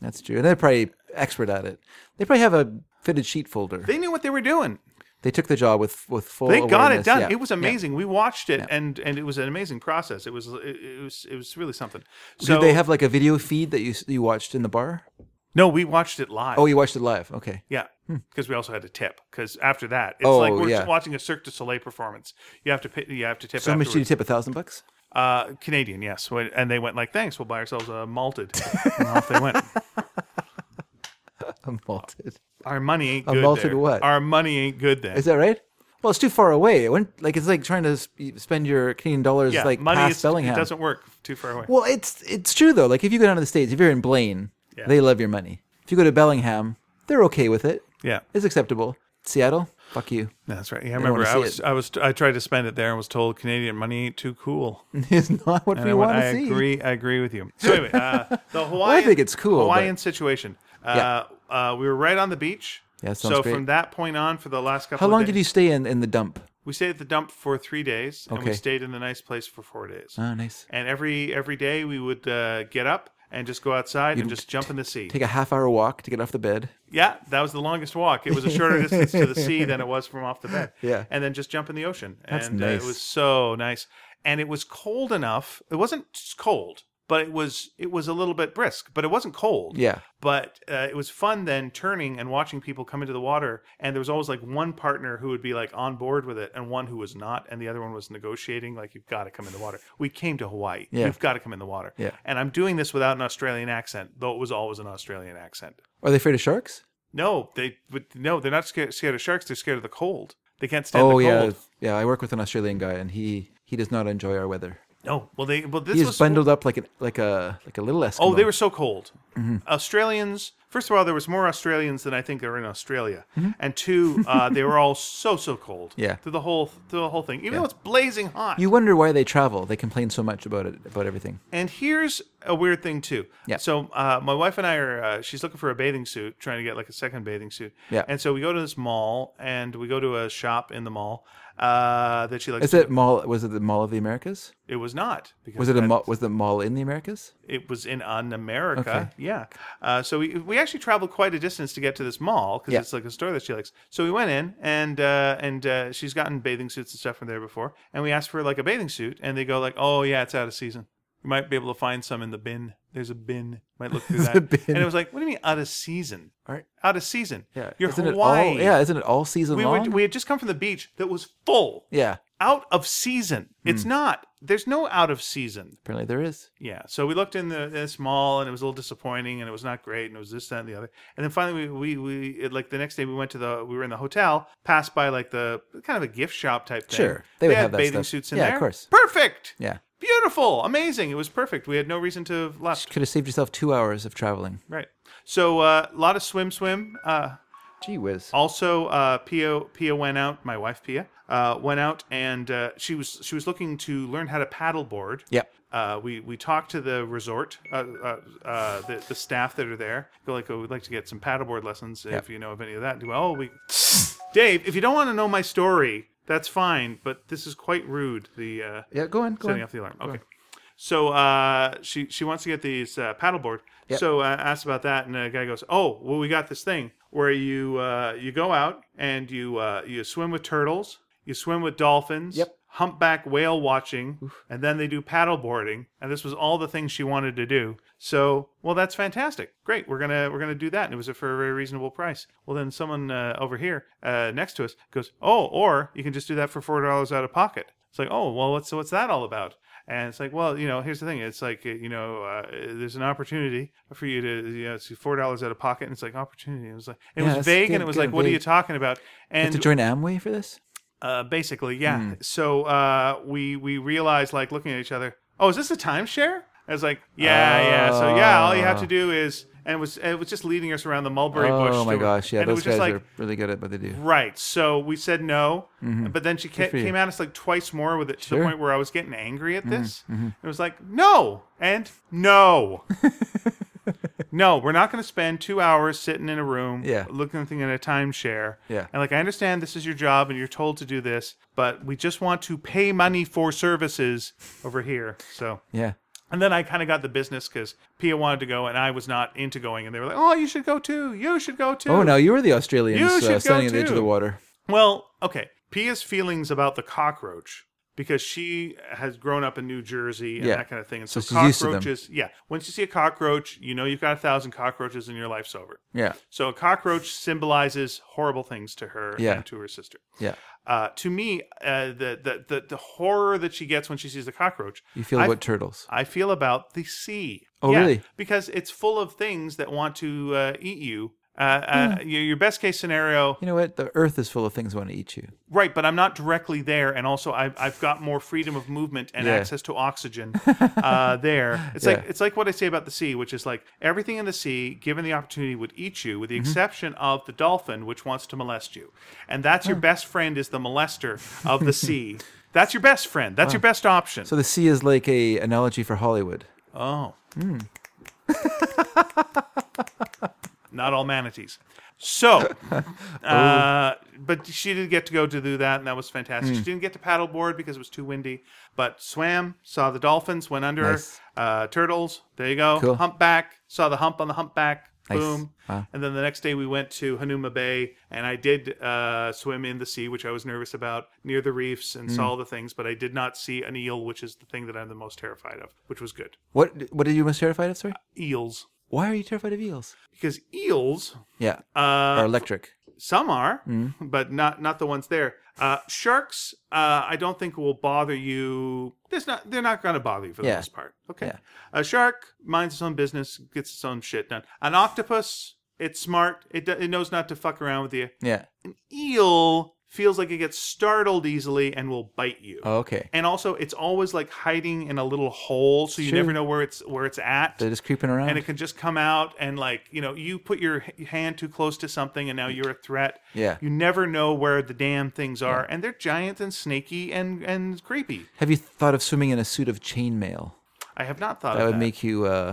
[SPEAKER 1] That's true. And they're probably expert at it. They probably have a fitted sheet folder. They,
[SPEAKER 2] they knew what they were doing.
[SPEAKER 1] took the job with with full.
[SPEAKER 2] They got it
[SPEAKER 1] awareness.
[SPEAKER 2] done.
[SPEAKER 1] Yeah.
[SPEAKER 2] It was
[SPEAKER 1] Yeah.
[SPEAKER 2] amazing. We watched it, and and it was an amazing process. It was it, it was it was really something. So
[SPEAKER 1] Did they have like a video feed that you you watched in the bar?
[SPEAKER 2] no, we watched it live.
[SPEAKER 1] Oh, you watched it live. Okay.
[SPEAKER 2] Yeah, because we also had to tip. Because after that, it's
[SPEAKER 1] Oh,
[SPEAKER 2] like we're
[SPEAKER 1] yeah.
[SPEAKER 2] watching a Cirque du Soleil performance. You have to pay, you have to tip.
[SPEAKER 1] So how much did you tip?
[SPEAKER 2] afterwards.
[SPEAKER 1] A thousand bucks.
[SPEAKER 2] Uh, Canadian, yes. Wait, And they went like, "Thanks, we'll buy ourselves a malted." and off they went.
[SPEAKER 1] I'm malted.
[SPEAKER 2] Our money ain't good.
[SPEAKER 1] malted
[SPEAKER 2] there.
[SPEAKER 1] what?
[SPEAKER 2] Our money ain't good then.
[SPEAKER 1] Is that right? Well, it's too far away. It went, like it's like trying to sp- spend your Canadian dollars
[SPEAKER 2] yeah,
[SPEAKER 1] like
[SPEAKER 2] money
[SPEAKER 1] past
[SPEAKER 2] is,
[SPEAKER 1] Bellingham.
[SPEAKER 2] It doesn't work too far away.
[SPEAKER 1] Well, it's it's true though. Like if you go down to the states, if you're in Blaine, they love your money. If you go to Bellingham, they're okay with it.
[SPEAKER 2] yeah,
[SPEAKER 1] It's acceptable. Seattle, fuck you.
[SPEAKER 2] that's right. Yeah, I
[SPEAKER 1] don't
[SPEAKER 2] remember.
[SPEAKER 1] wanna
[SPEAKER 2] I
[SPEAKER 1] see
[SPEAKER 2] was,
[SPEAKER 1] it.
[SPEAKER 2] I was, I tried to spend it there and was told Canadian money ain't too cool. And
[SPEAKER 1] It's not what
[SPEAKER 2] I
[SPEAKER 1] we
[SPEAKER 2] went,
[SPEAKER 1] want
[SPEAKER 2] I
[SPEAKER 1] to see.
[SPEAKER 2] agree. I agree with you. So anyway, uh, the Hawaiian.
[SPEAKER 1] think it's cool,
[SPEAKER 2] Hawaiian situation. Uh, uh, we were right on the beach.
[SPEAKER 1] Yeah, that sounds
[SPEAKER 2] so
[SPEAKER 1] great.
[SPEAKER 2] from that point on, for the last couple.
[SPEAKER 1] How
[SPEAKER 2] of
[SPEAKER 1] long
[SPEAKER 2] days,
[SPEAKER 1] did you stay in, in the dump?
[SPEAKER 2] We stayed at the dump for three days, and we
[SPEAKER 1] Okay.
[SPEAKER 2] stayed in the nice place for four days.
[SPEAKER 1] Oh, nice.
[SPEAKER 2] And every every day we would uh, get up and just go outside and just jump in the sea.
[SPEAKER 1] Take a half hour walk to get off the bed.
[SPEAKER 2] yeah, that was the longest walk. It was a shorter distance to the sea than it was from off the bed.
[SPEAKER 1] Yeah.
[SPEAKER 2] and then just jump in the ocean.
[SPEAKER 1] That's
[SPEAKER 2] and uh,
[SPEAKER 1] nice.
[SPEAKER 2] it was so nice. And it was cold enough. It wasn't cold, but it was it was a little bit brisk, but it wasn't cold.
[SPEAKER 1] Yeah.
[SPEAKER 2] But uh, it was fun then turning and watching people come into the water. And there was always like one partner who would be like on board with it and one who was not. And the other one was negotiating, like, you've got to come in the water. We came to Hawaii.
[SPEAKER 1] Yeah.
[SPEAKER 2] You've got to come in the water.
[SPEAKER 1] Yeah.
[SPEAKER 2] And I'm doing this without an Australian accent, though it was always an Australian accent.
[SPEAKER 1] Are they afraid of sharks?
[SPEAKER 2] No, they would, no, they're not scared, scared of sharks. They're scared of the cold. They can't stand
[SPEAKER 1] Oh
[SPEAKER 2] the
[SPEAKER 1] yeah,
[SPEAKER 2] cold.
[SPEAKER 1] yeah. I work with an Australian guy, and he he does not enjoy our weather.
[SPEAKER 2] No, well they well this
[SPEAKER 1] He
[SPEAKER 2] was
[SPEAKER 1] was bundled up like an like a like a little Eskimo.
[SPEAKER 2] Oh, they were so cold.
[SPEAKER 1] Mm-hmm.
[SPEAKER 2] Australians. First of all, there was more Australians than I think there were in Australia, and two, uh, they were all so so cold.
[SPEAKER 1] Mm-hmm. Yeah.
[SPEAKER 2] through the whole through the whole thing, even though it's blazing hot.
[SPEAKER 1] You wonder why they travel. They complain so much about it about everything.
[SPEAKER 2] And here's a weird thing too.
[SPEAKER 1] Yeah.
[SPEAKER 2] So uh, my wife and I are. Uh, she's looking for a bathing suit, trying to get like a second bathing suit.
[SPEAKER 1] Yeah.
[SPEAKER 2] And so we go to this mall, and we go to a shop in the mall uh, that she likes.
[SPEAKER 1] Is it mall? Was it the Mall of the Americas?
[SPEAKER 2] It was not. Because
[SPEAKER 1] Was it a
[SPEAKER 2] that-
[SPEAKER 1] mall? Was the mall in the Americas?
[SPEAKER 2] it was in on America. Yeah. Uh, so we, we actually traveled quite a distance to get to this mall because
[SPEAKER 1] Yeah.
[SPEAKER 2] it's like a store that she likes. So we went in and uh, and uh, she's gotten bathing suits and stuff from there before. And we asked for like a bathing suit and they go like, oh yeah, it's out of season. You might be able to find some in the bin. There's a bin. Might look through
[SPEAKER 1] a
[SPEAKER 2] that.
[SPEAKER 1] bin.
[SPEAKER 2] And it was like, what do you mean out of season?
[SPEAKER 1] Aren't-
[SPEAKER 2] Out of season.
[SPEAKER 1] Yeah.
[SPEAKER 2] You're
[SPEAKER 1] isn't
[SPEAKER 2] Hawaii.
[SPEAKER 1] it all? Yeah, isn't it all season
[SPEAKER 2] We,
[SPEAKER 1] long?
[SPEAKER 2] were, we had just come from the beach that was full.
[SPEAKER 1] yeah.
[SPEAKER 2] Out of season. It's
[SPEAKER 1] Hmm.
[SPEAKER 2] not. There's no out of season.
[SPEAKER 1] Apparently there is.
[SPEAKER 2] Yeah. So we looked in the this mall and it was a little disappointing and it was not great and it was this, that, and the other. And then finally we we, we it, like the next day we went to the we were in the hotel, passed by like the kind of a gift shop type thing.
[SPEAKER 1] Sure. They would
[SPEAKER 2] had
[SPEAKER 1] have that
[SPEAKER 2] bathing
[SPEAKER 1] stuff.
[SPEAKER 2] suits in
[SPEAKER 1] Yeah,
[SPEAKER 2] there.
[SPEAKER 1] of course.
[SPEAKER 2] Perfect.
[SPEAKER 1] Yeah.
[SPEAKER 2] Beautiful. Amazing. It was perfect. We had no reason to have left.
[SPEAKER 1] Could have saved yourself two hours of traveling.
[SPEAKER 2] Right. So uh, a lot of swim swim. Uh
[SPEAKER 1] Gee whiz.
[SPEAKER 2] also, uh, Pia Pia went out. My wife Pia uh, went out, and uh, she was she was looking to learn how to paddleboard.
[SPEAKER 1] Yep.
[SPEAKER 2] Uh, we we talked to the resort, uh, uh, uh, the, the staff that are there. Go like, oh, we'd like to get some paddleboard lessons if you know of any of that. Do oh we, Dave, if you don't want to know my story, that's fine. But this is quite rude. The uh,
[SPEAKER 1] Yeah. Go on. Go
[SPEAKER 2] setting
[SPEAKER 1] on.
[SPEAKER 2] off the alarm. Okay. So uh, she she wants to get these uh, paddleboard. So I asked about that, and the guy goes, "Oh, well, we got this thing where you uh, you go out and you uh, you swim with turtles, you swim with dolphins,
[SPEAKER 1] Yep.
[SPEAKER 2] humpback whale watching, and then they do paddleboarding. And this was all the things she wanted to do. So, well, that's fantastic. Great, we're gonna we're gonna do that, and it was for a very reasonable price. Well, then someone uh, over here uh, next to us goes, "Oh, or you can just do that for four dollars out of pocket." It's like, oh, well, what's what's that all about? And it's like, well, you know, here's the thing. It's like, uh, you know, uh, there's an opportunity for you to, you know, it's four dollars out of pocket, and it's like opportunity. It was like, it
[SPEAKER 1] Yeah,
[SPEAKER 2] was
[SPEAKER 1] it's
[SPEAKER 2] vague, and
[SPEAKER 1] good-
[SPEAKER 2] it was
[SPEAKER 1] good
[SPEAKER 2] like, what are
[SPEAKER 1] vague.
[SPEAKER 2] you talking about? And
[SPEAKER 1] to join Amway for this?
[SPEAKER 2] uh, basically, yeah.
[SPEAKER 1] Hmm.
[SPEAKER 2] So uh, we we realized, like, looking at each other. Oh, is this a timeshare? I was like, yeah, yeah. So yeah, all you have to do is, and it was it was just leading us around the mulberry bush.
[SPEAKER 1] Oh my
[SPEAKER 2] to-
[SPEAKER 1] gosh. Yeah.
[SPEAKER 2] and it
[SPEAKER 1] Those
[SPEAKER 2] was just
[SPEAKER 1] guys
[SPEAKER 2] like,
[SPEAKER 1] are really good at what they do.
[SPEAKER 2] Right. So we said no, but then she ca-
[SPEAKER 1] Mm-hmm. for you.
[SPEAKER 2] came at us like twice more with it to the
[SPEAKER 1] Sure. Mm-hmm,
[SPEAKER 2] point where I was getting angry at this. It was like, no, and no. no, we're not going to spend two hours sitting in a room
[SPEAKER 1] Yeah.
[SPEAKER 2] looking at a thing in a timeshare.
[SPEAKER 1] Yeah.
[SPEAKER 2] And like, I understand this is your job and you're told to do this, but we just want to pay money for services over here. So.
[SPEAKER 1] Yeah.
[SPEAKER 2] And then I kind of got the business because Pia wanted to go and I was not into going. And they were like, oh, you should go too. You should go too.
[SPEAKER 1] Oh, now you were the Australians
[SPEAKER 2] You should go
[SPEAKER 1] uh, standing at the edge
[SPEAKER 2] too.
[SPEAKER 1] of the water.
[SPEAKER 2] Well, okay. Pia's feelings about the cockroach because she has grown up in New Jersey and
[SPEAKER 1] Yeah.
[SPEAKER 2] that kind of thing. And so,
[SPEAKER 1] So she's used to them.
[SPEAKER 2] cockroaches, yeah. Once you see a cockroach, you know you've got a thousand cockroaches and your life's over.
[SPEAKER 1] Yeah.
[SPEAKER 2] So a cockroach symbolizes horrible things to her
[SPEAKER 1] Yeah.
[SPEAKER 2] and to her sister.
[SPEAKER 1] Yeah.
[SPEAKER 2] Uh, to me, uh, the, the the the horror that she gets when she sees the cockroach,
[SPEAKER 1] You feel
[SPEAKER 2] I-
[SPEAKER 1] about turtles.
[SPEAKER 2] I feel about the sea.
[SPEAKER 1] Mm. Oh, really?
[SPEAKER 2] Because it's full of things that want to uh, eat you. Uh, uh,
[SPEAKER 1] Hmm.
[SPEAKER 2] your your best case scenario
[SPEAKER 1] You know what? The earth is full of things that want to eat you.
[SPEAKER 2] Right, but I'm not directly there, and also I've, I've got more freedom of movement and
[SPEAKER 1] Yeah.
[SPEAKER 2] access to oxygen uh, there. It's like
[SPEAKER 1] Yeah.
[SPEAKER 2] it's like what I say about the sea, which is like everything in the sea, given the opportunity, would eat you, with
[SPEAKER 1] Mm-hmm.
[SPEAKER 2] the exception of the dolphin, which wants to molest you, and that's your best friend is the molester of the sea. That's your best friend. That's your best option.
[SPEAKER 1] So the sea is like a analogy for Hollywood.
[SPEAKER 2] Oh.
[SPEAKER 1] Hmm.
[SPEAKER 2] Not all manatees. So, uh, but she did get to go to do that, and that was fantastic.
[SPEAKER 1] Hmm.
[SPEAKER 2] She didn't get to paddleboard because it was too windy, but swam, saw the dolphins, went under,
[SPEAKER 1] Nice.
[SPEAKER 2] uh, turtles, there you go,
[SPEAKER 1] Cool.
[SPEAKER 2] humpback, saw the hump on the humpback, boom.
[SPEAKER 1] Wow.
[SPEAKER 2] And then the next day we went to Hanuma Bay, and I did uh, swim in the sea, which I was nervous about, near the reefs, and
[SPEAKER 1] Hmm.
[SPEAKER 2] saw all the things, but I did not see an eel, which is the thing that I'm the most terrified of, which was good
[SPEAKER 1] What What are you most terrified of? Sorry.
[SPEAKER 2] eels
[SPEAKER 1] Why are you terrified of eels?
[SPEAKER 2] because eels
[SPEAKER 1] Yeah.
[SPEAKER 2] uh
[SPEAKER 1] Are electric.
[SPEAKER 2] some are
[SPEAKER 1] Mm-hmm.
[SPEAKER 2] but not not the ones there uh sharks uh i don't think will bother you there's not they're not gonna bother you for the
[SPEAKER 1] Yeah.
[SPEAKER 2] most part okay
[SPEAKER 1] Yeah.
[SPEAKER 2] a shark minds its own business gets its own shit done an octopus it's smart it, do- it knows not to fuck around with you
[SPEAKER 1] Yeah.
[SPEAKER 2] an eel feels like it gets startled easily and will bite you.
[SPEAKER 1] Oh, okay.
[SPEAKER 2] And also, it's always like hiding in a little hole, so you
[SPEAKER 1] Sure.
[SPEAKER 2] never know where it's where it's at.
[SPEAKER 1] They're just creeping around.
[SPEAKER 2] and it can just come out and like you know you put your h- hand too close to something and now you're a threat
[SPEAKER 1] Mm. Yeah.
[SPEAKER 2] you never know where the damn things are and they're giant and snaky and and creepy
[SPEAKER 1] Have you thought of swimming in a suit of chainmail?
[SPEAKER 2] i have not thought
[SPEAKER 1] That
[SPEAKER 2] of
[SPEAKER 1] would
[SPEAKER 2] that
[SPEAKER 1] make you uh,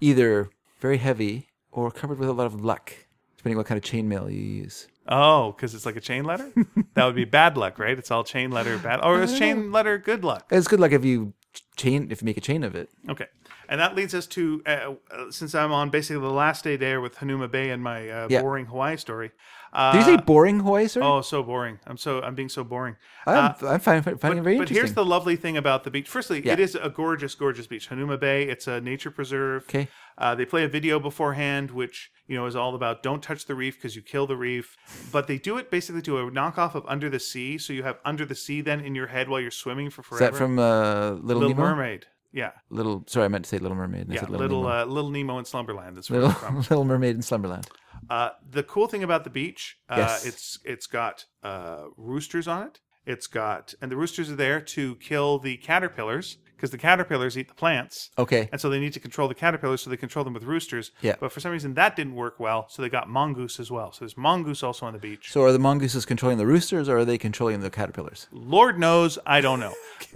[SPEAKER 1] either very heavy or covered with a lot of luck, depending what kind of chainmail you use.
[SPEAKER 2] oh because it's like a chain letter that would be bad luck right it's all chain letter bad or is chain letter good luck
[SPEAKER 1] It's good luck if you ch- chain if you make a chain of it.
[SPEAKER 2] okay and that leads us to uh, uh, since i'm on basically the last day there with hanuma bay and my uh,
[SPEAKER 1] Yeah.
[SPEAKER 2] boring hawaii story
[SPEAKER 1] Did
[SPEAKER 2] uh,
[SPEAKER 1] you say boring Hawaii, sir?
[SPEAKER 2] oh so boring i'm so i'm being so boring
[SPEAKER 1] I'm, I'm finding, finding it very
[SPEAKER 2] But
[SPEAKER 1] interesting.
[SPEAKER 2] here's the lovely thing about the beach. Firstly,
[SPEAKER 1] Yeah.
[SPEAKER 2] it is a gorgeous, gorgeous beach, Hanuma Bay. It's a nature preserve.
[SPEAKER 1] Okay.
[SPEAKER 2] Uh, they play a video beforehand, which you know is all about don't touch the reef because you kill the reef. But they do it basically to a knockoff of Under the Sea, so you have Under the Sea then in your head while you're swimming for
[SPEAKER 1] Is
[SPEAKER 2] forever.
[SPEAKER 1] that from uh, Little,
[SPEAKER 2] Little
[SPEAKER 1] Nemo?
[SPEAKER 2] Mermaid? Yeah,
[SPEAKER 1] Little, sorry, I meant to say Little Mermaid. and I
[SPEAKER 2] yeah.
[SPEAKER 1] said
[SPEAKER 2] Little
[SPEAKER 1] Little,
[SPEAKER 2] Little,
[SPEAKER 1] Nemo.
[SPEAKER 2] uh, Little Nemo in Slumberland. That's where
[SPEAKER 1] Little,
[SPEAKER 2] it's from.
[SPEAKER 1] Little Mermaid in Slumberland.
[SPEAKER 2] Uh, the cool thing about the beach, uh,
[SPEAKER 1] Yes.
[SPEAKER 2] it's it's got uh, roosters on it. It's got and the roosters are there to kill the caterpillars because the caterpillars eat the plants.
[SPEAKER 1] Okay.
[SPEAKER 2] And so they need to control the caterpillars, so they control them with roosters.
[SPEAKER 1] Yeah.
[SPEAKER 2] But for some reason, that didn't work well, so they got mongoose as well. So there's mongoose also on the beach.
[SPEAKER 1] So are the mongooses controlling the roosters, or are they controlling the caterpillars?
[SPEAKER 2] Lord knows, I don't know.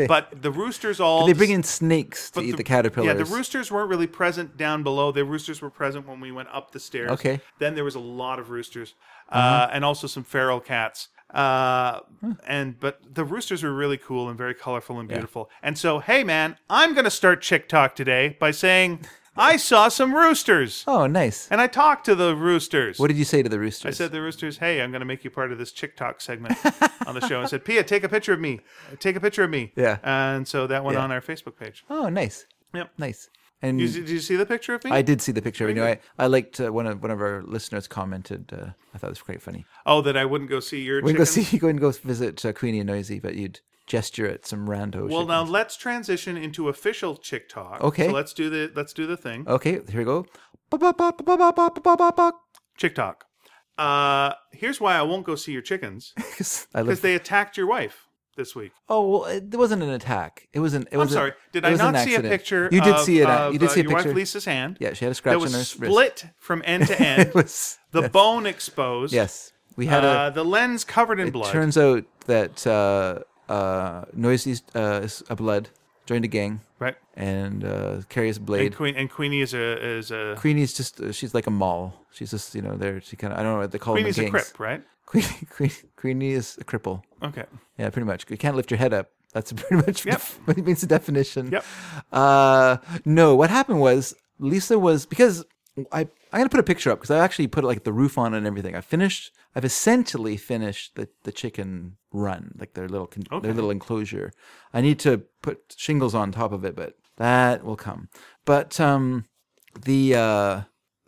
[SPEAKER 2] But the roosters all
[SPEAKER 1] They bring in snakes to eat the, caterpillars.
[SPEAKER 2] Yeah, the roosters weren't really present down below. The roosters were present when we went up the stairs.
[SPEAKER 1] Okay. Uh-huh.
[SPEAKER 2] Then there was a lot of roosters, uh, and also some feral cats. Uh, and but the roosters were really cool and very colorful and beautiful. And so, hey man, I'm gonna start Chick Talk today by saying I saw some roosters
[SPEAKER 1] Oh, nice.
[SPEAKER 2] and I talked to the roosters.
[SPEAKER 1] What did you say to the roosters?
[SPEAKER 2] I said to the roosters, "Hey, I'm going to make you part of this chick talk segment on the show." And said, "Pia, take a picture of me. Take a picture of me."
[SPEAKER 1] Yeah.
[SPEAKER 2] And so that went
[SPEAKER 1] Yeah.
[SPEAKER 2] on our Facebook page.
[SPEAKER 1] Oh, nice.
[SPEAKER 2] Yep.
[SPEAKER 1] Nice. And
[SPEAKER 2] Did you, did you see the picture of me?
[SPEAKER 1] Hmm. I did see the picture. You know, I, I liked uh, one of one of our listeners commented. Uh, I thought it was quite funny.
[SPEAKER 2] oh, that I wouldn't go see your.
[SPEAKER 1] We
[SPEAKER 2] Chicken?
[SPEAKER 1] can go see you go and go visit uh, Queenie and Noisy, but you'd gesture at some rando.
[SPEAKER 2] Well,
[SPEAKER 1] chicken.
[SPEAKER 2] now let's transition into official chick talk.
[SPEAKER 1] Okay. Oh.
[SPEAKER 2] So let's do the let's do the thing.
[SPEAKER 1] okay, here we go. Because
[SPEAKER 2] Chick talk. Uh, here's why I won't go see your chickens
[SPEAKER 1] I
[SPEAKER 2] because
[SPEAKER 1] live.
[SPEAKER 2] they attacked your wife this week.
[SPEAKER 1] Oh well, it wasn't an attack. It wasn't. It
[SPEAKER 2] I'm
[SPEAKER 1] was a-
[SPEAKER 2] sorry. Did
[SPEAKER 1] it
[SPEAKER 2] I
[SPEAKER 1] was an
[SPEAKER 2] not see a
[SPEAKER 1] accident.
[SPEAKER 2] picture?
[SPEAKER 1] You did
[SPEAKER 2] of-
[SPEAKER 1] see it. uh,
[SPEAKER 2] of,
[SPEAKER 1] you did
[SPEAKER 2] uh,
[SPEAKER 1] see a
[SPEAKER 2] your
[SPEAKER 1] picture.
[SPEAKER 2] wife Lisa's hand.
[SPEAKER 1] yeah, she had a scratch
[SPEAKER 2] That
[SPEAKER 1] on her
[SPEAKER 2] was
[SPEAKER 1] wrist.
[SPEAKER 2] split from end to end.
[SPEAKER 1] It was.
[SPEAKER 2] the bone exposed.
[SPEAKER 1] Yes, we had a.
[SPEAKER 2] Uh, the lens covered in blood.
[SPEAKER 1] Turns out that uh, uh, Noisy's uh, is a blood joined a gang
[SPEAKER 2] right.
[SPEAKER 1] and uh, carries a
[SPEAKER 2] And
[SPEAKER 1] blade.
[SPEAKER 2] Queen and Queenie is a is a
[SPEAKER 1] Queenie's just uh, she's like a mall. She's just you know there she kind of I don't know what they call
[SPEAKER 2] Queenie's
[SPEAKER 1] them
[SPEAKER 2] a
[SPEAKER 1] in gangs.
[SPEAKER 2] crip, right?
[SPEAKER 1] Queenie, Queenie, Queenie is a cripple.
[SPEAKER 2] Okay.
[SPEAKER 1] Yeah, pretty much. You can't lift your head up. That's pretty much
[SPEAKER 2] Yep.
[SPEAKER 1] what it means the definition.
[SPEAKER 2] Yep.
[SPEAKER 1] Uh, no, what happened was Lisa was because I I'm gonna put a picture up because I actually put like the roof on and everything. I finished. I've essentially finished the the chicken run, like their little con-
[SPEAKER 2] Okay.
[SPEAKER 1] their little enclosure. I need to put shingles on top of it, but that will come. But um, the uh,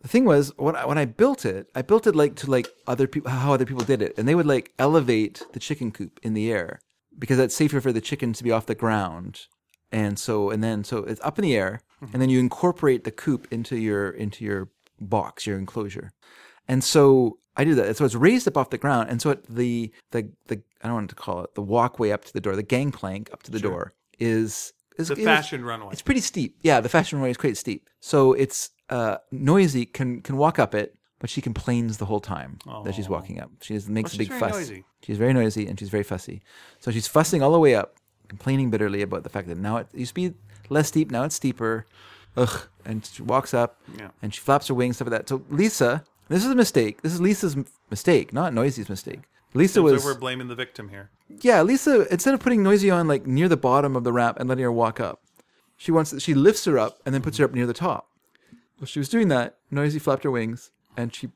[SPEAKER 1] the thing was when I, when I built it, I built it like to like other people how other people did it, and they would like elevate the chicken coop in the air because that's safer for the chicken to be off the ground, and so and then so it's up in the air, and then you incorporate the coop into your into your box, your enclosure, and so I do that. And so it's raised up off the ground, and so it, the the the I don't want to call it the walkway up to the door, the gangplank up to the door is is
[SPEAKER 2] The
[SPEAKER 1] is-
[SPEAKER 2] fashion runway.
[SPEAKER 1] it's pretty steep. Yeah, the fashion runway is quite steep. So it's uh, noisy. Can can walk up it, but she complains the whole time that she's walking up. She just makes a big
[SPEAKER 2] very
[SPEAKER 1] fuss.
[SPEAKER 2] noisy.
[SPEAKER 1] She's very noisy and she's very fussy. So she's fussing all the way up, complaining bitterly about the fact that now it used to be less steep, now it's steeper. Ugh. And she walks up
[SPEAKER 2] Yeah.
[SPEAKER 1] and she flaps her wings, stuff like that. So Lisa, this is a mistake. This is Lisa's m- mistake, not Noisy's mistake. Lisa
[SPEAKER 2] So
[SPEAKER 1] was
[SPEAKER 2] we're blaming the victim here.
[SPEAKER 1] yeah, Lisa, instead of putting Noisy on like near the bottom of the ramp and letting her walk up, she wants she lifts her up and then puts her up near the top. Well, she was doing that. Noisy flapped her wings and she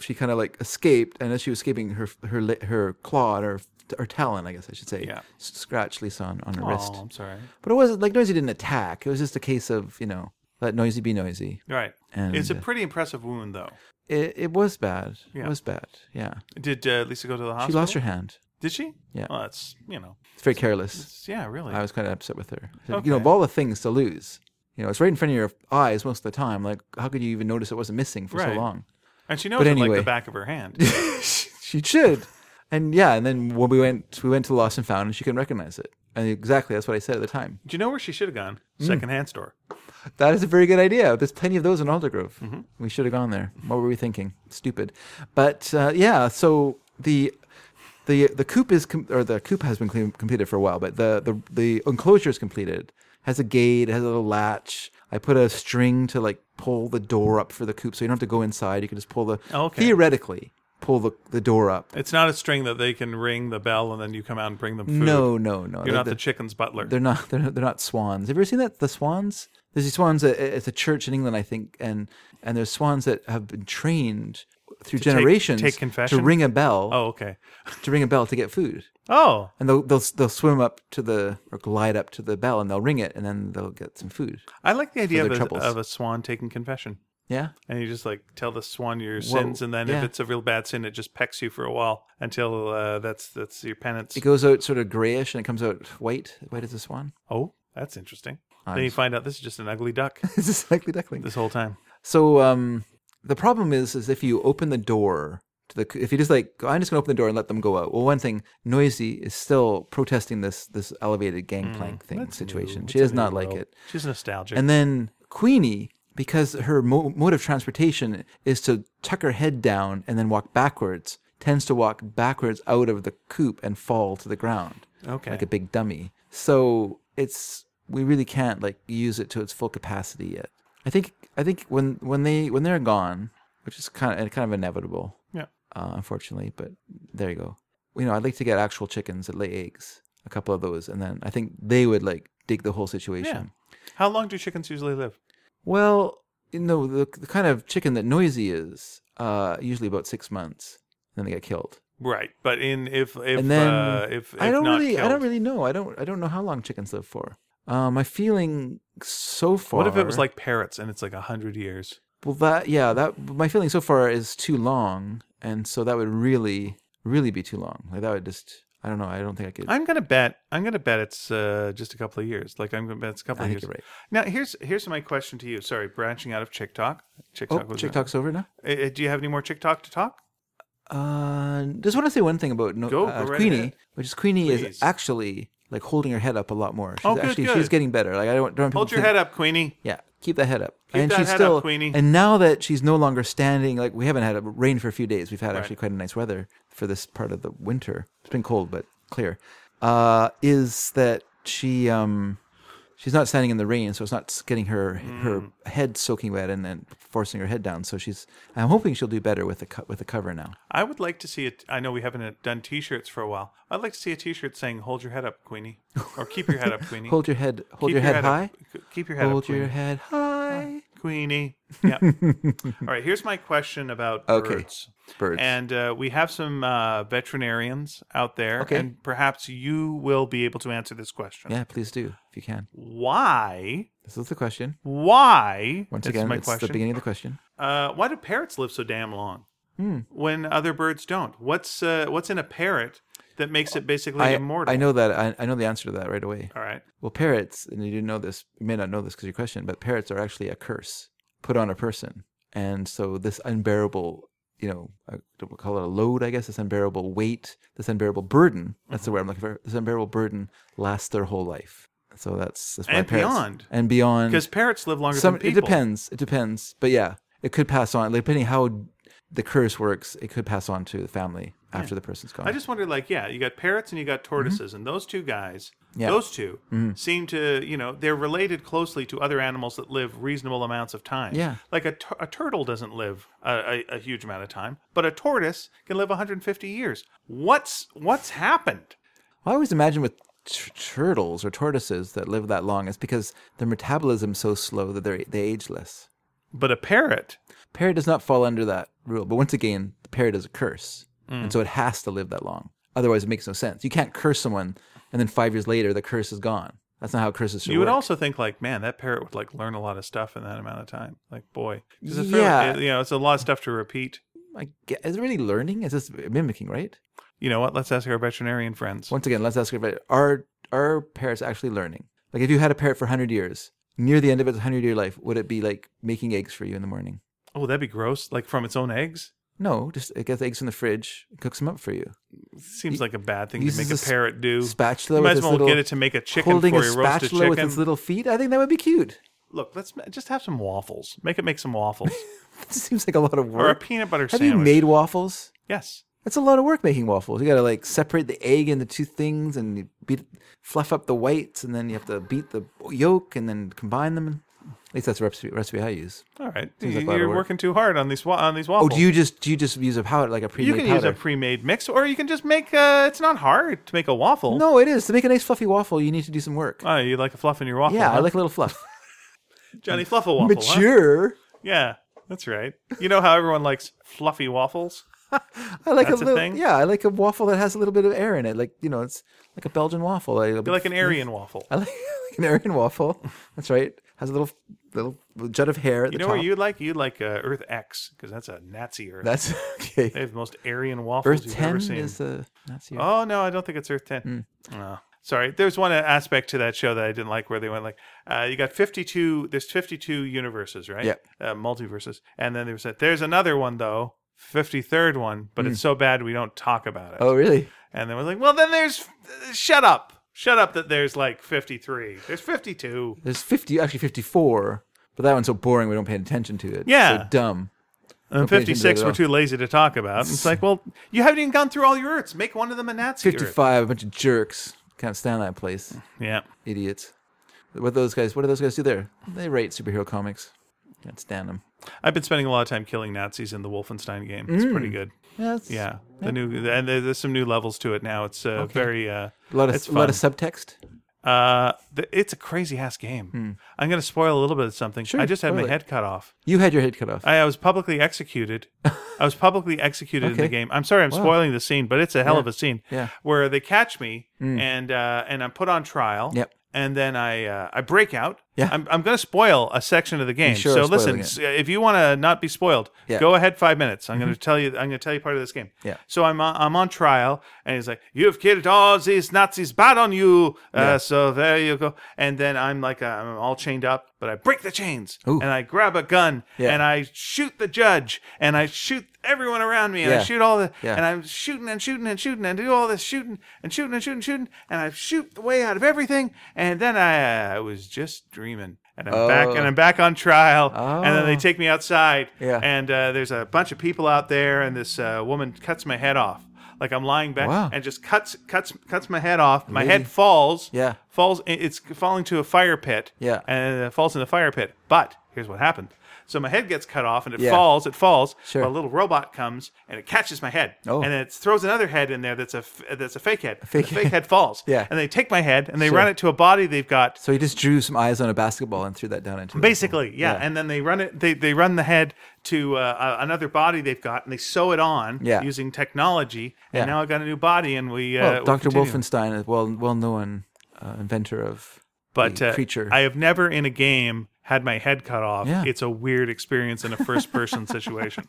[SPEAKER 1] she kind of like escaped. And as she was escaping, her her li- her claw or her talon, I guess I should say,
[SPEAKER 2] Yeah.
[SPEAKER 1] scratched Lisa on, on her
[SPEAKER 2] Oh,
[SPEAKER 1] wrist.
[SPEAKER 2] I'm sorry.
[SPEAKER 1] But it wasn't like Noisy didn't attack. It was just a case of you know let Noisy be noisy.
[SPEAKER 2] All Right.
[SPEAKER 1] And- uh,
[SPEAKER 2] it's a pretty impressive wound, though.
[SPEAKER 1] It it was bad.
[SPEAKER 2] Yeah.
[SPEAKER 1] It was bad. Yeah,
[SPEAKER 2] Did uh, Lisa go to the hospital?
[SPEAKER 1] she lost her hand.
[SPEAKER 2] Did she?
[SPEAKER 1] Yeah.
[SPEAKER 2] Well, that's you know.
[SPEAKER 1] It's very careless.
[SPEAKER 2] It's, yeah, really.
[SPEAKER 1] I was kind of upset with her. I said,
[SPEAKER 2] Okay.
[SPEAKER 1] You know, of all the things to lose, you know, it's right in front of your eyes most of the time. Like, how could you even notice it wasn't missing for
[SPEAKER 2] Right.
[SPEAKER 1] so long?
[SPEAKER 2] and she knows
[SPEAKER 1] but
[SPEAKER 2] it like
[SPEAKER 1] anyway.
[SPEAKER 2] the back of her hand.
[SPEAKER 1] she should. And yeah, and then when we went, we went to Lost and Found, and she couldn't recognize it. And exactly, that's what I said at the time.
[SPEAKER 2] Do you know where she should have gone?
[SPEAKER 1] Mm.
[SPEAKER 2] Secondhand store.
[SPEAKER 1] That is a very good idea. There's plenty of those in Aldergrove.
[SPEAKER 2] Mm-hmm.
[SPEAKER 1] We should have gone there. What were we thinking? Stupid. But uh, yeah, so the the the coop is com- or the coop has been clean- completed for a while, but the the the enclosure is completed. Has a gate. Has a little latch. I put a string to like pull the door up for the coop, so you don't have to go inside. You can just pull the
[SPEAKER 2] Oh, Okay.
[SPEAKER 1] theoretically pull the the door up.
[SPEAKER 2] It's not a string that they can ring the bell and then you come out and bring them food.
[SPEAKER 1] No, no, no.
[SPEAKER 2] You're not
[SPEAKER 1] The-
[SPEAKER 2] the chicken's butler.
[SPEAKER 1] they're not they're, they're not swans. Have you ever seen that the swans? There's these swans at, at a church in England, I think, and and there's swans that have been trained through
[SPEAKER 2] take-
[SPEAKER 1] generations
[SPEAKER 2] take confession?
[SPEAKER 1] to ring a bell
[SPEAKER 2] Oh, okay.
[SPEAKER 1] to ring a bell to get food,
[SPEAKER 2] Oh,
[SPEAKER 1] and they'll they'll they'll swim up to the or glide up to the bell and they'll ring it and then they'll get some food.
[SPEAKER 2] I like the idea
[SPEAKER 1] their
[SPEAKER 2] of a,
[SPEAKER 1] troubles.
[SPEAKER 2] of a swan taking confession.
[SPEAKER 1] Yeah,
[SPEAKER 2] And you just like tell the swan your sins, and then if
[SPEAKER 1] yeah.
[SPEAKER 2] it's a real bad sin, it just pecks you for a while until uh, that's that's your penance.
[SPEAKER 1] it goes out sort of grayish and it comes out white, white as a swan.
[SPEAKER 2] oh, that's interesting. Then
[SPEAKER 1] I'm
[SPEAKER 2] you find out this is just an ugly duck
[SPEAKER 1] it's just like the duckling.
[SPEAKER 2] this whole time.
[SPEAKER 1] So um, the problem is, is if you open the door to the, if you just like, I'm just gonna open the door and let them go out. Well, one thing, Noisy is still protesting this this elevated gangplank thing situation.
[SPEAKER 2] Ooh,
[SPEAKER 1] She
[SPEAKER 2] it's
[SPEAKER 1] does
[SPEAKER 2] a
[SPEAKER 1] not
[SPEAKER 2] Mm, new
[SPEAKER 1] like
[SPEAKER 2] world.
[SPEAKER 1] it.
[SPEAKER 2] She's nostalgic.
[SPEAKER 1] And then Queenie, because her mo- mode of transportation is to tuck her head down and then walk backwards, tends to walk backwards out of the coop and fall to the ground
[SPEAKER 2] okay.
[SPEAKER 1] like a big dummy. So it's we really can't like use it to its full capacity yet. I think I think when when they when they're gone, which is kind of kind of inevitable,
[SPEAKER 2] yeah.
[SPEAKER 1] uh, unfortunately. But there you go. You know, I'd like to get actual chickens that lay eggs, a couple of those, and then I think they would like dig the whole situation.
[SPEAKER 2] How long do chickens usually live?
[SPEAKER 1] Well, you know, the, the kind of chicken that Noisy is uh, usually about six months, and then they get killed.
[SPEAKER 2] Right, but in if if
[SPEAKER 1] and then
[SPEAKER 2] uh, if, if
[SPEAKER 1] I don't
[SPEAKER 2] not
[SPEAKER 1] really, I
[SPEAKER 2] killed.
[SPEAKER 1] don't really know. I don't, I don't know how long chickens live for. Uh, my feeling so far.
[SPEAKER 2] What if it was like parrots and it's like a hundred years?
[SPEAKER 1] Well, that yeah, that my feeling so far is too long, and so that would really, really be too long. Like that would just, I don't know. I don't think I could.
[SPEAKER 2] I'm gonna bet. I'm gonna bet it's uh, just a couple of years. Like I'm gonna bet it's a couple
[SPEAKER 1] I
[SPEAKER 2] of
[SPEAKER 1] think
[SPEAKER 2] years.
[SPEAKER 1] you're right.
[SPEAKER 2] Now here's here's my question to you. Sorry, branching out of chick talk. Chick
[SPEAKER 1] Oh,
[SPEAKER 2] talk. was-
[SPEAKER 1] chick talk's over now.
[SPEAKER 2] Uh, uh, do you have any more chick talk to talk?
[SPEAKER 1] Uh, just want to say one thing about no,
[SPEAKER 2] Go,
[SPEAKER 1] uh,
[SPEAKER 2] go right
[SPEAKER 1] Queenie,
[SPEAKER 2] ahead.
[SPEAKER 1] which is Queenie
[SPEAKER 2] Please.
[SPEAKER 1] is actually like holding her head up a lot more. She's
[SPEAKER 2] Oh, good,
[SPEAKER 1] actually
[SPEAKER 2] good.
[SPEAKER 1] she's getting better. Like I don't, don't want people
[SPEAKER 2] Hold
[SPEAKER 1] to
[SPEAKER 2] your
[SPEAKER 1] think-
[SPEAKER 2] head up, Queenie.
[SPEAKER 1] Yeah, keep that head up.
[SPEAKER 2] Keep
[SPEAKER 1] and
[SPEAKER 2] that
[SPEAKER 1] she's
[SPEAKER 2] head up,
[SPEAKER 1] still,
[SPEAKER 2] Queenie.
[SPEAKER 1] And now that she's no longer standing, like we haven't had rain for a few days, we've had actually quite a nice weather for this part of the winter. It's been cold but clear. Uh, is that she? Um, she's not standing in the rain, so it's not getting her
[SPEAKER 2] Mm.
[SPEAKER 1] her head soaking wet and then forcing her head down. So she's. I'm hoping she'll do better with the co- with the cover now.
[SPEAKER 2] I would like to see it. I know we haven't uh, done T-shirts for a while. I'd like to see a T-shirt saying "Hold your head up, Queenie," or "Keep your head up, Queenie."
[SPEAKER 1] Hold your head. Hold
[SPEAKER 2] Keep
[SPEAKER 1] your head, high.
[SPEAKER 2] Up. K- Keep your head
[SPEAKER 1] Hold
[SPEAKER 2] up, Ah.
[SPEAKER 1] your
[SPEAKER 2] Queenie.
[SPEAKER 1] head high.
[SPEAKER 2] Queenie. Yeah. All right. Here's my question about
[SPEAKER 1] Okay.
[SPEAKER 2] birds.
[SPEAKER 1] Birds.
[SPEAKER 2] And uh, we have some uh, veterinarians out there,
[SPEAKER 1] Okay.
[SPEAKER 2] and perhaps you will be able to answer this question.
[SPEAKER 1] Yeah, please do if you can.
[SPEAKER 2] Why?
[SPEAKER 1] This is the question.
[SPEAKER 2] Why?
[SPEAKER 1] Once
[SPEAKER 2] this is
[SPEAKER 1] again,
[SPEAKER 2] my
[SPEAKER 1] it's
[SPEAKER 2] question.
[SPEAKER 1] the beginning of the question.
[SPEAKER 2] Uh, why do parrots live so damn long
[SPEAKER 1] Hmm.
[SPEAKER 2] when other birds don't? What's uh, what's in a parrot that makes it basically
[SPEAKER 1] I,
[SPEAKER 2] immortal?
[SPEAKER 1] I know that. I, I know the answer to that right away.
[SPEAKER 2] All right.
[SPEAKER 1] Well, parrots, and you didn't know this, you may not know this because your question, but parrots are actually a curse put on a person. And so this unbearable, you know, I don't wanna call it a load, I guess, this unbearable weight, this unbearable burden, that's
[SPEAKER 2] Mm-hmm.
[SPEAKER 1] the word I'm looking for, this unbearable burden lasts their whole life. So that's, that's why
[SPEAKER 2] And
[SPEAKER 1] parrots.
[SPEAKER 2] beyond.
[SPEAKER 1] And beyond.
[SPEAKER 2] Because parrots live longer
[SPEAKER 1] Some,
[SPEAKER 2] than
[SPEAKER 1] it
[SPEAKER 2] people.
[SPEAKER 1] depends. It depends. But yeah, it could pass on. Like, depending how the curse works, it could pass on to the family after the person's gone.
[SPEAKER 2] I just wonder, like, yeah, you got parrots and you got tortoises, and those two guys,
[SPEAKER 1] Mm-hmm. Yeah. Mm-hmm.
[SPEAKER 2] those 2 seem to, you know, they're related closely to other animals that live reasonable amounts of time.
[SPEAKER 1] Yeah.
[SPEAKER 2] Like a, tur- a turtle doesn't live a, a, a huge amount of time, but a tortoise can live 150 years. What's what's happened?
[SPEAKER 1] I always imagine with t- turtles or tortoises that live that long, it's because their metabolism's so slow that they they age less.
[SPEAKER 2] But a parrot,
[SPEAKER 1] Parrot does not fall under that rule, but once again, the parrot is a curse,
[SPEAKER 2] Mm.
[SPEAKER 1] and so it has to live that long. Otherwise, it makes no sense. You can't curse someone and then five years later the curse is gone. That's not how curses should
[SPEAKER 2] you would
[SPEAKER 1] work.
[SPEAKER 2] also think, like, man, that parrot would like learn a lot of stuff in that amount of time. Like, boy, 'Cause it's
[SPEAKER 1] Yeah.
[SPEAKER 2] fairly- you know, it's a lot of stuff to repeat.
[SPEAKER 1] I ge- is it really learning? Is this mimicking? Right.
[SPEAKER 2] You know what? Let's ask our veterinarian friends.
[SPEAKER 1] Once again, let's ask about are are parrots actually learning? Like, if you had a parrot for hundred years, near the end of its hundred year life, would it be like making eggs for you in the morning?
[SPEAKER 2] Oh, that'd be gross. Like from its own eggs.
[SPEAKER 1] No, just it gets eggs in the fridge, it cooks them up for you.
[SPEAKER 2] Seems like a bad thing to
[SPEAKER 1] uses
[SPEAKER 2] make
[SPEAKER 1] a
[SPEAKER 2] a
[SPEAKER 1] s-
[SPEAKER 2] parrot do.
[SPEAKER 1] Spatula
[SPEAKER 2] you
[SPEAKER 1] with
[SPEAKER 2] might as
[SPEAKER 1] its
[SPEAKER 2] well
[SPEAKER 1] little
[SPEAKER 2] get it to make a chicken for
[SPEAKER 1] holding a
[SPEAKER 2] your roasted
[SPEAKER 1] spatula with
[SPEAKER 2] chicken.
[SPEAKER 1] its little feet. I think that would be cute.
[SPEAKER 2] Look, let's ma- just have some waffles. Make it make some waffles
[SPEAKER 1] That seems like a lot of
[SPEAKER 2] or a
[SPEAKER 1] work.
[SPEAKER 2] peanut butter
[SPEAKER 1] Have
[SPEAKER 2] sandwich.
[SPEAKER 1] you made waffles?
[SPEAKER 2] yes.
[SPEAKER 1] That's a lot of work making waffles. You got to like separate the egg into two things and you beat, fluff up the whites, and then you have to beat the yolk and then combine them. At least that's the recipe recipe I use.
[SPEAKER 2] All right.
[SPEAKER 1] Seems
[SPEAKER 2] You-
[SPEAKER 1] like a lot of
[SPEAKER 2] You're
[SPEAKER 1] work.
[SPEAKER 2] working too hard on these wa- on these
[SPEAKER 1] Oh,
[SPEAKER 2] waffles.
[SPEAKER 1] do you just do you just use a powder like a pre-made
[SPEAKER 2] You can use
[SPEAKER 1] powder?
[SPEAKER 2] a pre-made mix, or you can just make. Uh, it's not hard to make a waffle.
[SPEAKER 1] no, it is to make a nice fluffy waffle. You need to do some work.
[SPEAKER 2] Oh, you like a fluff in your waffle?
[SPEAKER 1] yeah, I
[SPEAKER 2] huh?
[SPEAKER 1] like a little fluff.
[SPEAKER 2] Johnny Fluffle waffle. huh?
[SPEAKER 1] Mature.
[SPEAKER 2] Yeah, that's right. You know how everyone likes fluffy waffles?
[SPEAKER 1] I like
[SPEAKER 2] That's
[SPEAKER 1] a
[SPEAKER 2] a
[SPEAKER 1] little.
[SPEAKER 2] thing?
[SPEAKER 1] Yeah, I like a waffle that has a little bit of air in it. Like you know, it's like a Belgian waffle. I,
[SPEAKER 2] You like an Aryan waffle.
[SPEAKER 1] I like, like an Aryan waffle. That's right. Has a little little jut of hair at
[SPEAKER 2] You
[SPEAKER 1] the
[SPEAKER 2] know
[SPEAKER 1] top.
[SPEAKER 2] what you like? You like uh, Earth X because that's a Nazi Earth.
[SPEAKER 1] That's
[SPEAKER 2] they
[SPEAKER 1] okay.
[SPEAKER 2] have the most Aryan waffles
[SPEAKER 1] Earth
[SPEAKER 2] you've
[SPEAKER 1] ten
[SPEAKER 2] ever seen.
[SPEAKER 1] is Hmm. a that's your
[SPEAKER 2] Oh no, I don't think it's Earth Ten. No. Sorry, there's one aspect to that show that I didn't like where they went like, uh, you got 52. There's 52 universes, right?
[SPEAKER 1] Yep.
[SPEAKER 2] Uh, multiverses, and then there was that. There's another one though, 53rd one, but it's so bad we don't talk about it.
[SPEAKER 1] Hmm. Oh really?
[SPEAKER 2] And then we're like, well, then there's shut up, shut up. That there's like 53. There's 52.
[SPEAKER 1] There's fifty actually fifty four, but that one's so boring we don't pay attention to it.
[SPEAKER 2] Yeah.
[SPEAKER 1] So dumb.
[SPEAKER 2] And
[SPEAKER 1] pay attention to it
[SPEAKER 2] 56
[SPEAKER 1] at
[SPEAKER 2] we're
[SPEAKER 1] all.
[SPEAKER 2] too lazy to talk about. And it's like, well, you haven't even gone through all your Earths. Make one of them a Nazi
[SPEAKER 1] Fifty
[SPEAKER 2] Earth.
[SPEAKER 1] five, a bunch of jerks. Can't stand that place.
[SPEAKER 2] Yeah.
[SPEAKER 1] Idiots. What those guys? What do those guys do there? They write superhero comics. Can't stand them.
[SPEAKER 2] I've been spending a lot of time killing Nazis in the Wolfenstein game. It's pretty good.
[SPEAKER 1] Mm. Yeah. it's
[SPEAKER 2] Yeah. The new and there- there's some new levels to it now. It's uh, very uh,
[SPEAKER 1] A lot of
[SPEAKER 2] It's
[SPEAKER 1] a lot of
[SPEAKER 2] fun.
[SPEAKER 1] subtext.
[SPEAKER 2] uh, th- it's a crazy ass game. I'm gonna spoil a little bit of something. I just had
[SPEAKER 1] Hmm. spoil
[SPEAKER 2] my
[SPEAKER 1] it.
[SPEAKER 2] head cut off.
[SPEAKER 1] You had your head cut off.
[SPEAKER 2] I, I was publicly executed. I was publicly executed in the
[SPEAKER 1] Okay.
[SPEAKER 2] game. I'm sorry, I'm spoiling the scene, but it's a hell of a scene.
[SPEAKER 1] Yeah. Mm.
[SPEAKER 2] Where they catch me and uh, and I'm put on trial.
[SPEAKER 1] Yep.
[SPEAKER 2] And then I uh, I break out.
[SPEAKER 1] Yeah.
[SPEAKER 2] I'm, I'm going to spoil a section of the game.
[SPEAKER 1] sure
[SPEAKER 2] so
[SPEAKER 1] are spoiling
[SPEAKER 2] listen, s- uh, if you want to not be spoiled,
[SPEAKER 1] Yeah. Mm-hmm.
[SPEAKER 2] go ahead five minutes. I'm going to tell you. I'm going to tell you part of this game.
[SPEAKER 1] Yeah.
[SPEAKER 2] So I'm on, I'm on trial, and he's like, "You have killed all these Nazis. Bad on you." Uh, so there you go. And then I'm like, uh, I'm all chained up, but I break the chains
[SPEAKER 1] Ooh.
[SPEAKER 2] and I grab a gun
[SPEAKER 1] Yeah.
[SPEAKER 2] and I shoot the judge and I shoot everyone around me and I
[SPEAKER 1] Yeah.
[SPEAKER 2] shoot all the
[SPEAKER 1] Yeah.
[SPEAKER 2] and I'm shooting and shooting and shooting and do all this shooting and shooting and shooting shooting and I shoot the way out of everything and then I, uh, I was just dreaming and I'm back
[SPEAKER 1] Oh.
[SPEAKER 2] and I'm back on trial and then they take me outside
[SPEAKER 1] Yeah.
[SPEAKER 2] and uh, there's a bunch of people out there and this uh, woman cuts my head off like I'm lying back
[SPEAKER 1] Wow.
[SPEAKER 2] and just cuts cuts cuts my head off my head falls
[SPEAKER 1] Yeah.
[SPEAKER 2] falls it's falling to a fire pit
[SPEAKER 1] Yeah.
[SPEAKER 2] and it falls in the fire pit but here's what happened so my head gets cut off and it
[SPEAKER 1] Yeah.
[SPEAKER 2] falls it falls
[SPEAKER 1] Sure.
[SPEAKER 2] but a little robot comes and it catches my head
[SPEAKER 1] Oh.
[SPEAKER 2] and then it throws another head in there that's a f- that's a fake head
[SPEAKER 1] fake
[SPEAKER 2] the fake head falls
[SPEAKER 1] Yeah.
[SPEAKER 2] and they take my head and they run it to a body they've got
[SPEAKER 1] So he just drew some eyes on a basketball and threw that down into. the
[SPEAKER 2] basically yeah.
[SPEAKER 1] Yeah.
[SPEAKER 2] and then they run it they, they run the head to uh, uh, another body they've got and they sew it on
[SPEAKER 1] Yeah.
[SPEAKER 2] using technology and
[SPEAKER 1] Yeah. Oh,
[SPEAKER 2] now i've got a new body and we uh,
[SPEAKER 1] Well,
[SPEAKER 2] we
[SPEAKER 1] Dr.
[SPEAKER 2] continue.
[SPEAKER 1] Wolfenstein, a well well known uh, inventor of
[SPEAKER 2] but
[SPEAKER 1] the
[SPEAKER 2] uh,
[SPEAKER 1] creature.
[SPEAKER 2] I have never in a game had my head cut off.
[SPEAKER 1] Yeah.
[SPEAKER 2] It's a weird experience in a first person situation.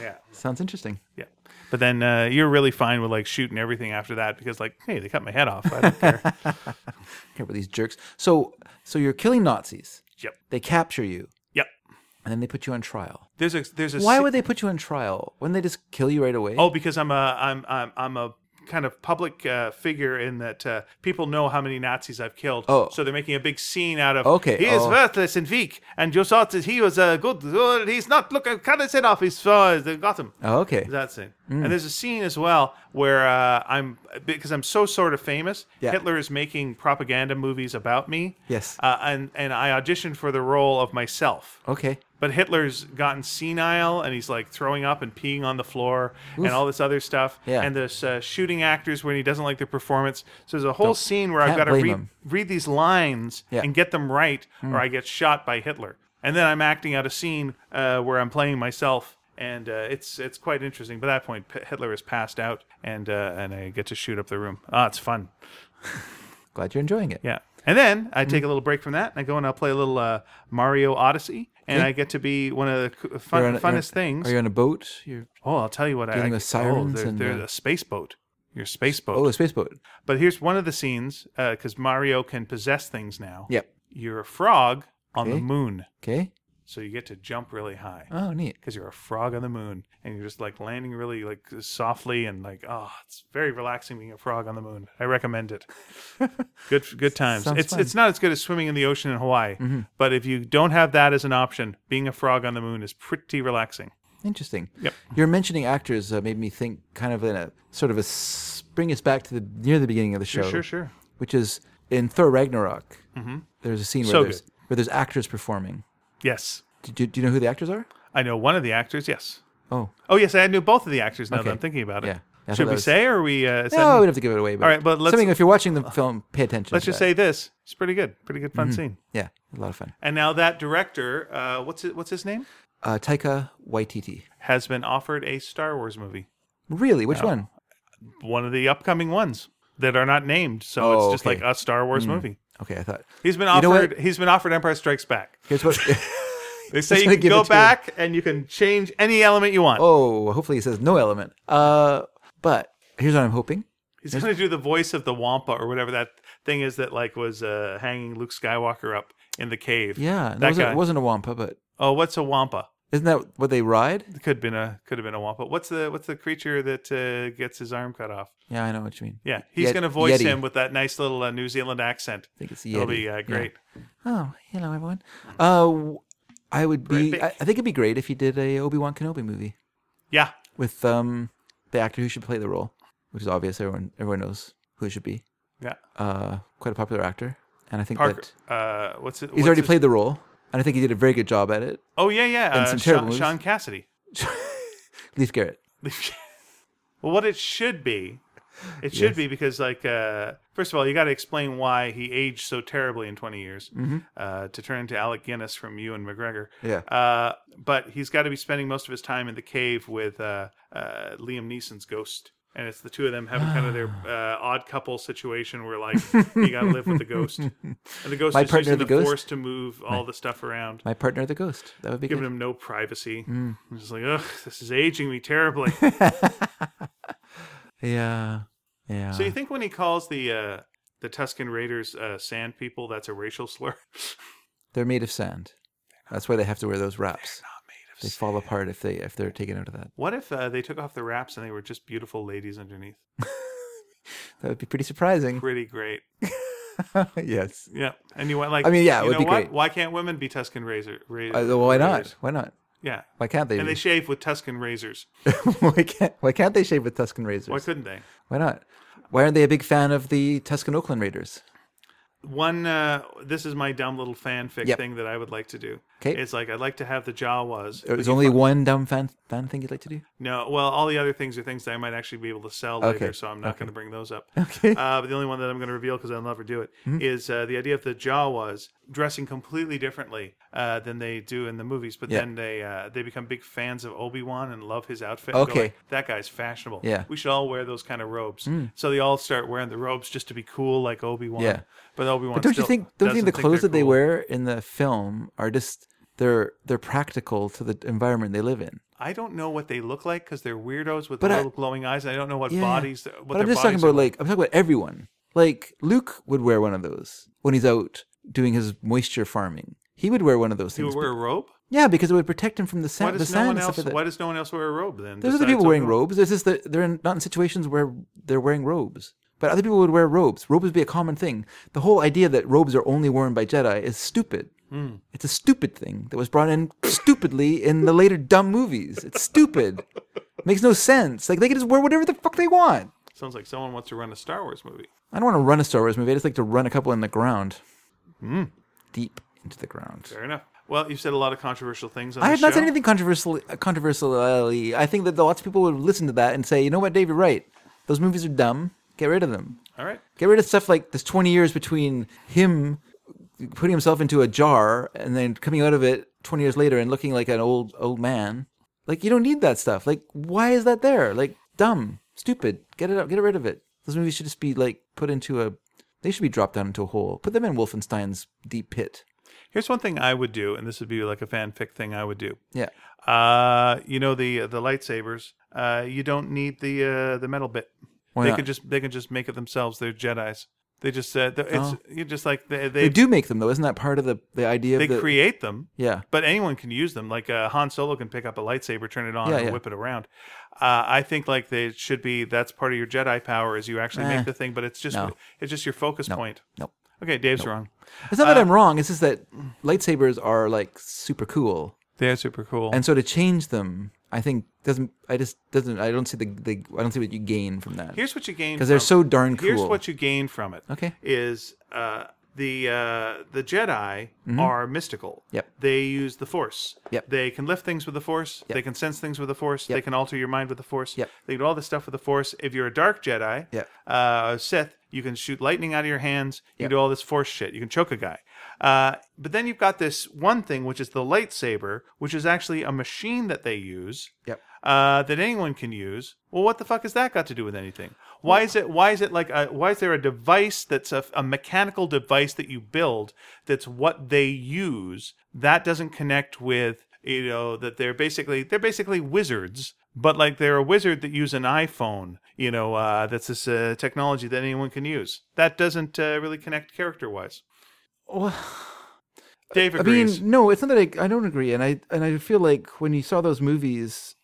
[SPEAKER 2] Yeah.
[SPEAKER 1] Sounds interesting.
[SPEAKER 2] Yeah. But then uh, you're really fine with like shooting everything after that because like, hey, they cut my head off. I don't care.
[SPEAKER 1] I care about these jerks. So so you're killing Nazis.
[SPEAKER 2] yep.
[SPEAKER 1] They capture you
[SPEAKER 2] Yep.
[SPEAKER 1] and then they put you on trial.
[SPEAKER 2] There's a there's a
[SPEAKER 1] Why
[SPEAKER 2] se-
[SPEAKER 1] would they put you on trial? Wouldn't they just kill you right away?
[SPEAKER 2] Oh, because I'm a I'm I'm I'm a kind of public uh, figure in that uh, people know how many Nazis I've killed.
[SPEAKER 1] Oh.
[SPEAKER 2] so they're making a big scene out of.
[SPEAKER 1] Okay,
[SPEAKER 2] he is
[SPEAKER 1] oh.
[SPEAKER 2] worthless and weak, and you thought that he was a good. good- he's not. Look, I cut his head off. He's uh, they got him.
[SPEAKER 1] Oh, okay.
[SPEAKER 2] That scene. And there's a scene as well where uh, I'm because I'm so sort of famous.
[SPEAKER 1] Yeah.
[SPEAKER 2] Hitler is making propaganda movies about me.
[SPEAKER 1] Yes.
[SPEAKER 2] Uh, and and I auditioned for the role of myself.
[SPEAKER 1] Okay.
[SPEAKER 2] But Hitler's gotten senile and he's like throwing up and peeing on the floor and all this other stuff.
[SPEAKER 1] Yeah.
[SPEAKER 2] And there's uh, shooting actors when he doesn't like their performance. So there's a whole scene where I've
[SPEAKER 1] can't
[SPEAKER 2] got to
[SPEAKER 1] blame
[SPEAKER 2] read,
[SPEAKER 1] him.
[SPEAKER 2] read these lines
[SPEAKER 1] Yeah. Hmm.
[SPEAKER 2] and get them right or I get shot by Hitler. And then I'm acting out a scene uh, where I'm playing myself. And uh, it's it's quite interesting. By that point, P- Hitler is passed out, and uh, and I get to shoot up the room. Ah, it's fun.
[SPEAKER 1] Glad you're enjoying it.
[SPEAKER 2] Yeah. And then
[SPEAKER 1] Mm-hmm.
[SPEAKER 2] I take a little break from that and I go and I'll play a little uh, Mario Odyssey and I get to be one of the c-
[SPEAKER 1] You're
[SPEAKER 2] fun,
[SPEAKER 1] on a- you're on-
[SPEAKER 2] funnest things.
[SPEAKER 1] Are you on a boat? You're
[SPEAKER 2] oh, I'll tell you what I
[SPEAKER 1] dealing
[SPEAKER 2] I
[SPEAKER 1] with
[SPEAKER 2] Oh,
[SPEAKER 1] sirens
[SPEAKER 2] there,
[SPEAKER 1] and,
[SPEAKER 2] there's
[SPEAKER 1] uh,
[SPEAKER 2] a space boat. Your space boat.
[SPEAKER 1] Oh, a space boat.
[SPEAKER 2] But here's one of the scenes uh, because Mario can possess things now.
[SPEAKER 1] Yep.
[SPEAKER 2] You're a frog on the
[SPEAKER 1] Okay.
[SPEAKER 2] moon.
[SPEAKER 1] Okay.
[SPEAKER 2] so you get to jump really high
[SPEAKER 1] Oh, neat.
[SPEAKER 2] because you're a frog on the moon and you're just like landing really like softly and like oh it's very relaxing being a frog on the moon i recommend it good good times
[SPEAKER 1] Sounds
[SPEAKER 2] it's
[SPEAKER 1] fun. Mm-hmm.
[SPEAKER 2] it's not as good as swimming in the ocean in hawaii but if you don't have that as an option being a frog on the moon is pretty relaxing
[SPEAKER 1] Interesting.
[SPEAKER 2] Yep.
[SPEAKER 1] Your mentioning actors uh, made me think kind of in a sort of a s- bring us back to the near the beginning of the show,
[SPEAKER 2] sure sure
[SPEAKER 1] which is in Thor Ragnarok. There's a scene where
[SPEAKER 2] So
[SPEAKER 1] there's where there's actors performing.
[SPEAKER 2] yes
[SPEAKER 1] Do, do, do you know who the actors are?
[SPEAKER 2] i know one of the actors yes
[SPEAKER 1] Oh,
[SPEAKER 2] oh yes i knew both of the actors now
[SPEAKER 1] Okay.
[SPEAKER 2] that i'm thinking about it
[SPEAKER 1] Yeah. I thought
[SPEAKER 2] should
[SPEAKER 1] that
[SPEAKER 2] we
[SPEAKER 1] was-
[SPEAKER 2] say or are we uh,
[SPEAKER 1] no, I
[SPEAKER 2] sending-
[SPEAKER 1] would have to give it away. But
[SPEAKER 2] All right, but let's-
[SPEAKER 1] something if you're watching the film, pay attention.
[SPEAKER 2] let's just say this it's pretty good pretty good
[SPEAKER 1] Mm-hmm.
[SPEAKER 2] fun scene
[SPEAKER 1] yeah, a lot of fun.
[SPEAKER 2] and now that director uh, what's it, what's his name
[SPEAKER 1] Uh, Taika Waititi.
[SPEAKER 2] has been offered a Star Wars movie,
[SPEAKER 1] Really? Which one?
[SPEAKER 2] one of the upcoming ones that are not named. So
[SPEAKER 1] Oh,
[SPEAKER 2] it's just
[SPEAKER 1] okay.
[SPEAKER 2] like a Star Wars movie.
[SPEAKER 1] Okay, I thought
[SPEAKER 2] He's been
[SPEAKER 1] You know
[SPEAKER 2] offered.
[SPEAKER 1] what?
[SPEAKER 2] He's been offered Empire Strikes Back.
[SPEAKER 1] here's what.
[SPEAKER 2] They say you
[SPEAKER 1] gonna
[SPEAKER 2] can
[SPEAKER 1] give it
[SPEAKER 2] go
[SPEAKER 1] to him.
[SPEAKER 2] back and you can change any element you want.
[SPEAKER 1] oh, hopefully it says no element. Uh, but here's what I'm hoping.
[SPEAKER 2] he's going to do the voice of the Wampa or whatever that thing is that like was uh, hanging Luke Skywalker up in the cave.
[SPEAKER 1] Yeah,
[SPEAKER 2] that
[SPEAKER 1] it wasn't,
[SPEAKER 2] guy.
[SPEAKER 1] it wasn't a wampa, but
[SPEAKER 2] oh, what's a Wampa?
[SPEAKER 1] isn't that what they ride?
[SPEAKER 2] It could have been a could have been a Wampa. What's the what's the creature that uh, gets his arm cut off?
[SPEAKER 1] Yeah, I know what you mean.
[SPEAKER 2] Yeah, he's
[SPEAKER 1] Yet-
[SPEAKER 2] going to voice
[SPEAKER 1] Yeti.
[SPEAKER 2] him with that nice little uh, New Zealand accent.
[SPEAKER 1] I think it's
[SPEAKER 2] It'll
[SPEAKER 1] Yeti.
[SPEAKER 2] be uh,
[SPEAKER 1] Yeah.
[SPEAKER 2] great. Mm.
[SPEAKER 1] Oh, hello everyone. Uh, w- I would be.
[SPEAKER 2] Terrific.
[SPEAKER 1] I, I think it'd be great if you did a Obi Wan Kenobi movie
[SPEAKER 2] Yeah,
[SPEAKER 1] with um the actor who should play the role, which is obvious. Everyone everyone knows who it should be.
[SPEAKER 2] yeah.
[SPEAKER 1] Uh, quite a popular actor, and I think
[SPEAKER 2] Parker.
[SPEAKER 1] that
[SPEAKER 2] Uh, what's it?
[SPEAKER 1] he's
[SPEAKER 2] what's
[SPEAKER 1] already
[SPEAKER 2] his-
[SPEAKER 1] played the role, and I think he did a very good job at it.
[SPEAKER 2] Oh yeah, yeah.
[SPEAKER 1] in
[SPEAKER 2] uh,
[SPEAKER 1] some
[SPEAKER 2] Sean,
[SPEAKER 1] terrible movies.
[SPEAKER 2] Sean Cassidy.
[SPEAKER 1] Leaf Garrett.
[SPEAKER 2] well, what it should be, it should be because like uh, first of all, you got to explain why he aged so terribly in twenty years uh, to turn into Alec Guinness from you and McGregor.
[SPEAKER 1] Mm-hmm. Yeah.
[SPEAKER 2] Uh, but he's got to be spending most of his time in the cave with uh, uh, Liam Neeson's ghost. And it's the two of them having kind of their uh, odd couple situation where, like, you got to live with the ghost. And the ghost
[SPEAKER 1] My
[SPEAKER 2] is
[SPEAKER 1] partner,
[SPEAKER 2] using
[SPEAKER 1] the
[SPEAKER 2] the,
[SPEAKER 1] ghost?
[SPEAKER 2] force to move all the stuff around.
[SPEAKER 1] My partner, the ghost. That would be good.
[SPEAKER 2] giving him no privacy.
[SPEAKER 1] Mm.
[SPEAKER 2] I'm just like, ugh, this is aging me terribly.
[SPEAKER 1] Yeah. Yeah.
[SPEAKER 2] so you think when he calls the uh, the Tuscan Raiders uh, sand people, that's a racial slur?
[SPEAKER 1] They're made of sand. That's why they have to wear those wraps.
[SPEAKER 2] Not made of
[SPEAKER 1] They
[SPEAKER 2] sand.
[SPEAKER 1] fall apart if they if they're taken out of that.
[SPEAKER 2] What if uh, they took off the wraps and they were just beautiful ladies underneath?
[SPEAKER 1] That would be pretty surprising.
[SPEAKER 2] Pretty great.
[SPEAKER 1] yes.
[SPEAKER 2] Yeah. And you went like,
[SPEAKER 1] I mean, yeah, it
[SPEAKER 2] you
[SPEAKER 1] would
[SPEAKER 2] know
[SPEAKER 1] be
[SPEAKER 2] what?
[SPEAKER 1] great.
[SPEAKER 2] Why can't women be Tuscan razor? Ra-
[SPEAKER 1] Uh, why
[SPEAKER 2] raiders?
[SPEAKER 1] not? Why not?
[SPEAKER 2] Yeah.
[SPEAKER 1] Why can't they?
[SPEAKER 2] And they
[SPEAKER 1] be?
[SPEAKER 2] shave with Tuscan razors.
[SPEAKER 1] why can't Why can't they shave with Tuscan razors?
[SPEAKER 2] Why couldn't they?
[SPEAKER 1] Why not? Why aren't they a big fan of the Tuscan Oakland Raiders?
[SPEAKER 2] one uh this is my dumb little fanfic
[SPEAKER 1] Yep.
[SPEAKER 2] thing that i would like to do
[SPEAKER 1] 'Kay.
[SPEAKER 2] it's like i'd like to have the jawas
[SPEAKER 1] There's only one dumb fan fan thing you'd like to do.
[SPEAKER 2] no well all the other things are things that i might actually be able to sell
[SPEAKER 1] Okay.
[SPEAKER 2] later so i'm not going to bring those up
[SPEAKER 1] Okay. Hmm?
[SPEAKER 2] uh, but the only one that i'm going to reveal because i'll never do it is uh, the idea of the jawas dressing completely differently uh, than they do in the movies but
[SPEAKER 1] Yeah.
[SPEAKER 2] then they uh, they become big fans of obi-wan and love his outfit and go
[SPEAKER 1] Okay.
[SPEAKER 2] like, that guy's fashionable
[SPEAKER 1] Yeah. Hmm.
[SPEAKER 2] we should all wear those kind of robes so they all start wearing the robes just to be cool like obi-wan
[SPEAKER 1] Yeah.
[SPEAKER 2] but obi-wan
[SPEAKER 1] Don't you
[SPEAKER 2] still
[SPEAKER 1] think? Don't you
[SPEAKER 2] doesn't
[SPEAKER 1] think the clothes
[SPEAKER 2] they're
[SPEAKER 1] that they
[SPEAKER 2] cool.
[SPEAKER 1] wear in the film are just they're they're practical to the environment they live in?
[SPEAKER 2] I don't know what they look like because they're weirdos with
[SPEAKER 1] But I-
[SPEAKER 2] little glowing eyes. And I don't know what
[SPEAKER 1] Yeah.
[SPEAKER 2] bodies. What
[SPEAKER 1] but
[SPEAKER 2] their
[SPEAKER 1] I'm just talking
[SPEAKER 2] bodies
[SPEAKER 1] about
[SPEAKER 2] are like.
[SPEAKER 1] like I'm talking about everyone. Like Luke would wear one of those when he's out doing his moisture farming. He would wear one of those
[SPEAKER 2] Do
[SPEAKER 1] things.
[SPEAKER 2] you wear a robe?
[SPEAKER 1] yeah, because it would protect him from the
[SPEAKER 2] Why
[SPEAKER 1] sand. The
[SPEAKER 2] does
[SPEAKER 1] sand
[SPEAKER 2] no one
[SPEAKER 1] and
[SPEAKER 2] else?
[SPEAKER 1] stuff like that.
[SPEAKER 2] Why does no one else wear a robe then?
[SPEAKER 1] There's other
[SPEAKER 2] besides
[SPEAKER 1] people wearing
[SPEAKER 2] Obi-Wan?
[SPEAKER 1] robes. It's just that they're in, not in situations where they're wearing robes. But other people would wear robes. Robes would be a common thing. The whole idea that robes are only worn by Jedi is stupid. It's a stupid thing that was brought in stupidly in the later dumb movies. It's stupid. Makes no sense. Like they can just wear whatever the fuck they want.
[SPEAKER 2] Sounds like someone wants to run a Star Wars movie.
[SPEAKER 1] I don't want to run a Star Wars movie. I just like to run a couple in the ground, deep into the ground.
[SPEAKER 2] Fair enough. Well, you said a lot of controversial things. On
[SPEAKER 1] I
[SPEAKER 2] this
[SPEAKER 1] have not
[SPEAKER 2] show.
[SPEAKER 1] said anything controversial. Controversially, I think that lots of people would listen to that and say, "You know what, Dave, you're right. Those movies are dumb. Get rid of them.
[SPEAKER 2] All right.
[SPEAKER 1] Get rid of stuff like this. Twenty years between him putting himself into a jar and then coming out of it twenty years later and looking like an old old man. Like you don't need that stuff. Like why is that there? Like dumb, stupid. Get it out. Get rid of it. Those movies should just be like put into a. They should be dropped down into a hole. Put them in Wolfenstein's deep pit.
[SPEAKER 2] Here's one thing I would do, and this would be like a fanfic thing I would do.
[SPEAKER 1] Yeah.
[SPEAKER 2] Uh, you know the the lightsabers. Uh, you don't need the uh, the metal bit.
[SPEAKER 1] Why
[SPEAKER 2] they
[SPEAKER 1] not?
[SPEAKER 2] could just they could just make it themselves. They're Jedi's. They just uh, the- it's
[SPEAKER 1] Oh.
[SPEAKER 2] you're just like they
[SPEAKER 1] They
[SPEAKER 2] they,
[SPEAKER 1] do make them though, isn't that part of the the idea
[SPEAKER 2] they
[SPEAKER 1] of the
[SPEAKER 2] create them,
[SPEAKER 1] yeah
[SPEAKER 2] but anyone can use them. Like uh, Han Solo can pick up a lightsaber, turn it on,
[SPEAKER 1] Yeah,
[SPEAKER 2] and
[SPEAKER 1] yeah.
[SPEAKER 2] whip it around. Uh, I think like they should be. That's part of your Jedi power is you actually
[SPEAKER 1] Eh,
[SPEAKER 2] make the thing, but it's just
[SPEAKER 1] no.
[SPEAKER 2] it's just your focus point.
[SPEAKER 1] Nope.
[SPEAKER 2] Okay, Dave's wrong.
[SPEAKER 1] It's not that I'm wrong. It's just that lightsabers are like super cool,
[SPEAKER 2] They're super cool.
[SPEAKER 1] and so to change them, I think doesn't. I just doesn't. I don't see the. the I don't see what you gain from that.
[SPEAKER 2] Here's what you gain
[SPEAKER 1] 'Cause they're
[SPEAKER 2] from-
[SPEAKER 1] so darn
[SPEAKER 2] Here's
[SPEAKER 1] cool.
[SPEAKER 2] what you gain from it.
[SPEAKER 1] Okay.
[SPEAKER 2] is uh, the uh, the Jedi are mystical.
[SPEAKER 1] Mm-hmm. Yep.
[SPEAKER 2] They use the Force.
[SPEAKER 1] Yep.
[SPEAKER 2] They can lift things with the Force. They can sense things with the Force. They can alter your mind with the Force.
[SPEAKER 1] Yep.
[SPEAKER 2] They can do all this stuff with the Force. If you're a Dark Jedi,
[SPEAKER 1] Yep.
[SPEAKER 2] uh, Sith, you can shoot lightning out of your hands. You
[SPEAKER 1] Yep.
[SPEAKER 2] can do all this Force shit. You can choke a guy. Uh, but then you've got this one thing, which is the lightsaber, which is actually a machine that they use
[SPEAKER 1] Yep.
[SPEAKER 2] uh, that anyone can use. Well, what the fuck has that got to do with anything? Why is it? Why is it like? A, why is there a device that's a, a mechanical device that you build that's what they use that doesn't connect with you know that they're basically they're basically wizards. But like they're a wizard that use an iPhone, you know, uh, that's this uh, technology that anyone can use. That doesn't uh, really connect character-wise.
[SPEAKER 1] Well,
[SPEAKER 2] Dave
[SPEAKER 1] I
[SPEAKER 2] agrees.
[SPEAKER 1] mean, no, it's not that I, I don't agree, and I and I feel like when you saw those movies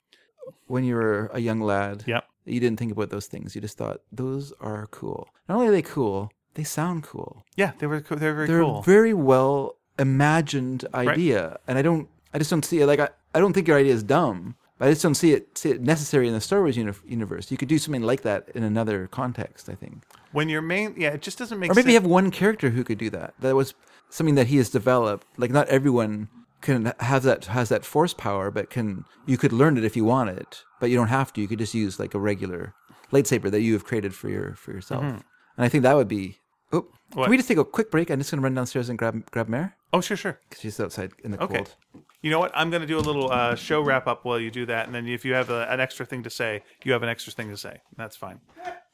[SPEAKER 1] when you were a young lad,
[SPEAKER 2] Yep.
[SPEAKER 1] you didn't think about those things. You just thought those are cool. Not only are they cool, they sound cool.
[SPEAKER 2] Yeah, they were co- they're very
[SPEAKER 1] They're
[SPEAKER 2] cool.
[SPEAKER 1] a very well imagined idea, and I don't, I just don't see it. Like I, I don't think your idea is dumb, but I just don't see it, see it necessary in the Star Wars uni- universe. You could do something like that in another context, I think,
[SPEAKER 2] when your main, yeah, it just doesn't make
[SPEAKER 1] or maybe
[SPEAKER 2] sense.
[SPEAKER 1] have one character who could do that. That was something that he has developed. Like not everyone can have that has that force power, but can you could learn it if you want it, but you don't have to. You could just use like a regular lightsaber that you have created for your for yourself, and I think that would be. Oh,
[SPEAKER 2] Mm-hmm. What?
[SPEAKER 1] can we just take a quick break? I'm just going to run downstairs and grab grab Mare.
[SPEAKER 2] oh, sure, sure.
[SPEAKER 1] Because she's outside in the
[SPEAKER 2] Okay.
[SPEAKER 1] cold.
[SPEAKER 2] You know what? I'm going to do a little uh, show wrap up while you do that, and then if you have a, an extra thing to say, you have an extra thing to say. That's fine.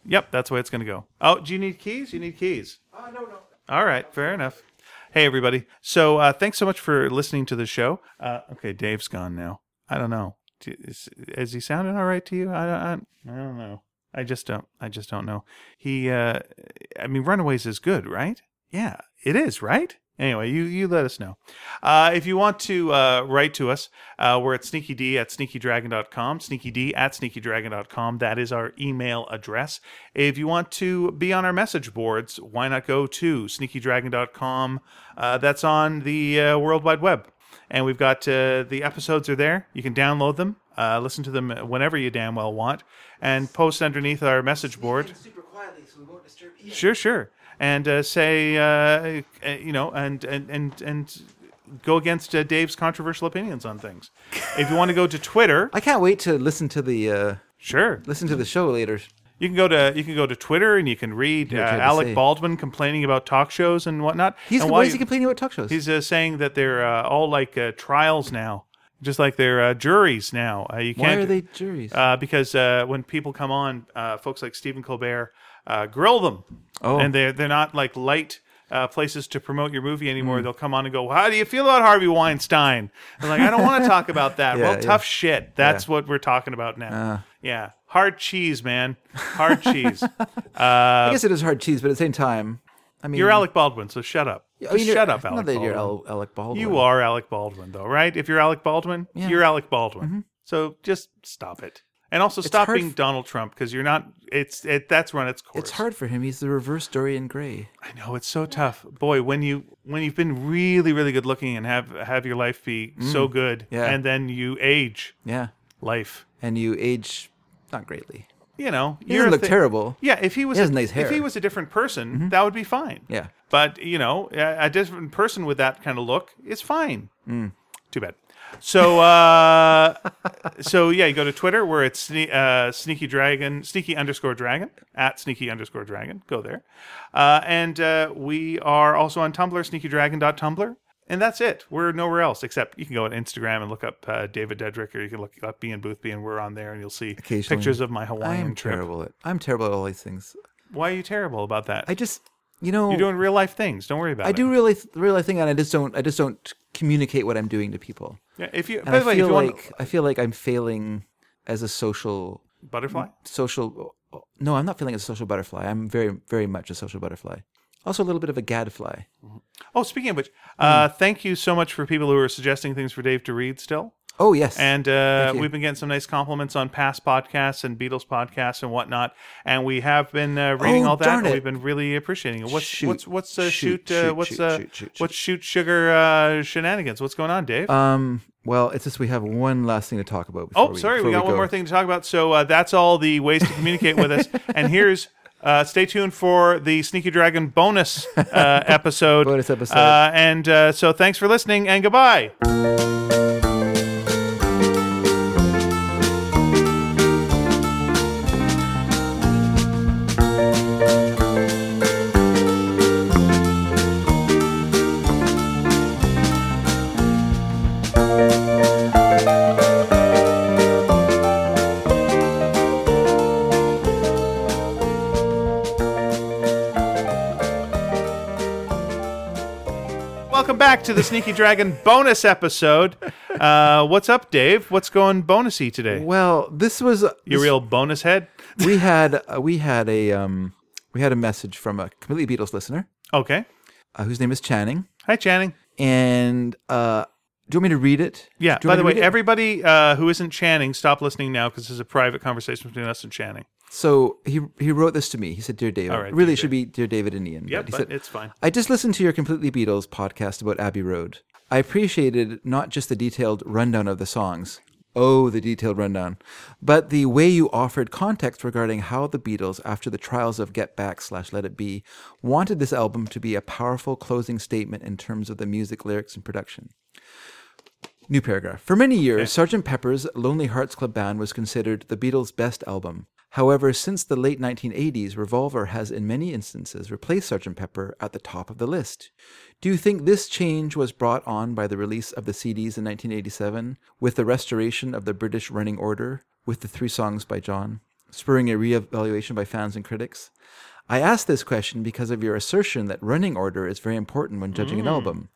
[SPEAKER 2] Yep, that's the way it's going to go. Oh, do you need keys? You need keys.
[SPEAKER 1] Uh, no, no.
[SPEAKER 2] All right, fair enough. Hey, everybody. So uh, thanks so much for listening to the show. Uh, okay, Dave's gone now. I don't know. Do- Is, is he sounding all right to you? I don't, I, I don't know. I just don't. I just don't know. He. Uh, I mean, Runaways is good, right? Yeah, it is, right? Anyway, you, you let us know. Uh, if you want to uh, write to us, uh, we're at sneakyd at sneakydragon.com, sneakyd at sneakydragon.com. That is our email address. If you want to be on our message boards, why not go to sneakydragon.com? Uh, that's on the uh, World Wide Web. And we've got uh, the episodes are there. You can download them, uh, listen to them whenever you damn well want, and post underneath our message board.
[SPEAKER 1] Super quietly, so we won't disturb you.
[SPEAKER 2] Sure, sure. And uh, say, uh, uh, you know, and and and and go against uh, Dave's controversial opinions on things. if you want to go to Twitter,
[SPEAKER 1] I can't wait to listen to the uh,
[SPEAKER 2] sure,
[SPEAKER 1] listen to the show later.
[SPEAKER 2] you can go to you can go to Twitter and you can read uh,
[SPEAKER 1] I tried to
[SPEAKER 2] Alec
[SPEAKER 1] say.
[SPEAKER 2] Baldwin complaining about talk shows and whatnot.
[SPEAKER 1] He's
[SPEAKER 2] and
[SPEAKER 1] why
[SPEAKER 2] while
[SPEAKER 1] is he
[SPEAKER 2] you-
[SPEAKER 1] complaining about talk shows?
[SPEAKER 2] He's uh, saying that they're uh, all like uh, trials now, just like they're uh, juries now. Uh, you
[SPEAKER 1] Why
[SPEAKER 2] can't,
[SPEAKER 1] are they juries?
[SPEAKER 2] Uh, because uh, when people come on, uh, folks like Stephen Colbert uh, grill them,
[SPEAKER 1] Oh.
[SPEAKER 2] and they're they're not like light. Uh, places to promote your movie
[SPEAKER 1] Hmm.
[SPEAKER 2] anymore. They'll come on and go, "How do you feel about Harvey Weinstein?" I'm like, "I don't want to talk about that."
[SPEAKER 1] Yeah,
[SPEAKER 2] well,
[SPEAKER 1] yeah. Uh.
[SPEAKER 2] tough shit. That's what we're talking about now. yeah, hard cheese, man. Hard cheese.
[SPEAKER 1] I guess it is hard cheese, but at the same time, I mean,
[SPEAKER 2] You're Alec Baldwin, so shut up.
[SPEAKER 1] I mean,
[SPEAKER 2] Just
[SPEAKER 1] you're-
[SPEAKER 2] shut up,
[SPEAKER 1] not
[SPEAKER 2] Alec.
[SPEAKER 1] that
[SPEAKER 2] Baldwin.
[SPEAKER 1] you're Al- Alec Baldwin.
[SPEAKER 2] You are Alec Baldwin, though, right? If you're Alec Baldwin, you're Alec Baldwin. So just stop it, and also stop
[SPEAKER 1] Mm-hmm. hard
[SPEAKER 2] being
[SPEAKER 1] f-
[SPEAKER 2] Donald Trump because you're not. It's it. That's run its course.
[SPEAKER 1] It's hard for him. He's the reverse Dorian Gray.
[SPEAKER 2] I know it's so tough, boy. When you when you've been really really good looking and have have your life be so good,
[SPEAKER 1] Mm. yeah.
[SPEAKER 2] and then you age
[SPEAKER 1] Yeah,
[SPEAKER 2] life.
[SPEAKER 1] and you age not greatly.
[SPEAKER 2] You know,
[SPEAKER 1] He
[SPEAKER 2] you're
[SPEAKER 1] doesn't
[SPEAKER 2] a
[SPEAKER 1] look
[SPEAKER 2] thi-
[SPEAKER 1] terrible.
[SPEAKER 2] Yeah, if he was
[SPEAKER 1] He
[SPEAKER 2] a-
[SPEAKER 1] has nice
[SPEAKER 2] if he
[SPEAKER 1] hair. Mm-hmm.
[SPEAKER 2] was a different person, that would be fine.
[SPEAKER 1] Yeah.
[SPEAKER 2] But you know, a, a different person with that kind of look is fine.
[SPEAKER 1] Mm.
[SPEAKER 2] Too bad. So, uh, so yeah, you go to Twitter where it's sne- uh, sneaky dragon, sneaky underscore dragon at sneaky underscore dragon. Go there, uh, and uh, we are also on Tumblr, sneakydragon.tumblr. And that's it. We're nowhere else except you can go on Instagram and look up uh, David Dedrick, or you can look up Ian Boothby, and we're on there, and you'll see
[SPEAKER 1] Occasionally.
[SPEAKER 2] pictures of my Hawaiian
[SPEAKER 1] I'm
[SPEAKER 2] trip.
[SPEAKER 1] terrible at. I'm terrible at all these things.
[SPEAKER 2] Why are you terrible about that?
[SPEAKER 1] I just, you know,
[SPEAKER 2] You're doing real life things. Don't worry about
[SPEAKER 1] I
[SPEAKER 2] it.
[SPEAKER 1] do really, really think, and I just don't, I just don't communicate what I'm doing to people.
[SPEAKER 2] Yeah, if you,
[SPEAKER 1] And
[SPEAKER 2] by the
[SPEAKER 1] I
[SPEAKER 2] way, if
[SPEAKER 1] feel
[SPEAKER 2] you
[SPEAKER 1] like
[SPEAKER 2] want
[SPEAKER 1] I feel like I'm failing as a social
[SPEAKER 2] butterfly,
[SPEAKER 1] social. No, I'm not feeling as a social butterfly. I'm very, very much a social butterfly. Also, a little bit of a gadfly.
[SPEAKER 2] Oh, speaking of which, uh,
[SPEAKER 1] Hmm.
[SPEAKER 2] thank you so much for people who are suggesting things for Dave to read still.
[SPEAKER 1] Oh yes,
[SPEAKER 2] And uh,
[SPEAKER 1] you.
[SPEAKER 2] we've been getting some nice compliments on past podcasts and Beatles podcasts and whatnot. And we have been uh, reading
[SPEAKER 1] Oh,
[SPEAKER 2] all that.
[SPEAKER 1] darn
[SPEAKER 2] and
[SPEAKER 1] it.
[SPEAKER 2] We've been really appreciating it. What's
[SPEAKER 1] Shoot.
[SPEAKER 2] what's what's uh, shoot,
[SPEAKER 1] Shoot,
[SPEAKER 2] uh,
[SPEAKER 1] shoot,
[SPEAKER 2] what's
[SPEAKER 1] shoot,
[SPEAKER 2] uh,
[SPEAKER 1] shoot, shoot,
[SPEAKER 2] what's shoot sugar uh, shenanigans? What's going on, Dave?
[SPEAKER 1] um, well, it's just we have one last thing to talk about. before
[SPEAKER 2] oh, sorry, we
[SPEAKER 1] before
[SPEAKER 2] got one
[SPEAKER 1] go.
[SPEAKER 2] more thing to talk about. So uh, that's all the ways to communicate with us. And here's. Uh, stay tuned for the Sneaky Dragon bonus uh, episode.
[SPEAKER 1] Bonus episode.
[SPEAKER 2] Uh, and uh, so thanks for listening and goodbye. Welcome back to the Sneaky Dragon bonus episode. Uh, what's up, Dave? What's going bonusy today?
[SPEAKER 1] Well, this was
[SPEAKER 2] You
[SPEAKER 1] this-
[SPEAKER 2] real bonus head?
[SPEAKER 1] we had uh, we had a um, we had a message from a completely Beatles listener
[SPEAKER 2] Okay.
[SPEAKER 1] uh, whose name is Channing,
[SPEAKER 2] Hi, Channing.
[SPEAKER 1] and uh, do you want me to read it?
[SPEAKER 2] Yeah.
[SPEAKER 1] Do you
[SPEAKER 2] By
[SPEAKER 1] want
[SPEAKER 2] the
[SPEAKER 1] me
[SPEAKER 2] way,
[SPEAKER 1] to read it?
[SPEAKER 2] everybody uh, who isn't Channing, stop listening now because this is a private conversation between us and Channing.
[SPEAKER 1] So he he wrote this to me. He said, "Dear David,
[SPEAKER 2] All right,
[SPEAKER 1] really
[SPEAKER 2] dear
[SPEAKER 1] it should be dear David and Ian."
[SPEAKER 2] Yep,
[SPEAKER 1] he
[SPEAKER 2] but
[SPEAKER 1] said,
[SPEAKER 2] it's fine.
[SPEAKER 1] I just listened to your Completely Beatles podcast about Abbey Road. I appreciated not just the detailed rundown of the songs, oh, the detailed rundown, but the way you offered context regarding how the Beatles, after the trials of Get Back slash Let It Be, wanted this album to be a powerful closing statement in terms of the music, lyrics, and production. New paragraph. For many years, Sgt. Pepper's Lonely Hearts Club Band was considered the Beatles' best album. However, since the late 1980s, Revolver has in many instances replaced Sgt. Pepper at the top of the list. Do you think this change was brought on by the release of the CDs in 1987, with the restoration of the British running order, with the three songs by John, spurring a re-evaluation by fans and critics? I ask this question because of your assertion that running order is very important when judging an album.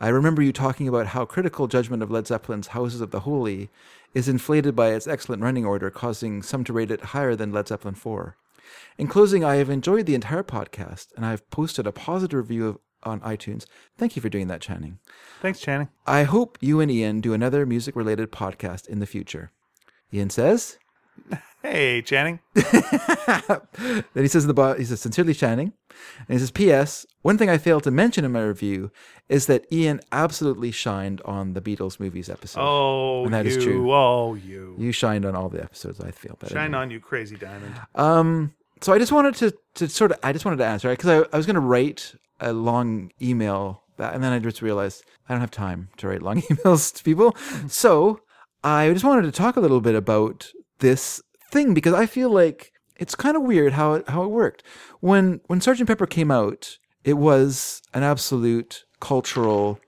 [SPEAKER 1] I remember you talking about how critical judgment of Led Zeppelin's Houses of the Holy is inflated by its excellent running order, causing some to rate it higher than Led Zeppelin 4. In closing, I have enjoyed the entire podcast and I have posted a positive review of, on iTunes. Thank you for doing that, Channing.
[SPEAKER 2] Thanks, Channing.
[SPEAKER 1] I hope you and Ian do another music related podcast in the future. Ian says,
[SPEAKER 2] Hey, Channing.
[SPEAKER 1] Then he says in the bottom, he says, sincerely Channing. And he says, P.S. One thing I failed to mention in my review is that Ian absolutely shined on the Beatles movies episode.
[SPEAKER 2] Oh,
[SPEAKER 1] And that
[SPEAKER 2] you.
[SPEAKER 1] is true.
[SPEAKER 2] Oh, you.
[SPEAKER 1] You shined on all the episodes, I feel. But
[SPEAKER 2] Shine on, you crazy diamond.
[SPEAKER 1] Um, so I just wanted to, to sort of, I just wanted to answer, because I, I was going to write a long email, that, and then I just realized I don't have time to write long emails to people. so I just wanted to talk a little bit about this thing, because I feel like it's kind of weird how it, how it worked. When, when Sgt. Pepper came out, it was an absolute cultural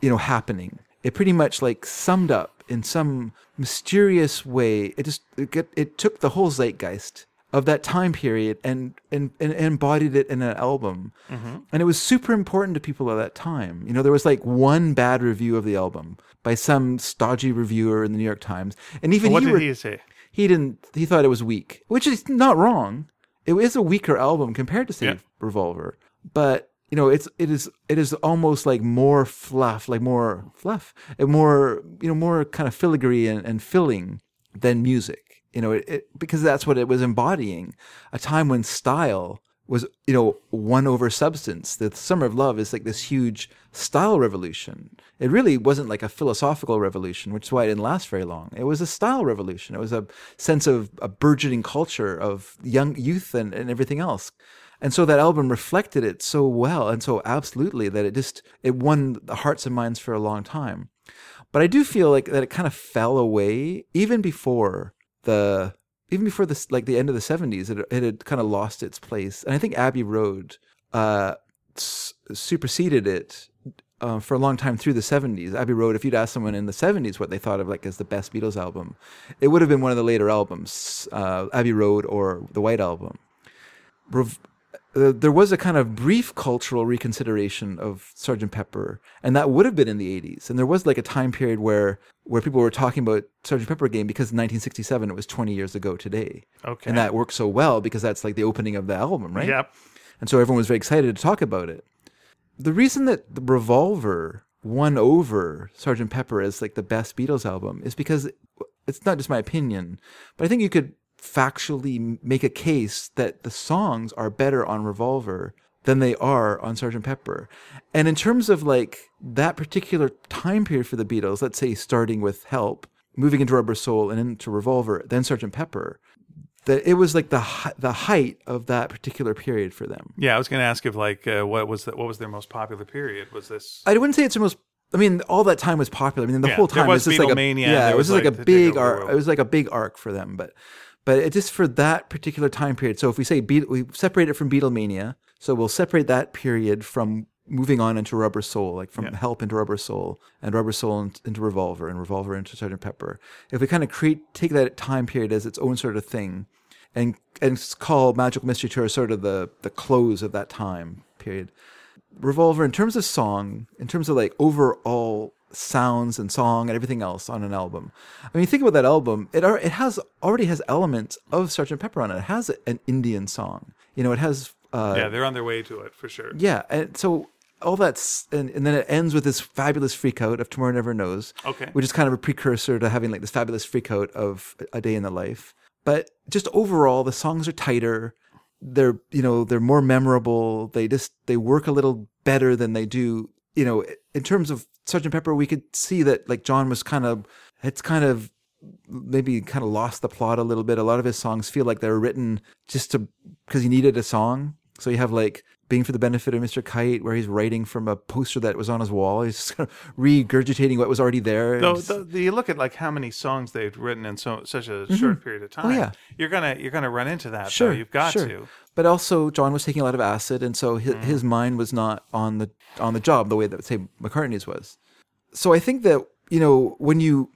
[SPEAKER 1] you know happening it pretty much like summed up in some mysterious way it just it, get, it took the whole zeitgeist of that time period and and, and embodied it in an album and it was super important to people at that time you know there was like one bad review of the album by some stodgy reviewer in the new york times and even
[SPEAKER 2] What
[SPEAKER 1] he,
[SPEAKER 2] did
[SPEAKER 1] were-
[SPEAKER 2] he say?
[SPEAKER 1] he didn't he thought it was weak which is not wrong it is a weaker album compared to say
[SPEAKER 2] Yeah.
[SPEAKER 1] revolver but you know it's it is it is almost like more fluff like more fluff and more you know more kind of filigree and, and filling than music you know it, it because that's what it was embodying a time when style was you know won over substance the summer of love is like this huge style revolution it really wasn't like a philosophical revolution which is why it didn't last very long it was a style revolution it was a sense of a burgeoning culture of young youth and, and everything else and so that album reflected it so well and so absolutely that it just it won the hearts and minds for a long time but I do feel like that it kind of fell away even before the even before this like the end of the seventies. It it had kind of lost its place, and I think Abbey Road uh, s- superseded it. Uh, for a long time through the 70s, Abbey Road, if you'd asked someone in the 70s what they thought of like as the best Beatles album, it would have been one of the later albums, uh, Abbey Road or the White Album rev- uh, there was a kind of brief cultural reconsideration of Sgt. Pepper, and that would have been in the 80s. And there was like a time period where where people were talking about Sgt. Pepper again because in 1967 it was 20 years ago today.
[SPEAKER 2] Okay.
[SPEAKER 1] And that worked so well because that's like the opening of the album, right?
[SPEAKER 2] Yep.
[SPEAKER 1] And so everyone was very excited to talk about it. The reason that the Revolver won over Sgt. Pepper as like the best Beatles album is because it's not just my opinion, but I think you could factually make a case that the songs are better on Revolver than they are on Sgt. Pepper. And in terms of like that particular time period for the Beatles, let's say starting with Help, moving into Rubber Soul and into Revolver, then Sgt. Pepper, that it was like the hi- the height of that particular period for them.
[SPEAKER 2] Yeah, I was going to ask if like uh, what was the, what was their most popular period? Was this
[SPEAKER 1] I wouldn't say it's the most. I mean, all that time was popular. I mean, the
[SPEAKER 2] Yeah,
[SPEAKER 1] whole
[SPEAKER 2] there
[SPEAKER 1] time
[SPEAKER 2] was
[SPEAKER 1] just like a
[SPEAKER 2] Beatlemania,
[SPEAKER 1] yeah,
[SPEAKER 2] there
[SPEAKER 1] it
[SPEAKER 2] was,
[SPEAKER 1] was just
[SPEAKER 2] like,
[SPEAKER 1] like a
[SPEAKER 2] the Dig
[SPEAKER 1] big arc.
[SPEAKER 2] Overworld.
[SPEAKER 1] It was like a big arc for them, but but it just for that particular time period. So if we say Beat, we separate it from Beatlemania, so we'll separate that period from moving on into Rubber Soul, like from Help into Rubber Soul, and Rubber Soul in- into Revolver, and Revolver into Sgt. Pepper. If we kind of create take that time period as its own sort of thing, and and call Magical Mystery Tour sort of the the close of that time period. Revolver, in terms of song, in terms of like overall sounds and song and everything else on an album. I mean, think about that album. It al- it has already has elements of Sgt. Pepper on it. It has an Indian song. You know, it has uh,
[SPEAKER 2] yeah, they're on their way to it for sure.
[SPEAKER 1] yeah. And so all that's and, and then it ends with this fabulous freakout of Tomorrow Never Knows.
[SPEAKER 2] Okay.
[SPEAKER 1] Which is kind of a precursor to having like this fabulous freakout of A Day in the Life. But just overall the songs are tighter. They're you know, they're more memorable. They just they work a little better than they do, you know, in terms of Sgt. Pepper, we could see that like John was kind of it's kind of maybe kind of lost the plot a little bit. A lot of his songs feel like they were written just to because he needed a song. So you have like being for the benefit of Mr. Kite, where he's writing from a poster that was on his wall. He's just kind of regurgitating what was already there.
[SPEAKER 2] Though,
[SPEAKER 1] It's-
[SPEAKER 2] though, you look at like how many songs they've written in so such a short period of time.
[SPEAKER 1] Mm-hmm. Oh, yeah.
[SPEAKER 2] you're gonna you're gonna run into that.
[SPEAKER 1] sure,
[SPEAKER 2] though. you've got
[SPEAKER 1] sure.
[SPEAKER 2] to. Mm.
[SPEAKER 1] But also, John was taking a lot of acid, and so his, his mind was not on the on the job the way that say McCartney's was. So I think that you know when you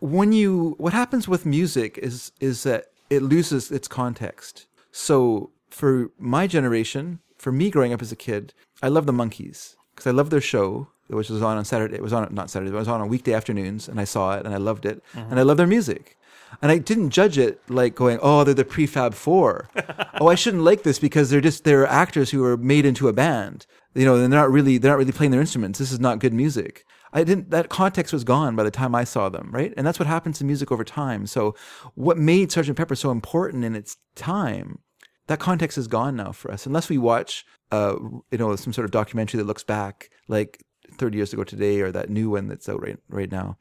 [SPEAKER 1] when you what happens with music is is that it loses its context. So for my generation, for me growing up as a kid, I loved the Monkees because I loved their show, which was on on Saturday. It was on not Saturday, it was on on weekday afternoons, and I saw it and I loved it,
[SPEAKER 2] Mm-hmm.
[SPEAKER 1] and I loved their music. And I didn't judge it like going, oh, they're the prefab four. oh, I shouldn't like this because they're just they're actors who are made into a band. You know, they're not really they're not really playing their instruments. This is not good music. I didn't that context was gone by the time I saw them, right? And that's what happens to music over time. So what made Sgt. Pepper so important in its time, that context is gone now for us. Unless we watch uh you know, some sort of documentary that looks back like thirty years ago today or that new one that's out right right now.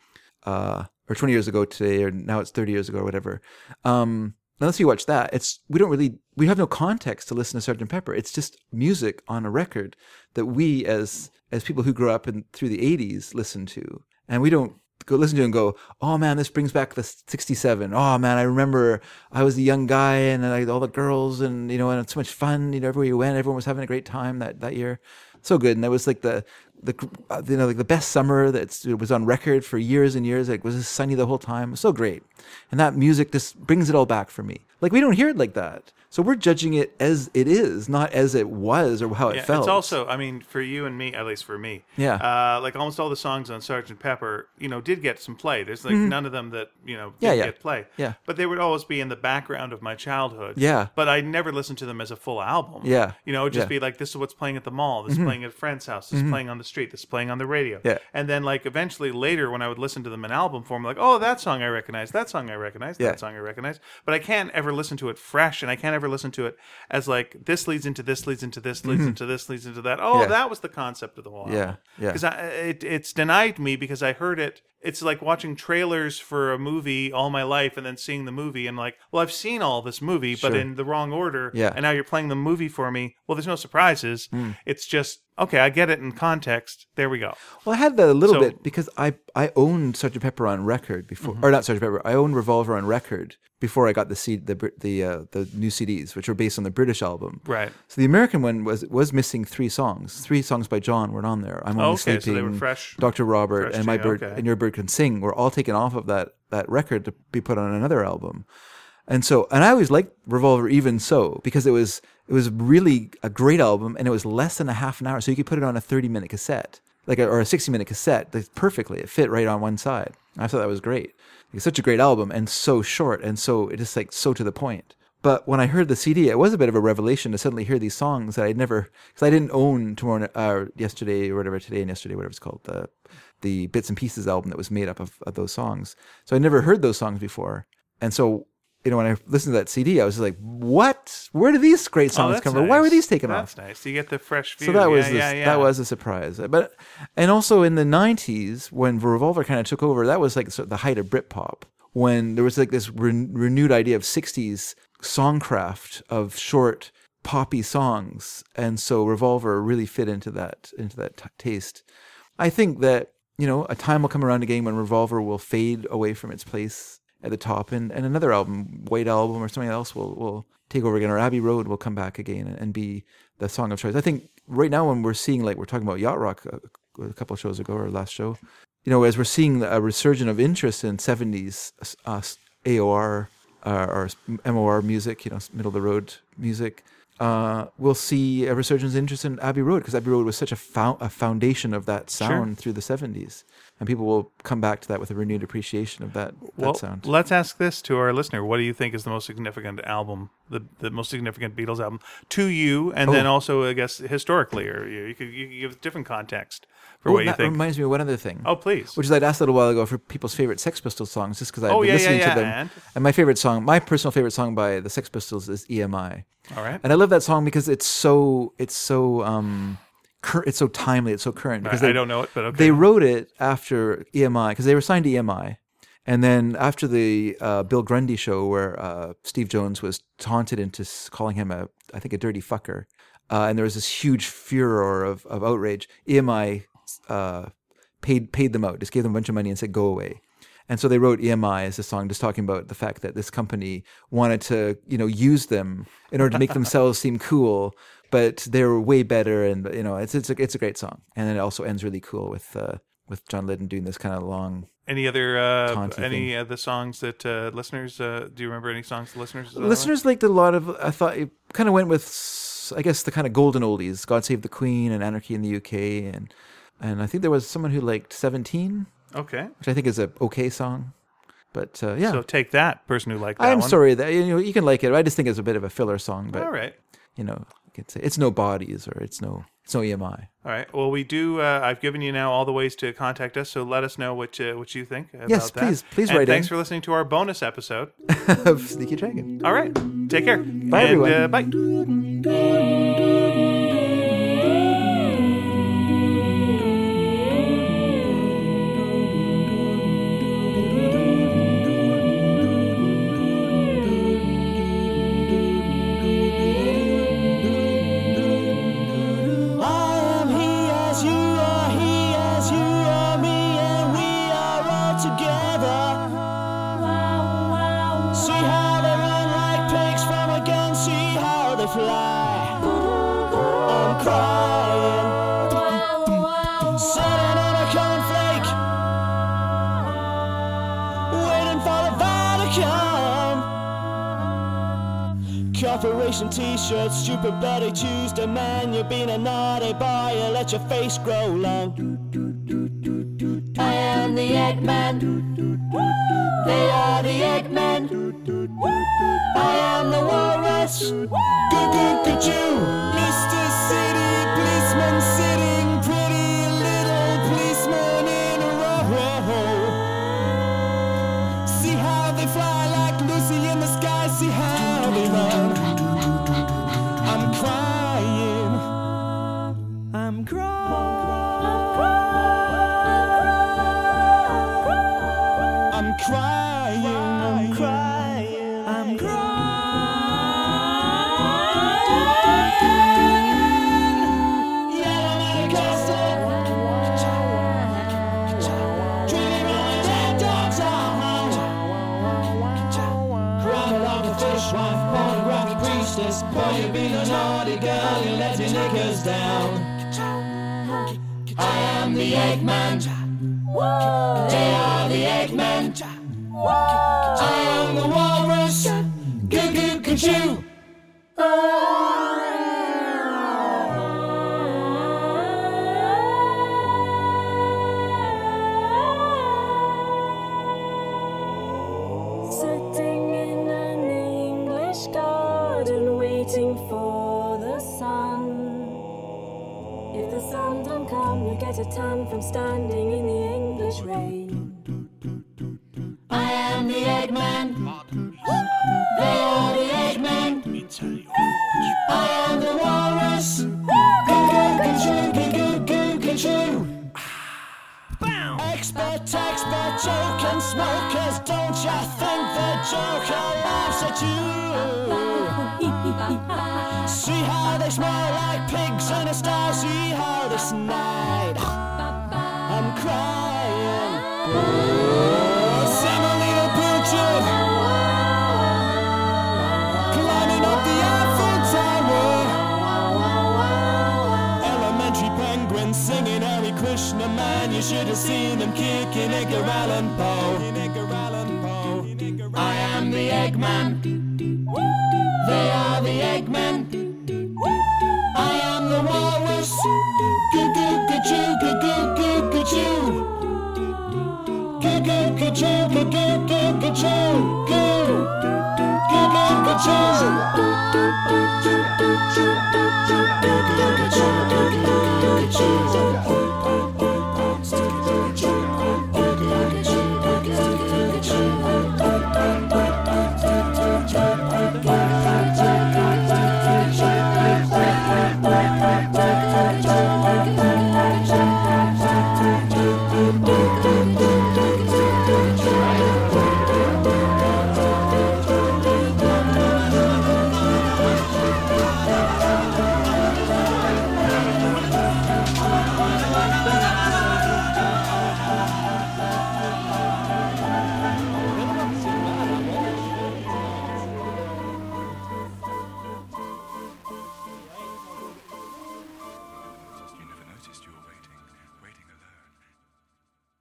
[SPEAKER 1] Uh or twenty years ago today or now it's thirty years ago or whatever. Um unless you watch that, it's we don't really we have no context to listen to Sgt. Pepper. It's just music on a record that we as as people who grew up in through the '80s listen to, and we don't go listen to it and go, "Oh man, this brings back the '67." Oh man, I remember I was a young guy and I, all the girls and you know and it's so much fun. You know, everywhere you went, everyone was having a great time that that year. So good, and that was like the the uh, you know like the best summer that's it was on record for years and years. Like was just sunny the whole time. So great, and that music just brings it all back for me. Like we don't hear it like that, so we're judging it as it is, not as it was or how it
[SPEAKER 2] Yeah,
[SPEAKER 1] felt.
[SPEAKER 2] it's also I mean for you and me at least for me.
[SPEAKER 1] Yeah.
[SPEAKER 2] uh, like almost all the songs on Sergeant Pepper, you know, did get some play. There's like none of them that you know did
[SPEAKER 1] Mm-hmm. Yeah, yeah.
[SPEAKER 2] get play.
[SPEAKER 1] Yeah.
[SPEAKER 2] but they would always be in the background of my childhood.
[SPEAKER 1] Yeah.
[SPEAKER 2] but I never listened to them as a full album.
[SPEAKER 1] Yeah.
[SPEAKER 2] you know, it would just
[SPEAKER 1] Yeah. Mm-hmm.
[SPEAKER 2] be like this is what's playing at the mall, this is playing at a friend's house, this is playing on the street, this is playing on the radio.
[SPEAKER 1] Yeah.
[SPEAKER 2] and then like eventually later when I would listen to them in album form, like oh that song I recognize, that song I recognize,
[SPEAKER 1] Yeah.
[SPEAKER 2] that song I recognize, but I can't ever listen to it fresh, and I can't ever listen to it as like this leads into this leads into this leads into this leads into that. Oh,
[SPEAKER 1] Mm-hmm. Yeah.
[SPEAKER 2] that was the concept of the whole
[SPEAKER 1] Yeah,
[SPEAKER 2] album.
[SPEAKER 1] yeah.
[SPEAKER 2] Because it, it's denied me because I heard it. It's like watching trailers for a movie all my life and then seeing the movie and like, well, I've seen all this movie, but
[SPEAKER 1] Sure.
[SPEAKER 2] in the wrong order.
[SPEAKER 1] Yeah. Mm.
[SPEAKER 2] And now you're playing the movie for me. Well, there's no surprises. It's just okay. I get it in context. There we go.
[SPEAKER 1] Well, I had that a little
[SPEAKER 2] So-
[SPEAKER 1] bit because I I owned Sgt. Pepper on record before,
[SPEAKER 2] Mm-hmm.
[SPEAKER 1] or not Sgt. Pepper. I owned Revolver on record before I got the C, the Br- the uh, the new CDs, which were based on the British album.
[SPEAKER 2] Right.
[SPEAKER 1] So the American one was was missing three songs. Three songs by John weren't on there. I'm only
[SPEAKER 2] Okay,
[SPEAKER 1] sleeping.
[SPEAKER 2] so they were fresh-
[SPEAKER 1] Dr. Robert
[SPEAKER 2] fresh
[SPEAKER 1] and
[SPEAKER 2] to
[SPEAKER 1] my
[SPEAKER 2] you,
[SPEAKER 1] bird
[SPEAKER 2] okay.
[SPEAKER 1] and your bird can sing were all taken off of that that record to be put on another album. And so, and I always liked Revolver even so because it was it was really a great album, and it was less than a half an hour, so you could put it on a thirty minute cassette, like a, or a sixty minute cassette, like perfectly. It fit right on one side. I thought that was great. It's such a great album and so short and so it just like so to the point. But when I heard the CD, it was a bit of a revelation to suddenly hear these songs that I'd never, because I didn't own tomorrow, uh, yesterday or whatever, today and yesterday, whatever it's called, the the bits and pieces album that was made up of, of those songs. So I never heard those songs before, and so you know when I listened to that CD, I was just like, what? Where do these great
[SPEAKER 2] Oh,
[SPEAKER 1] songs
[SPEAKER 2] that's
[SPEAKER 1] come from? Why were
[SPEAKER 2] nice.
[SPEAKER 1] these taken off?
[SPEAKER 2] That's nice. You get the fresh view.
[SPEAKER 1] So that was
[SPEAKER 2] yeah,
[SPEAKER 1] the-
[SPEAKER 2] yeah, yeah.
[SPEAKER 1] that was a surprise. But and also in the '90s when Revolver kind of took over, that was like sort of the height of Britpop when there was like this re- renewed idea of '60s songcraft of short poppy songs, and so Revolver really fit into that into that t- taste. I think that you know a time will come around again when Revolver will fade away from its place at the top, and, and another album, White Album or something else, will will take over again, or Abbey Road will come back again and, and be the song of choice. I think right now when we're seeing like we're talking about yacht rock uh, a, a couple of shows ago or last show, you know, as we're seeing a resurgence of interest in '70s uh, AOR uh, or MOR music, you know, middle of the road music, uh, we'll see a resurgence of interest in Abbey Road because Abbey Road was such a, fou- a foundation of that sound through the 70s. And people will come back to that with a renewed appreciation of that, that
[SPEAKER 2] well,
[SPEAKER 1] sound.
[SPEAKER 2] let's ask this to our listener. What do you think is the most significant album, the, the most significant Beatles album to you? And
[SPEAKER 1] Oh.
[SPEAKER 2] then also, I guess, historically, or you, you, could, you could give different context for
[SPEAKER 1] Oh,
[SPEAKER 2] what you
[SPEAKER 1] that
[SPEAKER 2] think.
[SPEAKER 1] reminds me of one other thing.
[SPEAKER 2] oh, please.
[SPEAKER 1] Which is I'd asked a little while ago for people's favorite Sex Pistols songs, just because I've
[SPEAKER 2] Oh,
[SPEAKER 1] been
[SPEAKER 2] yeah, yeah,
[SPEAKER 1] listening
[SPEAKER 2] yeah,
[SPEAKER 1] to them.
[SPEAKER 2] and?
[SPEAKER 1] my favorite song, my personal favorite song by the Sex Pistols is EMI.
[SPEAKER 2] All right.
[SPEAKER 1] And I love that song because it's so it's so um cur- it's so timely, it's so current. Because
[SPEAKER 2] I
[SPEAKER 1] they-
[SPEAKER 2] don't know it, but okay.
[SPEAKER 1] they wrote it after E EMI because they were signed to EMI, and then after the uh, Bill Grundy show where uh, Steve Jones was taunted into s- calling him a, I think a dirty fucker, uh, and there was this huge furor of, of outrage. EMI uh, paid paid them out, just gave them a bunch of money and said go away. And so they wrote EMI as a song, just talking about the fact that this company wanted to, you know, use them in order to make themselves seem cool, but they were way better. And you know, it's it's a, it's a great song, and it also ends really cool with uh, with John Lydon doing this kind of long.
[SPEAKER 2] any other uh,
[SPEAKER 1] Taunty
[SPEAKER 2] any of the songs that uh, listeners uh, do you remember any songs that listeners uh,
[SPEAKER 1] Listeners liked a lot of. I thought it kind of went with, s- I guess, the kind of golden oldies, "God Save the Queen" and "Anarchy in the UK," and and I think there was someone who liked "17,"
[SPEAKER 2] okay
[SPEAKER 1] which I think is a okay song, but uh, yeah.
[SPEAKER 2] so take that person who liked that
[SPEAKER 1] I'm
[SPEAKER 2] one.
[SPEAKER 1] sorry that you know you can like it. I just think it's a bit of a filler song, but
[SPEAKER 2] all right
[SPEAKER 1] you know, you could say it's no bodies or it's no it's no E EMI.
[SPEAKER 2] all right well we do uh, i've given you now all the ways to contact us so let us know what uh, what you think about
[SPEAKER 1] Yes,
[SPEAKER 2] that.
[SPEAKER 1] please, please
[SPEAKER 2] and
[SPEAKER 1] write
[SPEAKER 2] thanks
[SPEAKER 1] in.
[SPEAKER 2] for listening to our bonus episode
[SPEAKER 1] of Sneaky Dragon.
[SPEAKER 2] all right take care bye and,
[SPEAKER 1] everyone.
[SPEAKER 2] uh, bye
[SPEAKER 3] I am he as you are, he as you are, me and we are all together. See how they run like pigs from a gun, see how they fly. I'm crying, sitting in a cornflake, waiting for the vow to come. Corporation t-shirt, stupid bloody Tuesday man You've been a naughty boy, you let your face grow long I am the Eggman They are the Eggman I am the walrus Good, good, good you Mr. City Policeman sitting pretty Little policeman in a row See how they fly like Lucy in the sky. See how they run. I'm crying. I'm crying. I'm crying. I'm crying. I'm crying. Yellow Manifesto. Dreaming of a dead dog's arm. Grab like a fish wife, pornographic priestess. Boy, you've been a naughty girl, you let your knickers down. I am the Eggman. They are the Eggman. I am the walrus. Goo goo goo choo.
[SPEAKER 4] Sitting in an English car.
[SPEAKER 3] the Eggman. They are the Eggman. I am the walrus. Goo goo goo goo goo goo goo. Expert, expert, joking smokers, don't you think the Joker laughs at you? See how they smell like pigs in a sty, see how they snide. I'm crying. Oh, Semolina Poochie, climbing up the Eiffel Tower. Elementary penguins singing Hare Krishna, man, you should have seen them kicking Edgar Allan Poe. I am the Eggman. They are the Eggman. I am the walrus. Goo goo goo goo goo goo goo goo. Goo goo goo